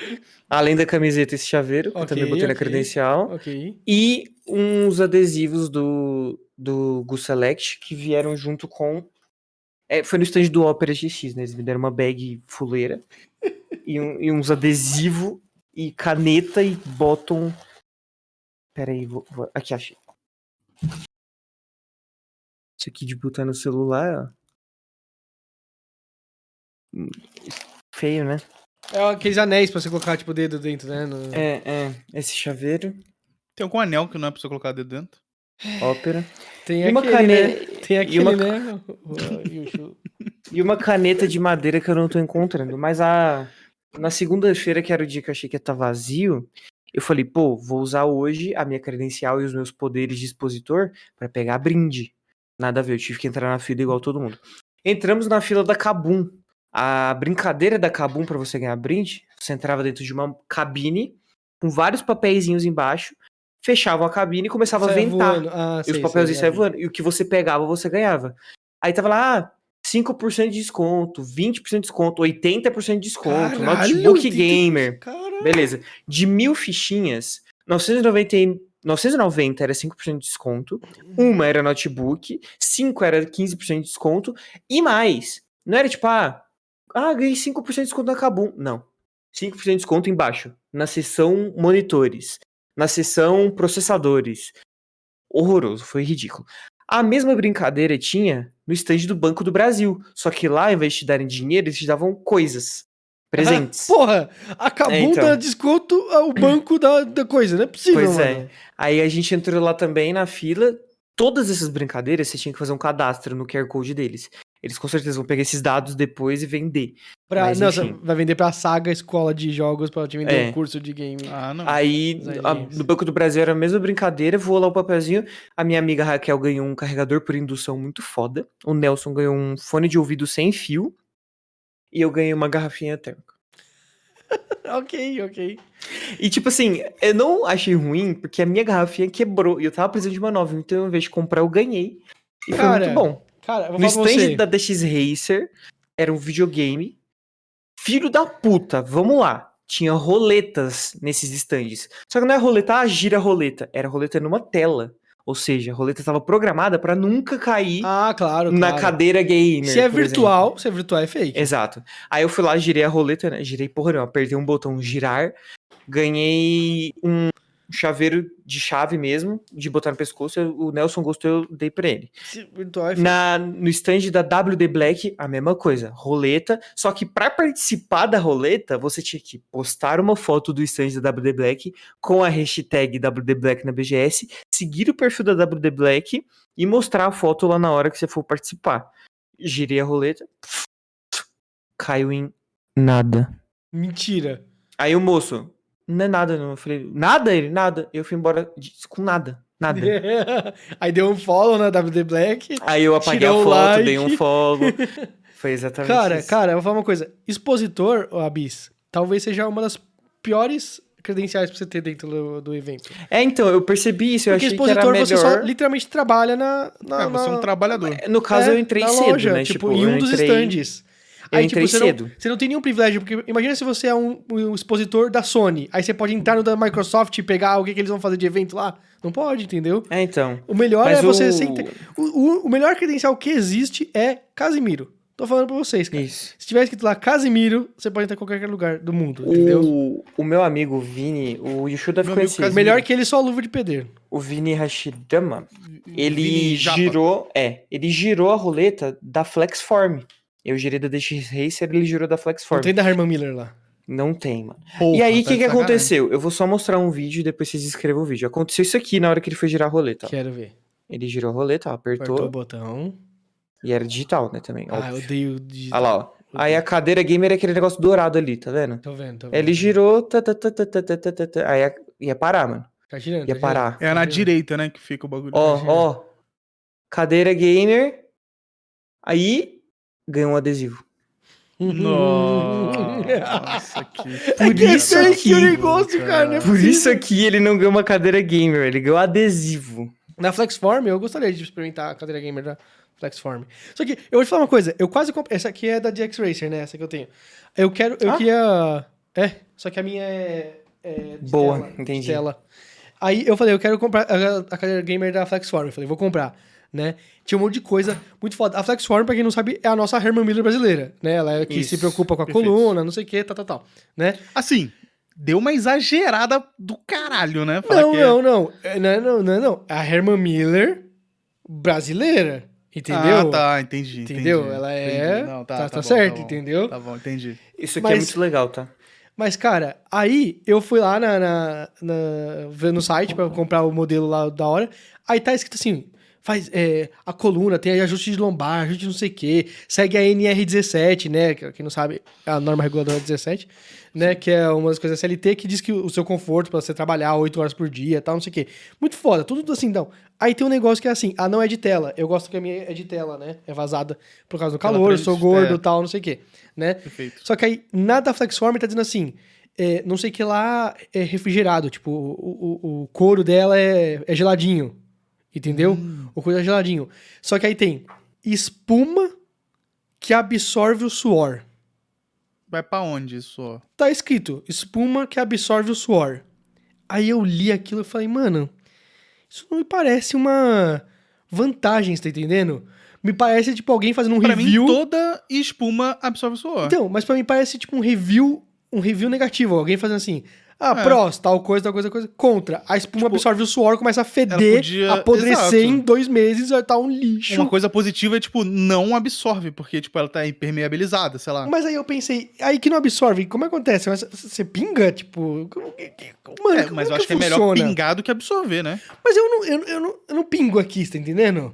Speaker 2: Além da camiseta, esse chaveiro, que eu também
Speaker 1: Ok,
Speaker 2: botei na
Speaker 1: ok.
Speaker 2: credencial.
Speaker 1: Ok.
Speaker 2: e uns adesivos do, do Go Select que vieram junto com. é, foi no stand do Opera GX, né? Eles me deram uma bag fuleira e, um- e uns adesivos e caneta e bottom. Peraí, vou, vou- aqui achei. Isso aqui de botar no celular, ó. Hum, Feio, né?
Speaker 1: É aqueles anéis pra você colocar, tipo, o dedo dentro, né? No...
Speaker 2: É, é. Esse chaveiro,
Speaker 3: Tem algum anel que não é pra você colocar dedo dentro?
Speaker 2: ópera.
Speaker 1: Tem
Speaker 2: E uma
Speaker 1: aquele, né?
Speaker 2: caneta.
Speaker 1: Tem aquele,
Speaker 2: uma
Speaker 1: né? O- e o chu-
Speaker 2: E uma caneta de madeira que eu não tô encontrando. Mas a... na segunda-feira, que era o dia que eu achei que ia estar vazio, eu falei, pô, vou usar hoje a minha credencial e os meus poderes de expositor pra pegar brinde. Nada a ver, eu tive que entrar na fila igual todo mundo. Entramos na fila da Kabum. A brincadeira da Kabum pra você ganhar brinde, você entrava dentro de uma cabine com vários papeizinhos embaixo, fechava a cabine e começava a
Speaker 1: Sai
Speaker 2: ventar.
Speaker 1: voando. Ah,
Speaker 2: E
Speaker 1: sei,
Speaker 2: os
Speaker 1: sei,
Speaker 2: papéis
Speaker 1: já
Speaker 2: saiam
Speaker 1: vi.
Speaker 2: voando. E o que você pegava, você ganhava. Aí tava lá, ah, 5% de desconto, 20% de desconto, 80% de desconto,
Speaker 1: Caralho,
Speaker 2: notebook
Speaker 1: 80%.
Speaker 2: gamer.
Speaker 1: Caralho.
Speaker 2: Beleza. De mil fichinhas, 990, e- 990 era 5% de desconto, uma era notebook, 5 era 15% de desconto, e mais. Não era tipo, ah, ah ganhei 5% de desconto na Kabum. Não. 5% de desconto embaixo, na seção monitores, na seção processadores. Horroroso, foi ridículo. A mesma brincadeira tinha no estande do Banco do Brasil, só que lá, ao invés de te darem dinheiro, eles te davam coisas, presentes.
Speaker 1: Ah, porra, acabou
Speaker 2: É, então.
Speaker 1: dando desconto ao banco da, da coisa, não é possível,
Speaker 2: Pois é.
Speaker 1: mano.
Speaker 2: Aí a gente entrou lá também na fila. Todas essas brincadeiras você tinha que fazer um cadastro no QR Code deles. Eles com certeza vão pegar esses dados depois e vender.
Speaker 1: Pra,
Speaker 2: Mas,
Speaker 1: não, você
Speaker 2: enfim.
Speaker 1: vai vender pra saga escola de jogos pra te vender
Speaker 2: É.
Speaker 1: um curso de game.
Speaker 3: Ah, não.
Speaker 2: Aí
Speaker 1: Mas
Speaker 2: a-
Speaker 1: é isso.
Speaker 2: no Banco do Brasil era a mesma brincadeira, voou lá o papelzinho. A minha amiga Raquel ganhou um carregador por indução muito foda. O Nelson ganhou um fone de ouvido sem fio. E eu ganhei uma garrafinha térmica.
Speaker 1: ok, ok.
Speaker 2: E tipo assim, eu não achei ruim porque a minha garrafinha quebrou e eu tava precisando de uma nova. Então, ao invés de comprar, eu ganhei. E foi
Speaker 1: Cara,
Speaker 2: muito bom.
Speaker 1: Cara, eu vou
Speaker 2: No
Speaker 1: falar pra você.
Speaker 2: stand da DX Racer era um videogame. Filho da puta, vamos lá. Tinha roletas nesses stands. Só que não é roleta, ah, gira a roleta. Era roleta numa tela. Ou seja, a roleta estava programada pra nunca cair
Speaker 1: Ah, claro,
Speaker 2: na
Speaker 1: claro.
Speaker 2: cadeira gamer.
Speaker 1: Se é
Speaker 2: por exemplo.
Speaker 1: virtual, se é virtual é fake.
Speaker 2: Exato. Aí eu fui lá, girei a roleta, né? Girei porra, não. Apertei um botão girar, ganhei um chaveiro de chave mesmo, de botar no pescoço. eu- O Nelson gostou, eu dei pra ele.
Speaker 1: Se virtual é fake.
Speaker 2: Na, no stand da WD Black, a mesma coisa, roleta. Só que para participar da roleta, você tinha que postar uma foto do stand da WD Black com a hashtag WD Black na BGS, seguir o perfil da WD Black e mostrar a foto lá na hora que você for participar. Girei a roleta, caiu em nada.
Speaker 1: Mentira.
Speaker 2: Aí o moço, não é nada, não. Eu falei, nada? Ele, nada. Eu fui embora de- com nada, nada.
Speaker 1: Aí deu um follow na WD Black.
Speaker 2: Aí eu apaguei
Speaker 1: Tirou
Speaker 2: a
Speaker 1: o
Speaker 2: foto, dei um
Speaker 1: like.
Speaker 2: follow. Foi exatamente
Speaker 1: Cara,
Speaker 2: isso.
Speaker 1: cara, eu vou falar uma coisa. Expositor, ô, Abis, talvez seja uma das piores credenciais pra você ter dentro do, do evento.
Speaker 2: É, então, eu percebi isso, eu
Speaker 1: Porque
Speaker 2: achei que era
Speaker 1: expositor
Speaker 2: melhor.
Speaker 1: você só literalmente trabalha na... na
Speaker 3: Ah, você é um
Speaker 1: na-
Speaker 3: trabalhador.
Speaker 2: No caso,
Speaker 1: é,
Speaker 2: eu entrei
Speaker 1: na
Speaker 2: cedo,
Speaker 1: loja,
Speaker 2: né?
Speaker 1: Tipo,
Speaker 2: eu
Speaker 1: em um dos
Speaker 2: entrei-
Speaker 1: stands.
Speaker 2: Eu entrei
Speaker 1: você
Speaker 2: cedo.
Speaker 1: Não, você não tem nenhum privilégio, porque imagina se você é um, um expositor da Sony, aí você pode entrar no da Microsoft e pegar o que, que eles vão fazer de evento lá. Não pode, entendeu?
Speaker 2: É, então.
Speaker 1: O melhor
Speaker 2: Mas
Speaker 1: é você
Speaker 2: o-
Speaker 1: sentar. O, o, o melhor credencial que existe é Casimiro. Tô falando pra vocês, cara.
Speaker 2: Isso.
Speaker 1: Se tiver escrito lá Casimiro, você pode entrar em qualquer lugar do mundo, entendeu? É
Speaker 2: O, o meu amigo Vini, o Yushu deve
Speaker 3: Meu amigo
Speaker 2: conhecer.
Speaker 3: Casimiro.
Speaker 1: Melhor que ele só luva de pedreiro.
Speaker 2: O Vini Hashidama, ele
Speaker 3: Vini Japa.
Speaker 2: girou, é, ele girou a roleta da Flexform. Eu girei da DX Racer, ele girou da
Speaker 1: Não
Speaker 2: Flexform.
Speaker 1: tem da Herman Miller lá.
Speaker 2: Não tem, mano.
Speaker 3: Porra,
Speaker 2: e aí, o que, que
Speaker 3: tá de sacanagem.
Speaker 2: aconteceu? Eu vou só mostrar um vídeo e depois vocês escrevam o vídeo. Aconteceu isso aqui na hora que ele foi girar a roleta. ó.
Speaker 1: Quero ver.
Speaker 2: Ele girou a roleta, ó, apertou,
Speaker 1: Apertou o botão.
Speaker 2: e era digital, né, também.
Speaker 1: Ah, eu
Speaker 2: Olha
Speaker 1: odeio. De...
Speaker 2: lá, ó. Aí a cadeira gamer é aquele negócio dourado ali, tá vendo?
Speaker 1: Tô vendo, tô vendo.
Speaker 2: Ele girou, tá, tá, tá, tá, tá, tá, tá, tá, tá. aí ia, ia parar, mano.
Speaker 1: Tá girando.
Speaker 2: Ia
Speaker 1: tá
Speaker 2: parar.
Speaker 3: É na
Speaker 1: Imagina.
Speaker 3: direita, né, que fica o bagulho.
Speaker 2: Ó,
Speaker 1: Imagina.
Speaker 2: ó. Cadeira gamer. Aí ganhou um adesivo.
Speaker 1: girando.
Speaker 3: Nossa, que
Speaker 1: é que é
Speaker 2: isso
Speaker 1: fake
Speaker 2: aqui,
Speaker 1: o negócio, cara. não é
Speaker 2: Por isso
Speaker 1: possível.
Speaker 2: aqui ele não ganhou uma cadeira gamer, ele ganhou adesivo.
Speaker 1: Na Flexform, eu gostaria de experimentar a cadeira gamer da Flexform. Só que, eu vou te falar uma coisa. Eu quase comprei... Essa aqui é da DX Racer, né? Essa que eu tenho. Eu quero... Eu
Speaker 2: Ah.
Speaker 1: queria... É. Só que a minha é... é de
Speaker 2: Boa,
Speaker 1: tela, de
Speaker 2: entendi.
Speaker 1: tela. Aí eu falei, eu quero comprar a, a cadeira gamer da Flexform. Eu falei, vou comprar, né? Tinha um monte de coisa muito foda. A Flexform, pra quem não sabe, é a nossa Herman Miller brasileira, né? Ela é que se
Speaker 2: Isso,
Speaker 1: preocupa com a
Speaker 3: perfeito.
Speaker 1: coluna, não sei o que, tal, tal, tal, né?
Speaker 3: Assim, deu uma exagerada do caralho, né? Falar
Speaker 1: Não,
Speaker 3: que é-
Speaker 1: não, não, É, não. é Não, não, não. A Herman Miller brasileira. Entendeu?
Speaker 3: Ah, tá, entendi.
Speaker 1: Entendeu?
Speaker 3: entendi,
Speaker 1: Ela
Speaker 3: entendi.
Speaker 1: é.
Speaker 3: Não,
Speaker 1: tá,
Speaker 3: tá,
Speaker 1: tá,
Speaker 3: bom,
Speaker 1: certo,
Speaker 3: tá bom.
Speaker 1: entendeu?
Speaker 3: Tá bom, entendi.
Speaker 2: Isso aqui é
Speaker 1: Mas-
Speaker 2: muito legal, tá?
Speaker 1: Mas, cara, aí eu fui lá na, na- na- ver no site pra comprar o modelo lá da hora. Aí tá escrito assim: faz é, a coluna, tem aí ajuste de lombar, ajuste de não sei o quê. Segue a NR17, né? que- Quem não sabe, é a norma reguladora 17, né? Que é uma das coisas da CLT que diz que o seu conforto pra você trabalhar 8 horas por dia e tal, não sei o quê. Muito foda, tudo assim, não. Aí tem um negócio que é assim: ah, não é de tela. Eu gosto que a minha é de tela, né? É vazada por causa do
Speaker 3: Tela
Speaker 1: calor, eu sou
Speaker 3: preta,
Speaker 1: gordo
Speaker 3: é.
Speaker 1: e tal, não sei o quê, né?
Speaker 3: Perfeito.
Speaker 1: Só que aí, na da Flexform tá dizendo assim, é, não sei que lá é refrigerado, tipo, o, o, o couro dela é, é geladinho, entendeu?
Speaker 3: Hum.
Speaker 1: O couro é geladinho. Só que aí tem espuma que absorve o suor.
Speaker 3: Vai pra onde isso, ó?
Speaker 1: Tá escrito, espuma que absorve o suor. Aí eu li aquilo e falei, mano, isso não me parece uma vantagem, você tá entendendo? Me parece, tipo, alguém fazendo um
Speaker 3: Pra
Speaker 1: review...
Speaker 3: mim, toda espuma absorve suor.
Speaker 1: Então, mas pra mim parece tipo um review, um review negativo. Alguém fazendo assim, ah,
Speaker 3: É.
Speaker 1: prós, tal coisa, tal coisa, coisa. Contra. A espuma
Speaker 3: Tipo,
Speaker 1: absorve o suor, começa a feder,
Speaker 3: ela podia-
Speaker 1: apodrecer
Speaker 3: Exato.
Speaker 1: em dois meses, vai estar um lixo.
Speaker 3: Uma coisa positiva é, tipo, não absorve, porque, tipo, ela tá impermeabilizada, sei lá.
Speaker 1: Mas aí eu pensei, aí que não absorve, como acontece? Mas você pinga, tipo... como que- que- Mano,
Speaker 3: É, mas eu acho que é melhor pingar do que absorver, né?
Speaker 1: Mas eu não, eu, não- eu não, eu não pingo aqui, você tá entendendo?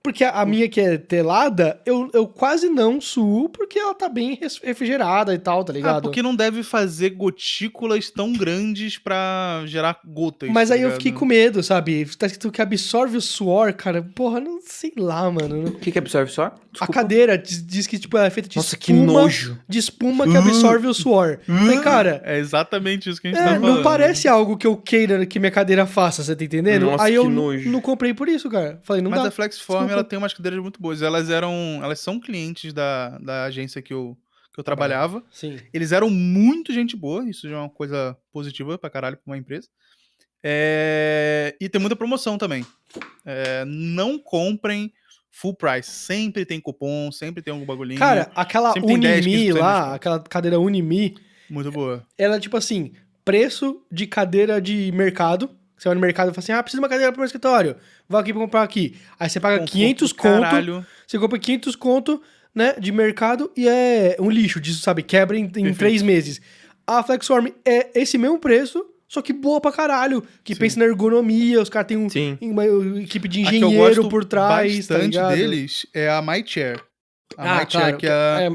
Speaker 1: Porque
Speaker 3: Hum.
Speaker 1: a, a minha que é telada, eu, eu quase não suo, porque ela tá bem res- refrigerada e tal, tá ligado?
Speaker 3: Ah, porque não deve fazer gotículas tão grandes pra gerar gotas.
Speaker 1: Mas
Speaker 3: tá
Speaker 1: aí eu
Speaker 3: ligado?
Speaker 1: fiquei com medo, sabe? Tá escrito que absorve o suor, cara. Porra, não sei lá, mano.
Speaker 2: O que, que absorve só?
Speaker 1: A cadeira diz, diz que, tipo, ela é feita de
Speaker 2: Nossa, que
Speaker 1: espuma.
Speaker 2: nojo.
Speaker 1: De espuma que absorve o suor. Falei, cara,
Speaker 3: É exatamente isso que a gente
Speaker 1: é,
Speaker 3: tá falando.
Speaker 1: não parece algo que eu queira que minha cadeira faça, você tá entendendo?
Speaker 2: Nossa,
Speaker 1: aí
Speaker 2: que
Speaker 1: eu n-
Speaker 2: nojo.
Speaker 1: não comprei por isso, cara. Falei, não
Speaker 3: Mas
Speaker 1: dá.
Speaker 3: a Flexform,
Speaker 1: Desculpa.
Speaker 3: ela tem umas cadeiras muito boas. Elas eram, elas são clientes da, da agência que eu, que eu trabalhava.
Speaker 1: Sim.
Speaker 3: Eles eram muito gente boa, isso já é uma coisa positiva pra caralho pra uma empresa. É, E tem muita promoção também. É, Não comprem full price. Sempre tem cupom, sempre tem algum bagulhinho.
Speaker 1: Cara, aquela
Speaker 3: Sempre tem 10,
Speaker 1: Unimi
Speaker 3: 15%
Speaker 1: lá, aquela cadeira Unimi,
Speaker 3: muito boa.
Speaker 1: ela é tipo assim, preço de cadeira de mercado. Você vai no mercado e fala assim, ah, preciso de uma cadeira pro meu escritório. Vou aqui pra comprar aqui. Aí você paga
Speaker 3: Conforto
Speaker 1: 500
Speaker 3: do
Speaker 1: é conto,
Speaker 3: caralho.
Speaker 1: você compra 500 conto, né, de mercado e é um lixo disso, sabe? Quebra em, em
Speaker 3: Perfeito.
Speaker 1: três meses. A Flexform é esse mesmo preço, só que boa pra caralho. Que
Speaker 3: Sim.
Speaker 1: pensa na ergonomia, os caras têm um,
Speaker 2: Sim.
Speaker 1: uma equipe de
Speaker 3: A que eu
Speaker 1: engenheiro
Speaker 3: gosto
Speaker 1: por trás, tá
Speaker 3: bastante
Speaker 1: ligado?
Speaker 3: deles é a My Chair. A
Speaker 1: Ah,
Speaker 3: My
Speaker 1: claro,
Speaker 3: Chair, que é,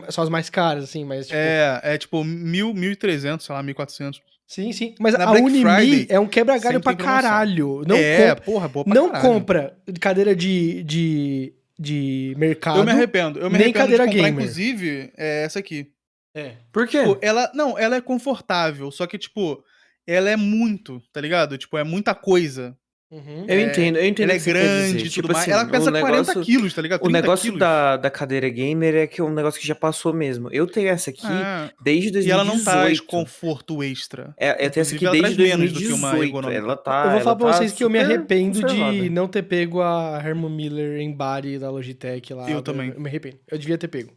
Speaker 1: é, são as mais caras, assim, mas tipo,
Speaker 3: é, é tipo mil, 1.300, sei lá, 1.400.
Speaker 1: Sim, sim. Mas
Speaker 3: Na
Speaker 1: a
Speaker 3: Black
Speaker 1: Unimi
Speaker 3: Friday,
Speaker 1: é um quebra-galho
Speaker 3: sempre
Speaker 1: pra
Speaker 3: tem promoção.
Speaker 1: caralho. Não,
Speaker 3: é,
Speaker 1: com-
Speaker 3: porra, boa pra
Speaker 1: não
Speaker 3: caralho.
Speaker 1: compra cadeira de, de, de mercado.
Speaker 3: Eu me arrependo. Eu me
Speaker 1: nem
Speaker 3: arrependo
Speaker 1: cadeira
Speaker 3: de comprar,
Speaker 1: gamer.
Speaker 3: inclusive, é essa aqui.
Speaker 1: É.
Speaker 2: Por quê?
Speaker 3: Tipo, ela, não, ela é confortável, só que, tipo, ela é muito, tá ligado? Tipo, é muita coisa.
Speaker 1: Uhum.
Speaker 2: Eu
Speaker 3: É,
Speaker 2: entendo, eu entendo.
Speaker 3: Ela é
Speaker 2: o que você quer dizer.
Speaker 3: grande e
Speaker 2: Tipo
Speaker 3: tudo mais.
Speaker 2: assim,
Speaker 3: Ela
Speaker 2: o
Speaker 3: pesa 40
Speaker 2: negócio-
Speaker 3: quilos, tá ligado?
Speaker 2: O
Speaker 3: 30
Speaker 2: negócio
Speaker 3: quilos.
Speaker 2: da, da cadeira gamer é que é um negócio que já passou mesmo. Eu tenho essa aqui
Speaker 3: Ah,
Speaker 2: desde 2018.
Speaker 3: e ela não traz conforto extra.
Speaker 2: É, eu tenho essa aqui
Speaker 3: Inclusive, ela
Speaker 2: desde
Speaker 3: traz menos do que uma
Speaker 2: 2018.
Speaker 3: ergonômica.
Speaker 2: Ela tá.
Speaker 1: eu vou
Speaker 2: ela
Speaker 1: falar pra
Speaker 2: tá
Speaker 1: vocês que eu me
Speaker 2: super
Speaker 1: arrependo de
Speaker 2: conservada.
Speaker 1: não ter pego a Herman Miller em body da Logitech lá.
Speaker 3: Eu
Speaker 1: da-
Speaker 3: também.
Speaker 1: Eu me arrependo. Eu devia ter pego.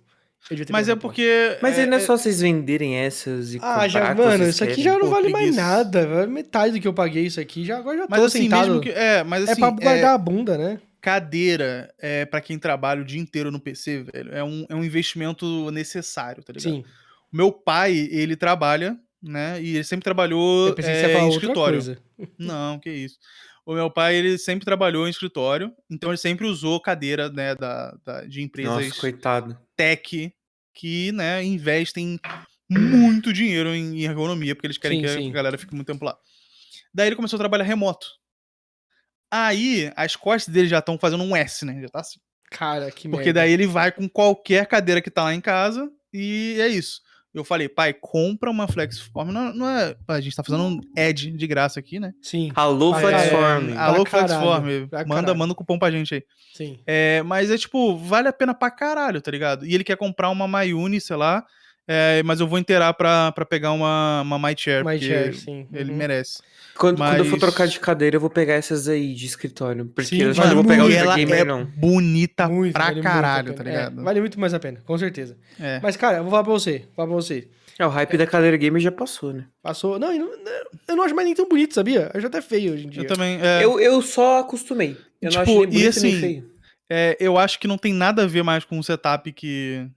Speaker 1: Eu devia ter
Speaker 3: Mas
Speaker 1: pego
Speaker 3: é
Speaker 1: essa porra.
Speaker 3: porque.
Speaker 2: Mas
Speaker 3: é,
Speaker 2: aí não é
Speaker 3: é-
Speaker 2: só vocês venderem essas e
Speaker 1: Ah,
Speaker 2: comprar
Speaker 1: já,
Speaker 2: que
Speaker 1: mano,
Speaker 2: vocês
Speaker 1: isso aqui
Speaker 2: querem.
Speaker 1: já não
Speaker 3: Pô,
Speaker 1: vale mais
Speaker 3: preguiça.
Speaker 1: nada. vai Metade do que eu paguei isso aqui, já, agora já
Speaker 3: Mas
Speaker 1: tô
Speaker 3: assim,
Speaker 1: sentado.
Speaker 3: mesmo que. É, mas assim.
Speaker 1: é pra guardar a bunda, né?
Speaker 3: cadeira é para quem trabalha o dia inteiro no PC, velho. É um, é um investimento necessário, tá ligado?
Speaker 1: Sim.
Speaker 3: Meu pai, ele trabalha, né? E ele sempre trabalhou
Speaker 1: Eu pensei que
Speaker 3: é,
Speaker 1: você ia falar
Speaker 3: em
Speaker 1: outra
Speaker 3: escritório.
Speaker 1: coisa.
Speaker 3: Não, que isso. O meu pai, ele sempre trabalhou em escritório, então ele sempre usou cadeira, né, da, da- de empresas
Speaker 2: Nossa, coitado.
Speaker 3: tech que, né, investem muito dinheiro em ergonomia, porque eles querem
Speaker 1: Sim,
Speaker 3: que a
Speaker 1: sim.
Speaker 3: galera fique muito tempo lá. Daí ele começou a trabalhar remoto. Aí, as costas dele já estão fazendo um S, né? Já tá assim.
Speaker 1: Cara, que merda.
Speaker 3: Porque daí ele vai com qualquer cadeira que tá lá em casa e é isso. Eu falei, pai, compra uma Flexform. Não, não é. A gente tá fazendo um ad de graça aqui, né?
Speaker 1: Sim,
Speaker 2: Alô,
Speaker 1: Ah, é.
Speaker 2: Flexform.
Speaker 3: É,
Speaker 1: Pra
Speaker 3: alô,
Speaker 1: caralho,
Speaker 3: Flexform.
Speaker 1: pra
Speaker 3: Manda,
Speaker 1: caralho.
Speaker 3: manda o cupom pra gente aí.
Speaker 1: sim.
Speaker 3: É, mas é tipo, vale a pena pra caralho, tá ligado? E ele quer comprar uma Mayuni, sei lá. é, mas eu vou inteirar pra, pra pegar uma, uma My Chair.
Speaker 1: My
Speaker 3: porque
Speaker 1: chair, sim.
Speaker 3: Ele
Speaker 1: Uhum.
Speaker 3: merece.
Speaker 2: Quando, quando eu for
Speaker 3: Mas-
Speaker 2: trocar de cadeira, eu vou pegar essas aí de escritório. Porque
Speaker 1: Sim,
Speaker 2: eu acho que eu não
Speaker 1: mano,
Speaker 2: vou pegar
Speaker 1: e
Speaker 2: o
Speaker 3: ela
Speaker 2: gamer,
Speaker 3: é
Speaker 2: não.
Speaker 3: Bonita
Speaker 1: Muito,
Speaker 3: tá pra
Speaker 1: vale muito a
Speaker 3: caralho,
Speaker 1: pena.
Speaker 3: tá
Speaker 1: É,
Speaker 3: ligado?
Speaker 1: vale muito mais a pena, com certeza.
Speaker 3: É.
Speaker 1: Mas, cara, eu vou falar pra você. Vou falar pra você.
Speaker 2: É, o hype da cadeira gamer já passou, né?
Speaker 1: Passou. Não, e não- eu não acho mais nem tão bonito, sabia? Eu já até feio hoje em dia.
Speaker 3: Eu também. é,
Speaker 2: Eu, eu só acostumei. Eu não
Speaker 3: Tipo,
Speaker 2: achei nem
Speaker 3: e
Speaker 2: bonito
Speaker 3: assim,
Speaker 2: nem feio.
Speaker 3: É, eu acho que não tem nada a ver mais com o setup que,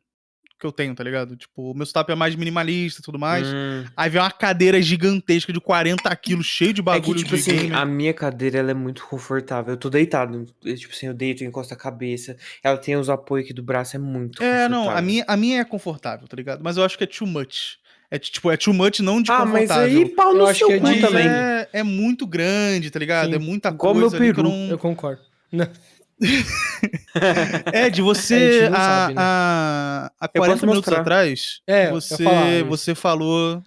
Speaker 3: que eu tenho, tá ligado? Tipo, o meu setup é mais minimalista e tudo mais.
Speaker 2: Hum.
Speaker 3: Aí vem uma cadeira gigantesca de 40 quilos, cheio de
Speaker 2: É que,
Speaker 3: bagulho
Speaker 2: tipo
Speaker 3: de
Speaker 2: assim,
Speaker 3: game.
Speaker 2: a minha cadeira ela é muito confortável. Eu tô deitado. eu, tipo assim, eu deito, eu encosto a cabeça. Ela tem os apoios aqui do braço, é muito
Speaker 3: É, não, a
Speaker 2: confortável.
Speaker 3: minha, a minha é confortável, tá ligado? Mas eu acho que é too much. É t- tipo, é too much não de
Speaker 2: Ah, mas
Speaker 3: confortável.
Speaker 2: aí pau
Speaker 1: Eu
Speaker 2: no
Speaker 1: acho
Speaker 2: seu
Speaker 1: que é
Speaker 2: cu
Speaker 1: de-
Speaker 2: também.
Speaker 3: É, é muito grande, tá ligado?
Speaker 1: Sim.
Speaker 3: É muita
Speaker 2: Igual
Speaker 3: coisa.
Speaker 2: meu
Speaker 3: ali que eu
Speaker 2: peru.
Speaker 3: não-
Speaker 1: Eu concordo.
Speaker 3: É, de
Speaker 1: A
Speaker 3: você.
Speaker 1: gente não
Speaker 3: há
Speaker 1: sabe, né?
Speaker 3: há- há
Speaker 2: posso
Speaker 3: 40 minutos
Speaker 2: mostrar.
Speaker 3: atrás,
Speaker 1: É, eu ia
Speaker 3: você,
Speaker 1: falar isso.
Speaker 3: você falou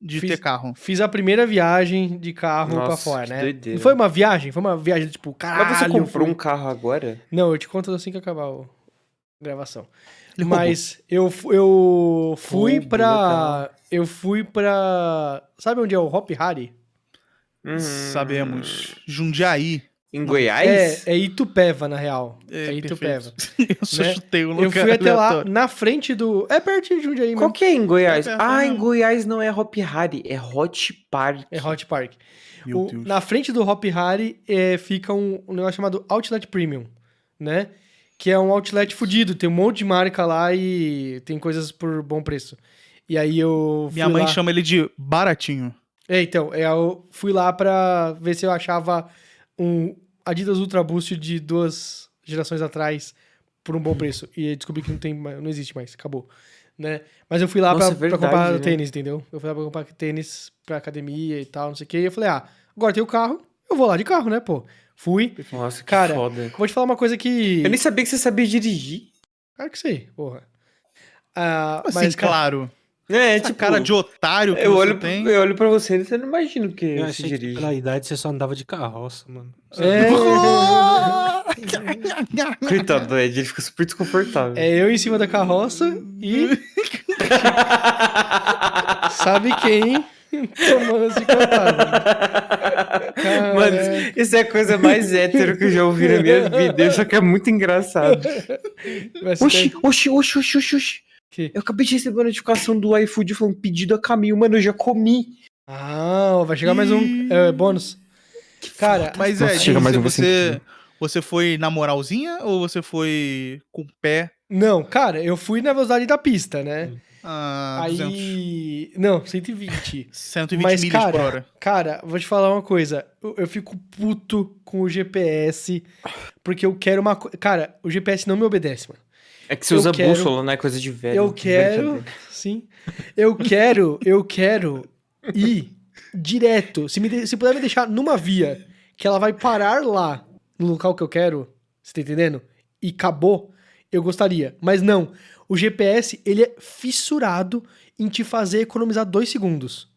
Speaker 3: de
Speaker 1: Fiz-
Speaker 3: ter carro.
Speaker 1: Fiz a primeira viagem de carro pra
Speaker 2: Nossa,
Speaker 1: fora,
Speaker 2: que
Speaker 1: né?
Speaker 2: doideira.
Speaker 1: Não foi uma viagem? Foi uma viagem, tipo, caralho.
Speaker 2: Mas você comprou
Speaker 1: fui-
Speaker 2: um carro agora?
Speaker 1: Não, eu te conto assim que acabar o- a gravação.
Speaker 3: Ele roubou.
Speaker 1: Mas eu, fu- eu fui
Speaker 2: Roubo,
Speaker 1: pra.
Speaker 2: legal.
Speaker 1: Eu fui pra. Sabe onde é o Hop Hari?
Speaker 2: Hum.
Speaker 3: Sabemos. Jundiaí.
Speaker 2: Em Goiás?
Speaker 1: É, é Itupeva, na real. É, Itupeva.
Speaker 3: perfeito. Eu só
Speaker 1: Né?
Speaker 3: chutei o lugar.
Speaker 1: Eu fui até lá,
Speaker 3: aleatório.
Speaker 1: na frente do. É pertinho de Jundiaí
Speaker 2: Qual
Speaker 1: mesmo.
Speaker 2: que é em Goiás?
Speaker 3: É perto
Speaker 2: ah, em
Speaker 3: mesmo.
Speaker 2: Goiás não é Hop Hari, é Hot Park.
Speaker 1: É Hot Park.
Speaker 3: Meu
Speaker 1: O-
Speaker 3: Deus.
Speaker 1: na frente do Hop Hari é, fica um, um negócio chamado Outlet Premium, né? Que é um outlet fudido, tem um monte de marca lá e tem coisas por bom preço. E aí eu fui
Speaker 3: Minha mãe
Speaker 1: lá-
Speaker 3: chama ele de baratinho.
Speaker 1: É, então, é, eu fui lá pra ver se eu achava um Adidas Ultra Boost de duas gerações atrás por um bom preço. E eu descobri que não tem, mais- não existe mais, acabou. Né? Mas eu fui lá
Speaker 2: Nossa,
Speaker 1: pra,
Speaker 2: é
Speaker 1: pra
Speaker 2: verdade,
Speaker 1: comprar
Speaker 2: né?
Speaker 1: tênis, entendeu? Eu fui lá pra comprar tênis pra academia e tal, não sei o quê. E eu falei, ah, agora tem o carro, eu vou lá de carro, né, pô? Fui.
Speaker 2: Nossa, que
Speaker 1: Cara,
Speaker 2: foda.
Speaker 1: Vou te falar uma coisa que.
Speaker 2: Eu nem sabia que você sabia dirigir.
Speaker 1: Claro que sei, porra. Ah,
Speaker 3: Assim,
Speaker 1: mas, cara,
Speaker 3: claro.
Speaker 2: É,
Speaker 3: Essa
Speaker 2: tipo,
Speaker 3: cara de otário que
Speaker 2: eu
Speaker 3: você
Speaker 2: olho,
Speaker 3: tem.
Speaker 2: eu olho pra você e você não imagina o que é
Speaker 4: Eu
Speaker 2: você
Speaker 4: achei que
Speaker 2: dirige.
Speaker 4: pela idade você só andava de carroça, mano.
Speaker 1: é,
Speaker 2: Coitado do Ed, ele fica super desconfortável.
Speaker 1: é eu em cima da carroça e Sabe quem tomando esse contato?
Speaker 2: Mano, isso é a coisa mais hétero que eu já ouvi na minha vida, só que é muito engraçado. Oxi, oxi, oxi, oxi, oxi, oxi.
Speaker 1: Que?
Speaker 2: Eu acabei de receber uma notificação do iFood falando pedido a caminho, mano, eu já comi.
Speaker 1: Ah, ó, vai chegar mais um é, bônus. Cara,
Speaker 3: Mas
Speaker 2: Nossa,
Speaker 3: é,
Speaker 2: chega
Speaker 3: você,
Speaker 2: mais um
Speaker 3: você, você foi na moralzinha ou você foi com o pé
Speaker 1: não, cara, eu fui na velocidade da pista, né?
Speaker 3: a 200,
Speaker 1: Aí. Não, 120.
Speaker 3: 120
Speaker 1: Mas,
Speaker 3: milhas
Speaker 1: cara,
Speaker 3: por hora?
Speaker 1: Cara, vou te falar uma coisa. Eu, eu fico puto com o GPS, porque eu quero uma. co- Cara, o GPS não me obedece, mano.
Speaker 2: É que você
Speaker 1: Eu
Speaker 2: usa
Speaker 1: quero-
Speaker 2: bússola, né? Coisa de velho.
Speaker 1: Eu quero. Sim. Eu quero, eu quero ir direto. Se, me de- se puder me deixar numa via que ela vai parar lá, no local que eu quero, você tá entendendo? E acabou, eu gostaria. Mas não. O GPS, ele é fissurado em te fazer economizar dois segundos.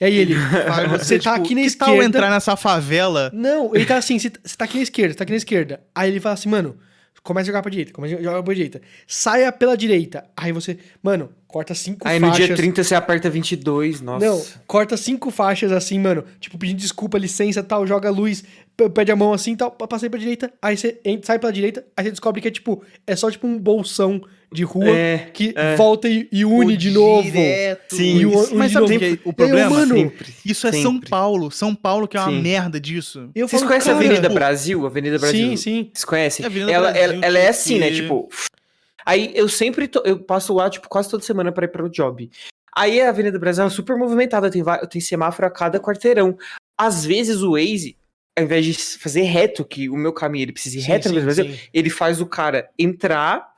Speaker 1: E aí ele,
Speaker 3: Vai
Speaker 1: você tá
Speaker 3: tipo,
Speaker 1: aqui na
Speaker 3: que tal
Speaker 1: esquerda.
Speaker 3: entrar nessa favela?
Speaker 1: Não, ele tá assim, você tá você tá aqui na esquerda, você tá aqui na esquerda. Aí ele fala assim, mano, começa a jogar pra direita, começa a jogar pra direita. Saia pela direita. Aí você, mano, corta cinco
Speaker 2: Aí no
Speaker 1: faixas.
Speaker 2: dia 30 você aperta 22, nossa.
Speaker 1: Não, corta cinco faixas assim, mano. Tipo, pedindo desculpa, licença, tal, joga a luz, p- pede a mão assim, tal, pa- passei pra direita, aí você entra, sai pela direita, aí você descobre que é tipo, é só tipo um bolsão de rua
Speaker 2: É,
Speaker 1: que volta e, e une de novo.
Speaker 2: Sim.
Speaker 1: E o- o
Speaker 3: mas
Speaker 1: de
Speaker 3: sabe
Speaker 1: novo.
Speaker 3: o que é o
Speaker 2: um,
Speaker 1: Eu,
Speaker 3: problema?
Speaker 1: mano,
Speaker 2: sempre.
Speaker 3: Isso é São
Speaker 2: sempre.
Speaker 3: Paulo. São Paulo que é uma
Speaker 2: Sim.
Speaker 3: merda disso.
Speaker 1: eu
Speaker 2: Vocês
Speaker 1: falo,
Speaker 2: conhecem a
Speaker 1: cara,
Speaker 2: Avenida Brasil? Avenida Brasil?
Speaker 1: Sim, sim.
Speaker 2: Vocês conhecem?
Speaker 3: É, Avenida
Speaker 2: ela,
Speaker 3: Brasil,
Speaker 2: ela- ela é assim, né?
Speaker 3: que-
Speaker 2: Tipo. Aí eu sempre. tô- eu passo lá, tipo, quase toda semana pra ir pro job. Aí a Avenida Brasil é super movimentada, tem, va- tem semáforo a cada quarteirão. Às vezes o Waze, ao invés de fazer reto, que o meu caminho ele precisa ir reto na Avenida Brasil, ele faz o cara entrar,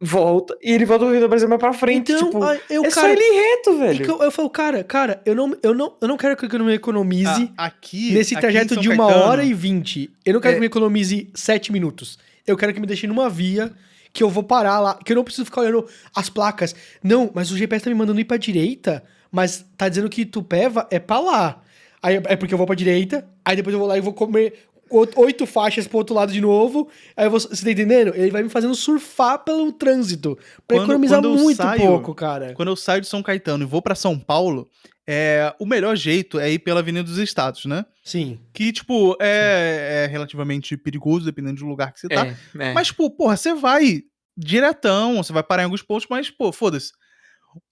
Speaker 2: volta, e ele volta pra Avenida Brasil mais pra frente.
Speaker 1: Então,
Speaker 2: tipo,
Speaker 1: ah, eu,
Speaker 2: é só
Speaker 1: cara,
Speaker 2: ele ir reto,
Speaker 1: E
Speaker 2: velelo.
Speaker 1: que eu, eu falo, cara, cara, eu não, eu não, eu não quero que eu não me economize
Speaker 3: A- aqui.
Speaker 1: nesse
Speaker 3: Ah, aqui em
Speaker 1: trajeto
Speaker 3: São
Speaker 1: de uma
Speaker 3: Caetano,
Speaker 1: hora e vinte. Eu não quero
Speaker 2: É.
Speaker 1: que me economize sete minutos. Eu quero que me deixe numa via que eu vou parar lá, que eu não preciso ficar olhando as placas. Não, mas o GPS tá me mandando ir pra direita, mas tá dizendo que Itupeva é pra lá. Aí é porque eu vou pra direita, aí depois eu vou lá e vou comer o- oito faixas pro outro lado de novo. Aí eu vou, você tá entendendo? Ele vai me fazendo surfar pelo trânsito. Pra
Speaker 3: Quando-
Speaker 1: economizar
Speaker 3: quando eu
Speaker 1: muito
Speaker 3: saio-
Speaker 1: pouco, cara.
Speaker 3: é, Quando eu saio de São Caetano e vou pra São Paulo, é, o melhor jeito é ir pela Avenida dos Estados, né?
Speaker 1: Sim.
Speaker 3: Que, tipo, é, é relativamente perigoso, dependendo do lugar que você tá.
Speaker 2: é.
Speaker 3: Mas, tipo, porra, você vai diretão, você vai parar em alguns pontos, mas, pô, foda-se.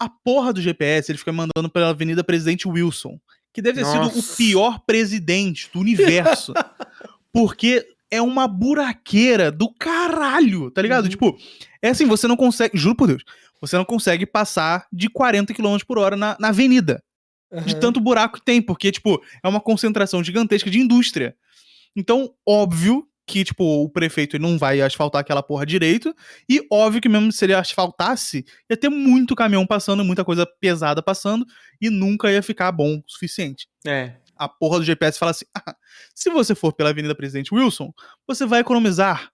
Speaker 3: A porra do GPS, ele fica mandando pela Avenida Presidente Wilson, que deve ter sido o
Speaker 2: Nossa.
Speaker 3: pior presidente do universo. porque é uma buraqueira do caralho, tá
Speaker 2: Uhum.
Speaker 3: ligado? Tipo, é assim, você não consegue, juro por Deus, você não consegue passar de 40 km por hora na, na avenida de
Speaker 1: Aham.
Speaker 3: tanto buraco que tem, porque, tipo, é uma concentração gigantesca de indústria. Então, óbvio que, tipo, o prefeito ele não vai asfaltar aquela porra direito, e óbvio que mesmo se ele asfaltasse, ia ter muito caminhão passando, muita coisa pesada passando, e nunca ia ficar bom o suficiente.
Speaker 2: É.
Speaker 3: A porra do GPS fala assim, "Ah, se você for pela Avenida Presidente Wilson, você vai economizar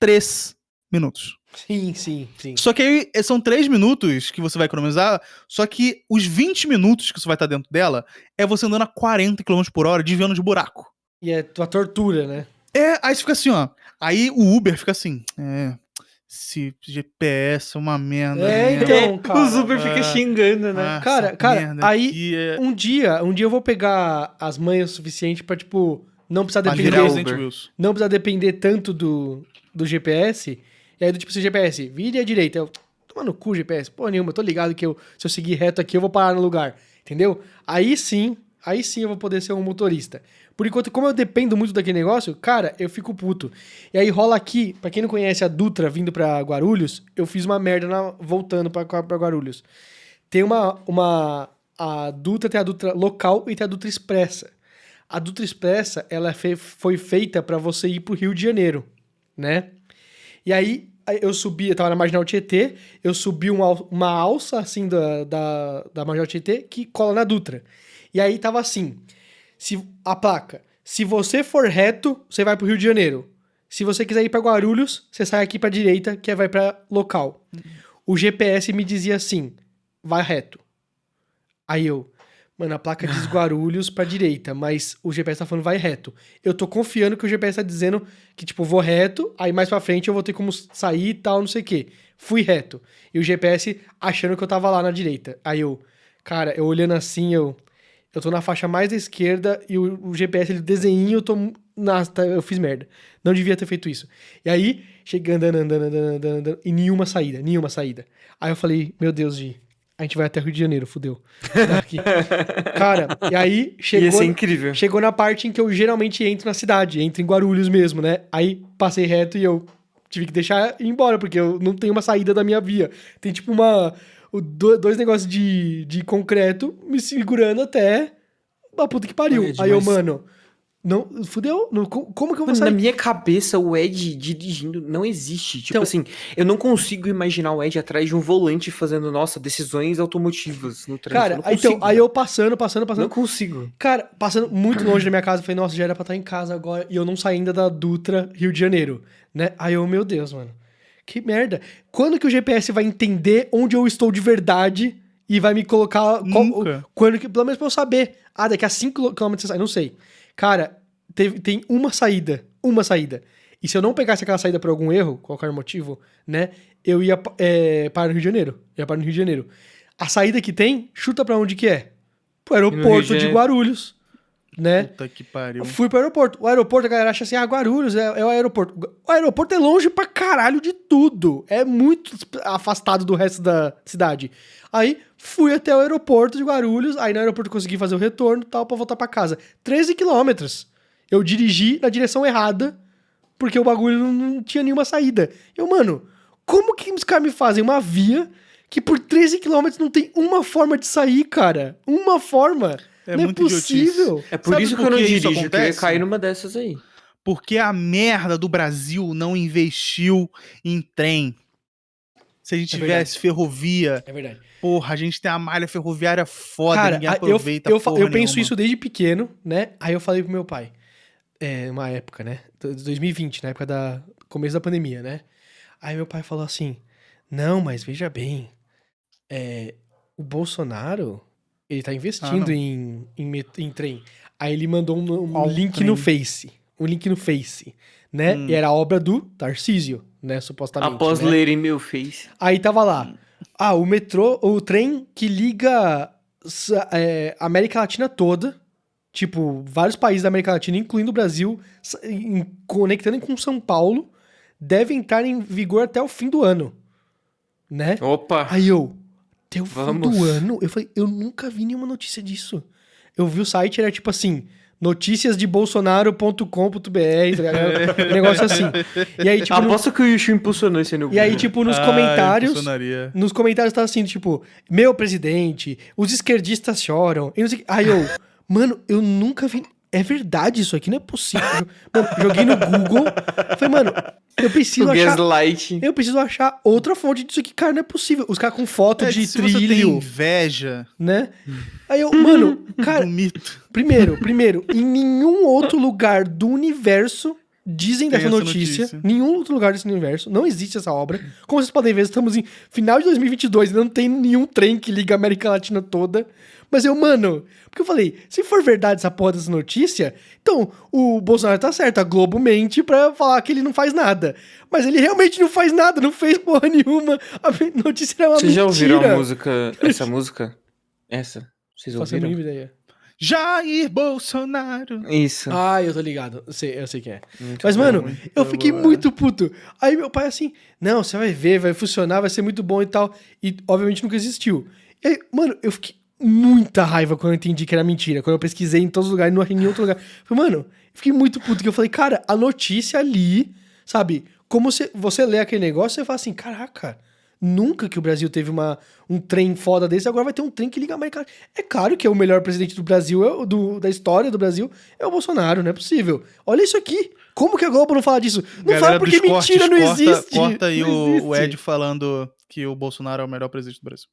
Speaker 3: três minutos.
Speaker 1: Sim, sim, sim.
Speaker 3: Só que aí eh, são 3 minutos que você vai economizar, só que os 20 minutos que você vai estar dentro dela é você andando a 40 km por hora desviando de buraco.
Speaker 1: E é tua tortura, né?
Speaker 3: É, aí você fica assim, ó. Aí o Uber fica assim, é. Esse GPS é uma merda.
Speaker 1: É,
Speaker 3: né?
Speaker 1: então,
Speaker 2: É,
Speaker 1: cara,
Speaker 2: o Zuber
Speaker 3: é.
Speaker 2: fica xingando, né?
Speaker 3: Ah, essa
Speaker 1: Cara, cara,
Speaker 3: merda
Speaker 1: aí-
Speaker 3: aqui é-
Speaker 1: Um dia, um dia eu vou pegar as manhas o suficiente pra, tipo, não precisar
Speaker 3: Pra
Speaker 2: Mas
Speaker 1: depender,
Speaker 3: virar
Speaker 2: virar
Speaker 3: Resident
Speaker 2: Uber.
Speaker 3: Wilson.
Speaker 1: não precisar depender tanto do, do GPS. E aí do tipo assim, GPS, vire à direita. Eu, toma no cu, GPS. Pô, nenhuma, eu tô ligado que eu, se eu seguir reto aqui, eu vou parar no lugar. Entendeu? Aí sim, aí sim eu vou poder ser um motorista. Por enquanto, como eu dependo muito daquele negócio, cara, eu fico puto. E aí rola aqui, pra quem não conhece a Dutra vindo pra Guarulhos, eu fiz uma merda na- voltando pra, pra Guarulhos. Tem uma, uma. A Dutra tem a Dutra local e tem a Dutra Expressa. A Dutra Expressa, ela é fe- foi feita pra você ir pro Rio de Janeiro, né? E aí aí eu subi, eu tava na Marginal Tietê, eu subi uma, al- uma alça assim da, da, da Marginal Tietê que cola na Dutra. E aí tava assim: se, a placa. Se você for reto, você vai pro Rio de Janeiro. Se você quiser ir pra Guarulhos, você sai aqui pra direita, que é, vai pra local. O GPS me dizia assim: vai reto. Aí eu, mano, a placa diz Guarulhos pra direita, mas o GPS tá falando vai reto. Eu tô confiando que o GPS tá dizendo que, tipo, vou reto, aí mais pra frente eu vou ter como sair e tal, não sei o quê. Fui reto. E o GPS achando que eu tava lá na direita. Aí eu, cara, eu olhando assim, eu. Eu tô na faixa mais da esquerda e o, o GPS, ele desenhinho, eu tô. Na, tá, eu fiz merda. Não devia ter feito isso. E aí, cheguei andando, andando, andando, andando, andando, e nenhuma saída, nenhuma saída. Aí eu falei, meu Deus, Gi, a gente vai até Rio de Janeiro, fudeu. Tá Aqui. Cara, e aí
Speaker 2: Ia
Speaker 1: chegou.
Speaker 2: ser incrível.
Speaker 1: Chegou na parte em que eu geralmente entro na cidade, entro em Guarulhos mesmo, né? Aí passei reto e eu tive que deixar ir embora, porque eu não tenho uma saída da minha via. Tem tipo uma. o- do- Dois negócios de, de concreto me segurando até. A puta que pariu.
Speaker 4: Olha, é
Speaker 1: Aí eu,
Speaker 4: demais.
Speaker 1: mano. Não, fudeu? Não, co- como que eu vou
Speaker 2: Mano, na
Speaker 1: sair?
Speaker 2: minha cabeça, o Ed dirigindo não existe. Tipo
Speaker 1: Então-
Speaker 2: assim, eu não consigo imaginar o Ed atrás de um volante fazendo, nossa, decisões automotivas no trânsito.
Speaker 1: Cara,
Speaker 2: não
Speaker 1: aí, então,
Speaker 2: consigo.
Speaker 1: aí eu passando, passando, passando.
Speaker 2: Não consigo.
Speaker 1: Cara, passando muito longe da minha casa, eu falei, nossa, já era pra estar em casa agora. E eu não saí ainda da Dutra, Rio de Janeiro, né? Aí eu, meu Deus, mano. Que merda. Quando que o GPS vai entender onde eu estou de verdade e e vai me colocar qual-
Speaker 3: Nunca.
Speaker 1: quando que, pelo menos pra eu saber. Ah, daqui a 5 km você sai, não sei. Cara, teve- tem uma saída, uma saída. E se eu não pegasse aquela saída por algum erro, qualquer motivo, né, eu ia é, para o Rio de Janeiro. Ia para o Rio de Janeiro. A saída que tem, chuta pra onde que é? Pro
Speaker 2: Rio de
Speaker 1: aeroporto de
Speaker 2: Janeiro-
Speaker 1: Guarulhos, né?
Speaker 3: Puta que pariu.
Speaker 1: Eu fui pro aeroporto. O aeroporto, a galera acha assim, ah, Guarulhos é, é o aeroporto. O aeroporto é longe pra caralho de tudo. É muito afastado do resto da cidade. Aí fui até o aeroporto de Guarulhos, aí no aeroporto consegui fazer o retorno e tal pra voltar pra casa. 13 quilômetros. Eu dirigi na direção errada, porque o bagulho não, não tinha nenhuma saída. Eu, mano, como que os caras me fazem uma via que por 13 quilômetros não tem uma forma de sair, cara? Uma forma?
Speaker 3: É
Speaker 1: não
Speaker 3: muito
Speaker 1: é
Speaker 3: idiotice.
Speaker 1: possível.
Speaker 2: É por
Speaker 3: Sabe
Speaker 2: isso que
Speaker 3: por
Speaker 2: eu não
Speaker 3: que isso
Speaker 2: dirijo, que eu ia
Speaker 3: acontece?
Speaker 2: cair numa dessas aí.
Speaker 3: Porque a merda do Brasil não investiu em trem. Se a gente
Speaker 1: É verdade.
Speaker 3: tivesse ferrovia,
Speaker 1: É verdade.
Speaker 3: porra, a gente tem a malha ferroviária foda,
Speaker 1: Cara,
Speaker 3: ninguém
Speaker 1: a-
Speaker 3: aproveita
Speaker 1: eu, eu, fa-
Speaker 3: porra
Speaker 1: eu penso
Speaker 3: nenhuma.
Speaker 1: isso desde pequeno, né? Aí eu falei pro meu pai, é, uma época, né? Do- de 2020, na época da começo da pandemia, né? Aí meu pai falou assim: "Não, mas veja bem, é, o Bolsonaro, ele tá investindo
Speaker 3: Ah, não.
Speaker 1: em, em, met- em trem. Aí ele mandou um, um
Speaker 3: Ó, o
Speaker 1: link
Speaker 3: trem.
Speaker 1: no Face, um link no Face, né?
Speaker 3: Hum.
Speaker 1: E era a obra do Tarcísio, né, supostamente.
Speaker 2: Após
Speaker 1: né?
Speaker 2: lerem meu face.
Speaker 1: Aí tava lá. Ah, o metrô, o trem que liga sa- é, a América Latina toda, tipo, vários países da América Latina, incluindo o Brasil, sa- em- conectando com São Paulo, deve entrar em vigor até o fim do ano. Né?
Speaker 2: Opa!
Speaker 1: Aí eu, até o fim do
Speaker 2: Vamos.
Speaker 1: ano? Eu falei, eu nunca vi nenhuma notícia disso. Eu vi o site, era tipo assim, noticiasdebolsonaro.com.br, tá ligado? um negócio assim. E aí, tipo, no-
Speaker 2: Aposto que o Yushu impulsionou esse no
Speaker 1: e aí, tipo, nos
Speaker 3: Ah,
Speaker 1: comentários,
Speaker 3: impulsionaria.
Speaker 1: nos comentários tava assim, tipo, meu presidente, os esquerdistas choram. E não sei o que. Aí eu, mano, eu nunca vi. É verdade isso aqui, não é possível. Mano, joguei no Google. Falei, mano, eu preciso
Speaker 2: o
Speaker 1: achar. é
Speaker 2: Gaslight.
Speaker 1: Eu preciso achar outra fonte disso aqui, cara, não é possível. Os caras com foto
Speaker 3: É,
Speaker 1: de
Speaker 3: se você tem
Speaker 1: trilho,
Speaker 3: inveja
Speaker 1: né? Aí eu, mano, cara,
Speaker 3: do mito,
Speaker 1: Primeiro, primeiro, em nenhum outro lugar do universo dizem
Speaker 3: Tem
Speaker 1: dessa
Speaker 3: essa
Speaker 1: notícia.
Speaker 3: notícia.
Speaker 1: Nenhum outro lugar desse universo. Não existe essa obra. Como vocês podem ver, estamos em final de 2022. Ainda não tem nenhum trem que liga a América Latina toda. Mas eu, mano... Porque eu falei, se for verdade essa porra dessa notícia, então o Bolsonaro tá certo. A Globo mente pra falar que ele não faz nada. Mas ele realmente não faz nada. Não fez porra nenhuma. A notícia era uma
Speaker 2: Vocês já
Speaker 1: mentira.
Speaker 2: ouviram a música? Essa música? Essa? Vocês
Speaker 1: Faço a
Speaker 2: ouviram?
Speaker 1: mínima ideia.
Speaker 3: Jair Bolsonaro.
Speaker 2: Isso. Hum,
Speaker 1: Ah, eu tô ligado. Eu sei, eu sei quem é.
Speaker 2: Muito
Speaker 1: Mas,
Speaker 2: bom.
Speaker 1: mano, eu fiquei
Speaker 3: boa.
Speaker 1: muito puto. Aí meu pai assim, não, você vai ver, vai funcionar, vai ser muito bom e tal. E obviamente nunca existiu. E aí, mano, eu fiquei muita raiva quando eu entendi que era mentira. Quando eu pesquisei em todos os lugares, não achei em nenhum outro lugar. Eu Falei, mano, eu fiquei muito puto. Que eu falei, cara, a notícia ali, sabe? Como você, você lê aquele negócio, você fala assim, caraca, nunca que o Brasil teve uma, um trem foda desse, agora vai ter um trem que liga a América Latina. É claro que é o melhor presidente do Brasil, é o- do, da história do Brasil, é o Bolsonaro, não é possível. Olha isso aqui. Como que a Globo não fala disso? Não fala porque mentira não
Speaker 3: corta,
Speaker 1: existe.
Speaker 3: Corta aí
Speaker 1: não
Speaker 3: o, o
Speaker 1: existe.
Speaker 3: Ed falando que o Bolsonaro é o melhor presidente do Brasil.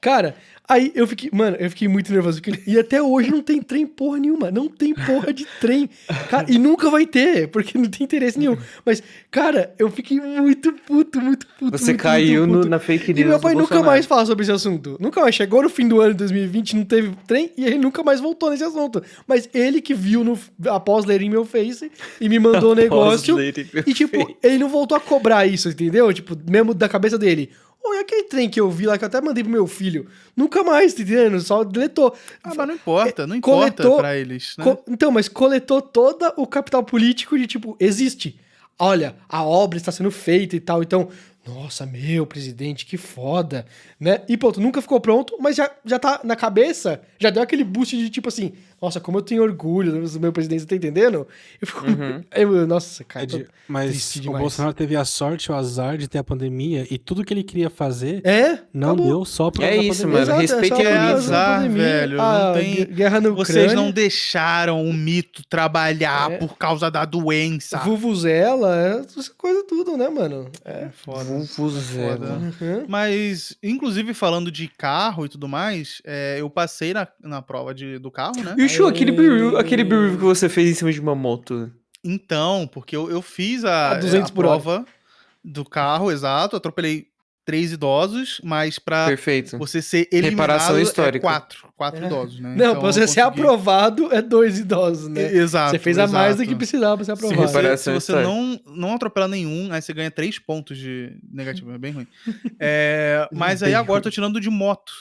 Speaker 1: Cara, aí eu fiquei, mano, eu fiquei muito nervoso. porque- e até hoje não tem trem porra nenhuma. Não tem porra de trem. Cara, e nunca vai ter, porque não tem interesse nenhum. Mas, cara, eu fiquei muito puto, muito puto.
Speaker 2: Você
Speaker 1: muito,
Speaker 2: caiu
Speaker 1: muito
Speaker 2: no-
Speaker 1: puto.
Speaker 2: na fake news.
Speaker 1: E meu
Speaker 2: do
Speaker 1: pai nunca
Speaker 2: Bolsonaro.
Speaker 1: mais fala sobre esse assunto. Nunca mais. Chegou no fim do ano de 2020, não teve trem e ele nunca mais voltou nesse assunto. Mas ele que viu no, após ler em meu face e me mandou o negócio.
Speaker 2: Pós-ler.
Speaker 1: E, tipo, ele não voltou a cobrar isso, entendeu? Tipo, mesmo da cabeça dele. Ou é aquele trem que eu vi lá que eu até mandei pro meu filho. Nunca mais, tá entendendo? Só deletou.
Speaker 3: Ah, mas não importa, não importa
Speaker 1: Coletou-
Speaker 3: pra eles, né?
Speaker 1: Co- Então, mas coletou todo o capital político de tipo, existe. Olha, a obra está sendo feita e tal. Então, nossa, meu presidente, que foda, né? E pronto, nunca ficou pronto, mas já, já tá na cabeça, já deu aquele boost de tipo assim, nossa, como eu tenho orgulho do meu presidente, você tá entendendo? Eu fico.
Speaker 2: Uhum.
Speaker 1: Eu- nossa,
Speaker 3: É
Speaker 1: cara.
Speaker 4: É de-
Speaker 1: tô-
Speaker 4: Mas
Speaker 1: triste
Speaker 4: o
Speaker 1: demais.
Speaker 4: Bolsonaro teve a sorte, o azar de ter a pandemia e tudo que ele queria fazer
Speaker 1: É?
Speaker 4: não
Speaker 1: acabou.
Speaker 4: deu só pra
Speaker 2: É isso, mano.
Speaker 1: Exato,
Speaker 2: Respeite
Speaker 1: só
Speaker 2: a
Speaker 1: por
Speaker 2: elite.
Speaker 1: causa da
Speaker 3: Azar,
Speaker 1: pandemia,
Speaker 3: velho, não
Speaker 1: a
Speaker 3: tem-
Speaker 1: gue- Guerra na Ucrânia.
Speaker 3: Vocês não deixaram o mito trabalhar
Speaker 1: É.
Speaker 3: por causa da doença.
Speaker 1: Vuvuzela, é essa coisa tudo, né, mano? É.
Speaker 3: Foda. Tá.
Speaker 2: Vuvuzela.
Speaker 1: Uhum.
Speaker 3: Mas, inclusive, falando de carro e tudo mais, é, eu passei na, na prova de, do carro, né?
Speaker 2: E o show, aquele
Speaker 1: Aê.
Speaker 2: biru, aquele biru que você fez em cima de uma moto.
Speaker 3: Então, porque eu, eu fiz a,
Speaker 1: A 200
Speaker 3: a
Speaker 1: por hora.
Speaker 3: prova do carro, exato, atropelei três idosos, mas
Speaker 2: Ah,
Speaker 3: pra
Speaker 2: Perfeito.
Speaker 3: você ser eliminado
Speaker 2: Reparação
Speaker 3: é
Speaker 2: histórica.
Speaker 3: quatro. Quatro
Speaker 1: É.
Speaker 3: idosos, né?
Speaker 1: Não,
Speaker 3: Então,
Speaker 1: pra você
Speaker 3: eu
Speaker 1: ser
Speaker 3: consegui-
Speaker 1: aprovado é dois idosos, né?
Speaker 3: E- Exato.
Speaker 1: você fez a mais do
Speaker 3: exato.
Speaker 1: que precisava pra ser
Speaker 3: Se
Speaker 1: aprovado.
Speaker 3: você, se
Speaker 2: Reparação
Speaker 3: você
Speaker 2: histórica.
Speaker 3: não, não atropelar nenhum, aí você ganha três pontos de negativo. É bem ruim. É, mas aí
Speaker 2: Bem
Speaker 3: agora eu
Speaker 2: ruim.
Speaker 3: tô tirando de moto.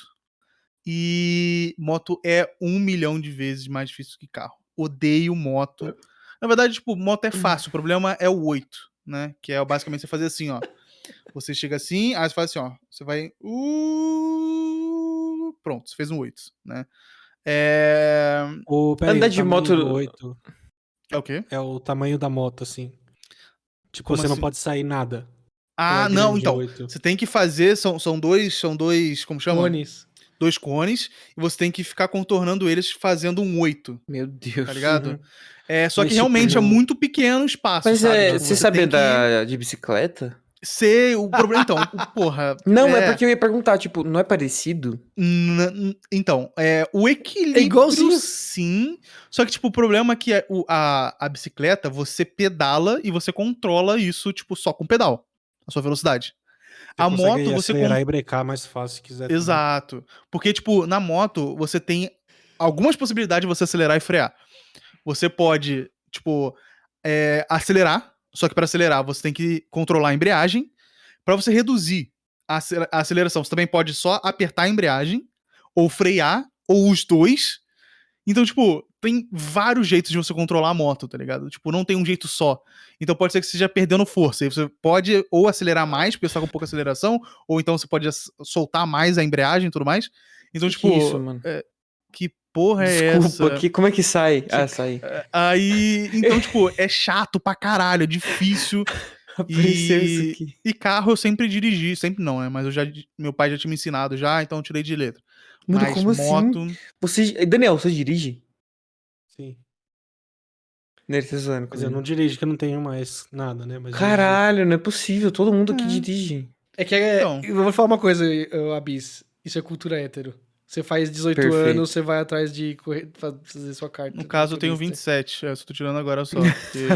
Speaker 3: E moto é um milhão de vezes mais difícil que carro. Odeio moto. Na verdade, tipo, moto
Speaker 4: Hum.
Speaker 3: é fácil. O problema é o 8, né? Que é basicamente você fazer assim, ó. Você chega assim, aí você faz assim, ó. Você vai. Uh, pronto, você fez um 8, né? É.
Speaker 4: O, peraí,
Speaker 2: Andar
Speaker 4: o
Speaker 2: de
Speaker 4: tamanho
Speaker 2: moto-
Speaker 4: do oito
Speaker 3: É o quê?
Speaker 4: é o tamanho da moto, assim. Tipo,
Speaker 3: Como
Speaker 4: você não
Speaker 3: assim?
Speaker 4: pode sair nada.
Speaker 3: Ah,
Speaker 4: Ela é
Speaker 3: não,
Speaker 4: grande,
Speaker 3: então.
Speaker 4: oito.
Speaker 3: Você tem que fazer, são, são dois, são dois, como chama?
Speaker 1: Cones.
Speaker 3: Dois cones, e você tem que ficar contornando eles fazendo um oito,
Speaker 2: Meu Deus.
Speaker 3: tá ligado?
Speaker 4: Uhum.
Speaker 3: É, só
Speaker 4: Mas,
Speaker 3: que
Speaker 4: tipo,
Speaker 3: realmente é
Speaker 4: não-
Speaker 3: muito pequeno o espaço,
Speaker 2: Mas
Speaker 3: sabe?
Speaker 2: é,
Speaker 3: Tipo,
Speaker 2: você
Speaker 3: tem
Speaker 2: saber
Speaker 3: que
Speaker 2: da, de bicicleta?
Speaker 3: Ser o problema, então, o- porra...
Speaker 2: Não, é. porque eu ia perguntar, tipo, não é parecido?
Speaker 3: n- n- Então, é, o equilíbrio
Speaker 1: igualzinho.
Speaker 3: sim, só que, tipo, o problema é que é o- a, a bicicleta, você pedala e você controla isso, tipo, só com o pedal, a sua velocidade.
Speaker 4: Você
Speaker 3: a
Speaker 4: consegue
Speaker 3: moto, você
Speaker 4: acelerar e brecar mais fácil se quiser. também.
Speaker 3: Exato. Porque, tipo, na moto, você tem algumas possibilidades de você acelerar e frear. Você pode, tipo, é, acelerar, só que para acelerar você tem que controlar a embreagem. Para você reduzir a acel- a aceleração, você também pode só apertar a embreagem, ou frear, ou os dois. Então, tipo, tem vários jeitos de você controlar a moto, tá ligado? Tipo, não tem um jeito só. Então pode ser que você esteja perdendo força. E você pode ou acelerar mais, porque você tá com pouca aceleração, ou então você pode ac- soltar mais a embreagem e tudo mais. Então,
Speaker 2: Que
Speaker 3: tipo,
Speaker 2: que é isso, mano?
Speaker 3: que porra é
Speaker 2: Desculpa,
Speaker 3: essa?
Speaker 2: que, como é que sai? Ah, sai.
Speaker 3: Aí, então, tipo, é chato pra caralho, é difícil.
Speaker 2: Apareceu
Speaker 3: e-
Speaker 2: isso aqui.
Speaker 3: E carro eu sempre dirigi, sempre não, né? Mas eu já, meu pai já tinha me ensinado já, então eu tirei de letra.
Speaker 2: Mano,
Speaker 3: Mas
Speaker 2: como assim?
Speaker 3: moto,
Speaker 2: Você, Daniel, você dirige?
Speaker 4: Sim.
Speaker 2: Né, você tá zoando
Speaker 4: Quer dizer, eu
Speaker 2: comigo.
Speaker 4: não dirijo, que eu não tenho mais nada, né? Mas eu
Speaker 2: Caralho, não é possível. Todo mundo aqui
Speaker 3: É.
Speaker 2: dirige.
Speaker 1: É que é,
Speaker 3: Então.
Speaker 1: eu vou falar uma coisa, ô, Abis. Isso é cultura hétero. Você faz 18
Speaker 2: Perfeito.
Speaker 1: anos, você vai atrás de correr, fa- fazer sua carta.
Speaker 3: no caso, eu tenho
Speaker 1: motorista.
Speaker 3: 27. É, Eu só tô tirando agora só. porque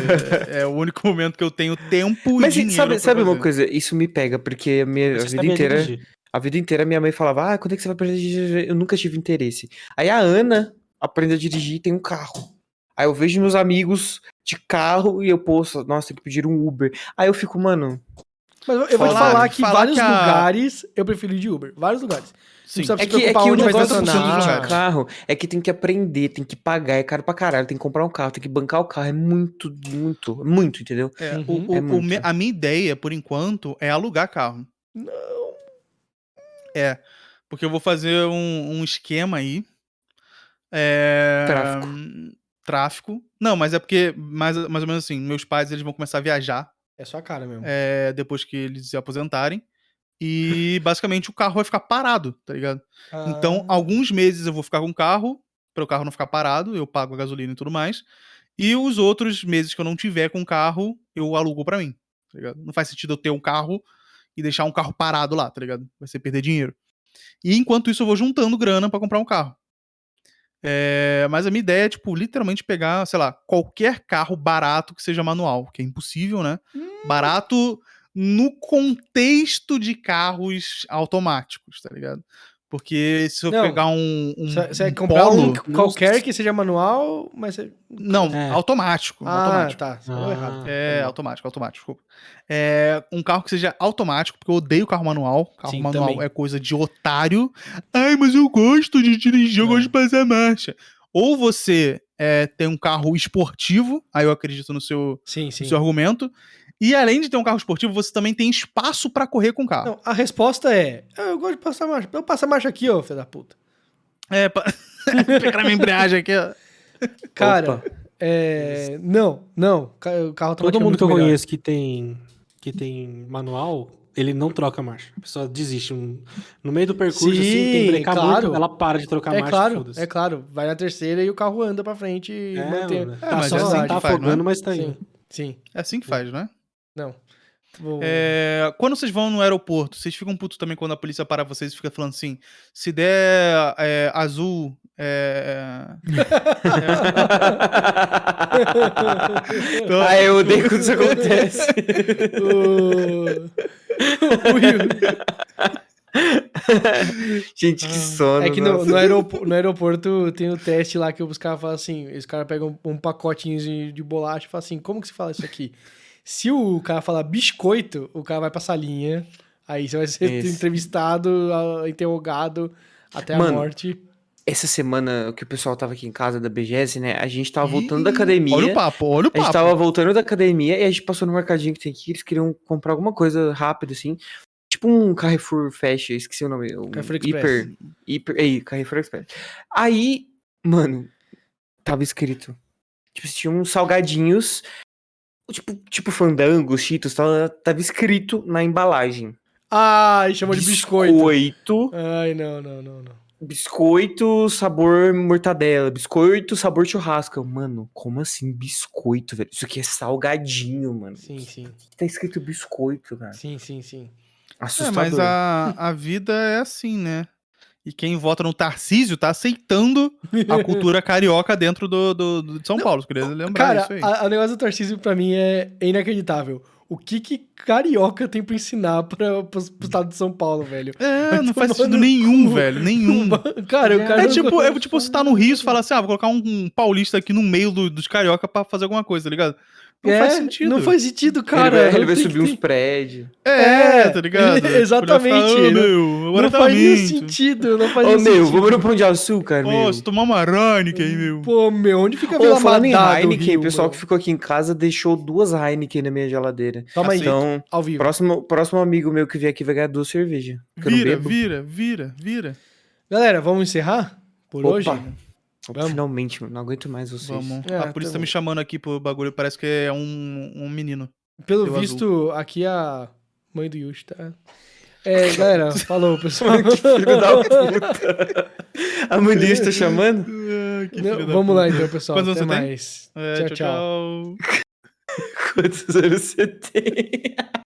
Speaker 3: é o único momento que eu tenho tempo
Speaker 2: Mas
Speaker 3: e
Speaker 2: e
Speaker 3: dinheiro.
Speaker 2: sabe,
Speaker 3: pra
Speaker 2: sabe uma
Speaker 3: fazer.
Speaker 2: coisa? Isso me pega, porque a minha a
Speaker 4: Você
Speaker 2: vida
Speaker 4: sabia
Speaker 2: inteira.
Speaker 4: dirigir.
Speaker 2: A vida inteira minha mãe falava, ah, quando é que você vai aprender a dirigir? Eu nunca tive interesse. Aí a Ana aprende a dirigir e tem um carro. Aí eu vejo meus amigos de carro e eu, posto, nossa, tem que pedir um Uber. Aí eu fico, mano,
Speaker 1: Mas eu vou te
Speaker 2: Falar-
Speaker 1: falar que
Speaker 3: falar
Speaker 1: vários
Speaker 3: que a-
Speaker 1: lugares eu prefiro ir de Uber. Vários lugares.
Speaker 3: Sim.
Speaker 1: sabe-
Speaker 2: é
Speaker 1: se
Speaker 2: que, é
Speaker 1: preocupar
Speaker 2: que o
Speaker 1: onde vai
Speaker 2: negócio do
Speaker 1: estacionar. né?
Speaker 2: consumidor de carro é que tem que aprender, tem que pagar, é caro pra caralho, tem que comprar um carro, tem que bancar o carro, é muito, muito, muito, entendeu?
Speaker 3: É,
Speaker 1: Uhum.
Speaker 3: o- o-
Speaker 2: É
Speaker 3: o
Speaker 2: muito.
Speaker 3: me- a minha ideia, por enquanto, é alugar carro.
Speaker 1: Não.
Speaker 3: É. Porque eu vou fazer um, um esquema aí. É,
Speaker 2: Tráfico.
Speaker 3: hum, Tráfico. Não, mas é porque, mais, mais ou menos assim, meus pais eles vão começar a viajar
Speaker 1: É sua cara mesmo.
Speaker 3: é, depois que eles se aposentarem. E basicamente o carro vai ficar parado, tá ligado?
Speaker 1: Ah,
Speaker 3: Então, alguns meses eu vou ficar com o carro, para o carro não ficar parado, eu pago a gasolina e tudo mais. E os outros meses que eu não tiver com o carro, eu alugo para mim, tá ligado? Não faz sentido eu ter um carro e deixar um carro parado lá, tá ligado? Vai ser perder dinheiro. E enquanto isso eu vou juntando grana para comprar um carro. É, mas a minha ideia é, tipo, literalmente pegar, sei lá, qualquer carro barato que seja manual, que é impossível, né?
Speaker 1: Hum.
Speaker 3: Barato no contexto de carros automáticos, tá ligado? Porque se eu
Speaker 1: Não.
Speaker 3: pegar um, um,
Speaker 1: Você você
Speaker 3: um
Speaker 1: vai comprar um
Speaker 3: Polo-
Speaker 1: qualquer que seja manual, mas você.
Speaker 3: Não,
Speaker 4: É.
Speaker 3: automático.
Speaker 1: Ah,
Speaker 3: automático.
Speaker 1: tá. Você falou
Speaker 4: Ah.
Speaker 1: errado.
Speaker 3: É, automático, automático. desculpa. É, um carro que seja automático, porque eu odeio carro manual. Carro
Speaker 1: Sim,
Speaker 3: manual
Speaker 1: também.
Speaker 3: é coisa de otário. Ai, mas eu gosto de dirigir, eu
Speaker 1: É.
Speaker 3: gosto de passar marcha. Ou você é, tem um carro esportivo, aí eu acredito no seu,
Speaker 1: Sim,
Speaker 3: no
Speaker 1: sim.
Speaker 3: seu argumento. E além de ter um carro esportivo, você também tem espaço pra correr com o carro.
Speaker 1: Não, a resposta é: ah, eu gosto de passar marcha. Eu passo a marcha aqui, ô, filho da puta.
Speaker 3: É, pra... pegar minha embreagem aqui, ó.
Speaker 1: Cara,
Speaker 2: Opa.
Speaker 1: é. Não, não. ca- O carro
Speaker 4: Todo
Speaker 1: automático é
Speaker 4: mundo
Speaker 1: muito
Speaker 4: que eu
Speaker 1: melhor.
Speaker 4: conheço que tem, que tem manual, ele não troca a marcha. A pessoa desiste. Um- No meio do percurso, assim, tem
Speaker 1: Sim,
Speaker 4: que brecar
Speaker 1: claro.
Speaker 4: muito, ela para de trocar a
Speaker 1: É
Speaker 4: marcha.
Speaker 1: claro,
Speaker 4: foda-se.
Speaker 1: é claro. Vai na terceira e o carro anda pra frente e
Speaker 4: É,
Speaker 1: mantém.
Speaker 4: mano,
Speaker 3: É,
Speaker 4: tá
Speaker 3: mas
Speaker 4: só
Speaker 1: é assim que
Speaker 4: tá
Speaker 3: faz, não é?
Speaker 4: afogando, mas tá
Speaker 1: Sim.
Speaker 4: indo.
Speaker 1: Sim.
Speaker 3: É assim que faz, né?
Speaker 1: Não. Vou-
Speaker 3: É, quando vocês vão no aeroporto, vocês ficam putos também quando a polícia para vocês e fica falando assim: se der é, azul. É...
Speaker 2: ah, eu odeio quando isso acontece.
Speaker 1: O- o Will.
Speaker 2: Gente, que sono.
Speaker 1: É que no,
Speaker 2: nossa.
Speaker 1: no, aeropo- no aeroporto tem o teste lá que os caras falam assim: os caras pegam um, um pacotinho de, de bolacha e falam assim: como que se fala isso aqui? Se o cara falar biscoito, o cara vai pra salinha. Aí você vai ser
Speaker 2: Isso.
Speaker 1: entrevistado, a- interrogado até a
Speaker 2: Mano,
Speaker 1: morte.
Speaker 2: Essa semana que o pessoal tava aqui em casa da BGS, né? A gente tava voltando da
Speaker 3: Ih,
Speaker 2: academia.
Speaker 3: Olha o papo, olha o
Speaker 2: A gente
Speaker 3: papo.
Speaker 2: tava voltando da academia e a gente passou no mercadinho que tem aqui. Eles queriam comprar alguma coisa rápida, assim. Tipo um Carrefour Fast, eu esqueci o nome. Um
Speaker 1: Carrefour Express.
Speaker 2: hiper, hiper, é, Carrefour Express. Aí, mano, tava escrito. Tipo, tinha uns salgadinhos, tipo, tipo fandango, cheetos, tava, tava escrito na embalagem.
Speaker 1: Ah, e chamou de biscoito.
Speaker 2: Biscoito,
Speaker 1: Ai, não, não, não, não.
Speaker 2: biscoito sabor mortadela, biscoito sabor churrasco. Eu, Mano, como assim biscoito, velho? Isso aqui é salgadinho, mano
Speaker 1: Sim, sim.
Speaker 2: tá escrito biscoito, cara.
Speaker 1: Sim, sim, sim.
Speaker 3: É,
Speaker 2: Assustador.
Speaker 3: mas a, a vida é assim, né? E quem vota no Tarcísio tá aceitando a cultura carioca dentro do, do- do- de São Paulo. Queria lembrar
Speaker 1: Cara,
Speaker 3: é isso aí.
Speaker 1: a- o negócio do Tarcísio pra mim é é inacreditável. O que que carioca tem pra ensinar pra, pro, pro estado de São Paulo, velho?
Speaker 3: É, não
Speaker 1: tomar
Speaker 3: faz
Speaker 1: no
Speaker 3: sentido
Speaker 1: cu.
Speaker 3: nenhum, velho. Nenhum.
Speaker 1: Cara, o
Speaker 2: É
Speaker 1: cara.
Speaker 3: É
Speaker 1: não-
Speaker 3: tipo, é tipo você tá no Rio e você fala assim: ah, vou colocar um, um paulista aqui no meio do- dos carioca pra fazer alguma coisa, tá ligado? Não
Speaker 1: É,
Speaker 3: faz sentido.
Speaker 1: Não faz sentido,
Speaker 2: Ele
Speaker 1: cara.
Speaker 2: vai- ele vai,
Speaker 1: não tem
Speaker 2: subir
Speaker 1: que
Speaker 2: uns
Speaker 1: ter-
Speaker 2: prédios.
Speaker 3: É,
Speaker 1: É,
Speaker 3: tá ligado? Tipo, ele vai
Speaker 1: exatamente,
Speaker 3: falar,
Speaker 1: não-
Speaker 3: "Ô, meu, tá
Speaker 1: Não faz nenhum
Speaker 3: apartamento.
Speaker 1: sentido, não
Speaker 2: Ô,
Speaker 1: faz nenhum
Speaker 2: meu,
Speaker 1: sentido.
Speaker 2: vamos no Pão de Açúcar, meu.
Speaker 3: Pô, se tomar uma Heineken aí, meu.
Speaker 1: Pô, meu, onde fica tá a
Speaker 2: Ô,
Speaker 1: Vila
Speaker 2: falando em
Speaker 1: Madá do
Speaker 2: Heineken,
Speaker 1: Rio,
Speaker 2: o pessoal
Speaker 1: mano?
Speaker 2: que ficou aqui em casa deixou duas Heineken na minha geladeira.
Speaker 1: Toma aí,
Speaker 2: Então,
Speaker 1: ao vivo.
Speaker 2: próximo, próximo amigo meu que vier aqui vai ganhar duas cervejas. que eu não
Speaker 3: Vira,
Speaker 2: bebo.
Speaker 3: vira, vira, vira.
Speaker 1: Galera, vamos encerrar por
Speaker 2: Opa.
Speaker 1: hoje?
Speaker 2: Opa, Finalmente, mano, não aguento mais vocês.
Speaker 3: Vamos.
Speaker 1: É,
Speaker 3: a polícia
Speaker 1: tá
Speaker 3: tá me
Speaker 1: bom.
Speaker 3: chamando aqui pro bagulho, parece que é um, um menino.
Speaker 1: Pelo
Speaker 3: Deu
Speaker 1: visto, aqui a mãe do Yush tá. É, galera, falou, pessoal.
Speaker 2: Filho da puta. A mãe dele está chamando?
Speaker 1: Ah, Não, vamos lá então, pessoal.
Speaker 3: Quantos anos
Speaker 1: Até
Speaker 3: você tem?
Speaker 1: mais. tchau,
Speaker 3: É,
Speaker 1: tchau.
Speaker 3: tchau, tchau.
Speaker 2: Quantos anos você tem?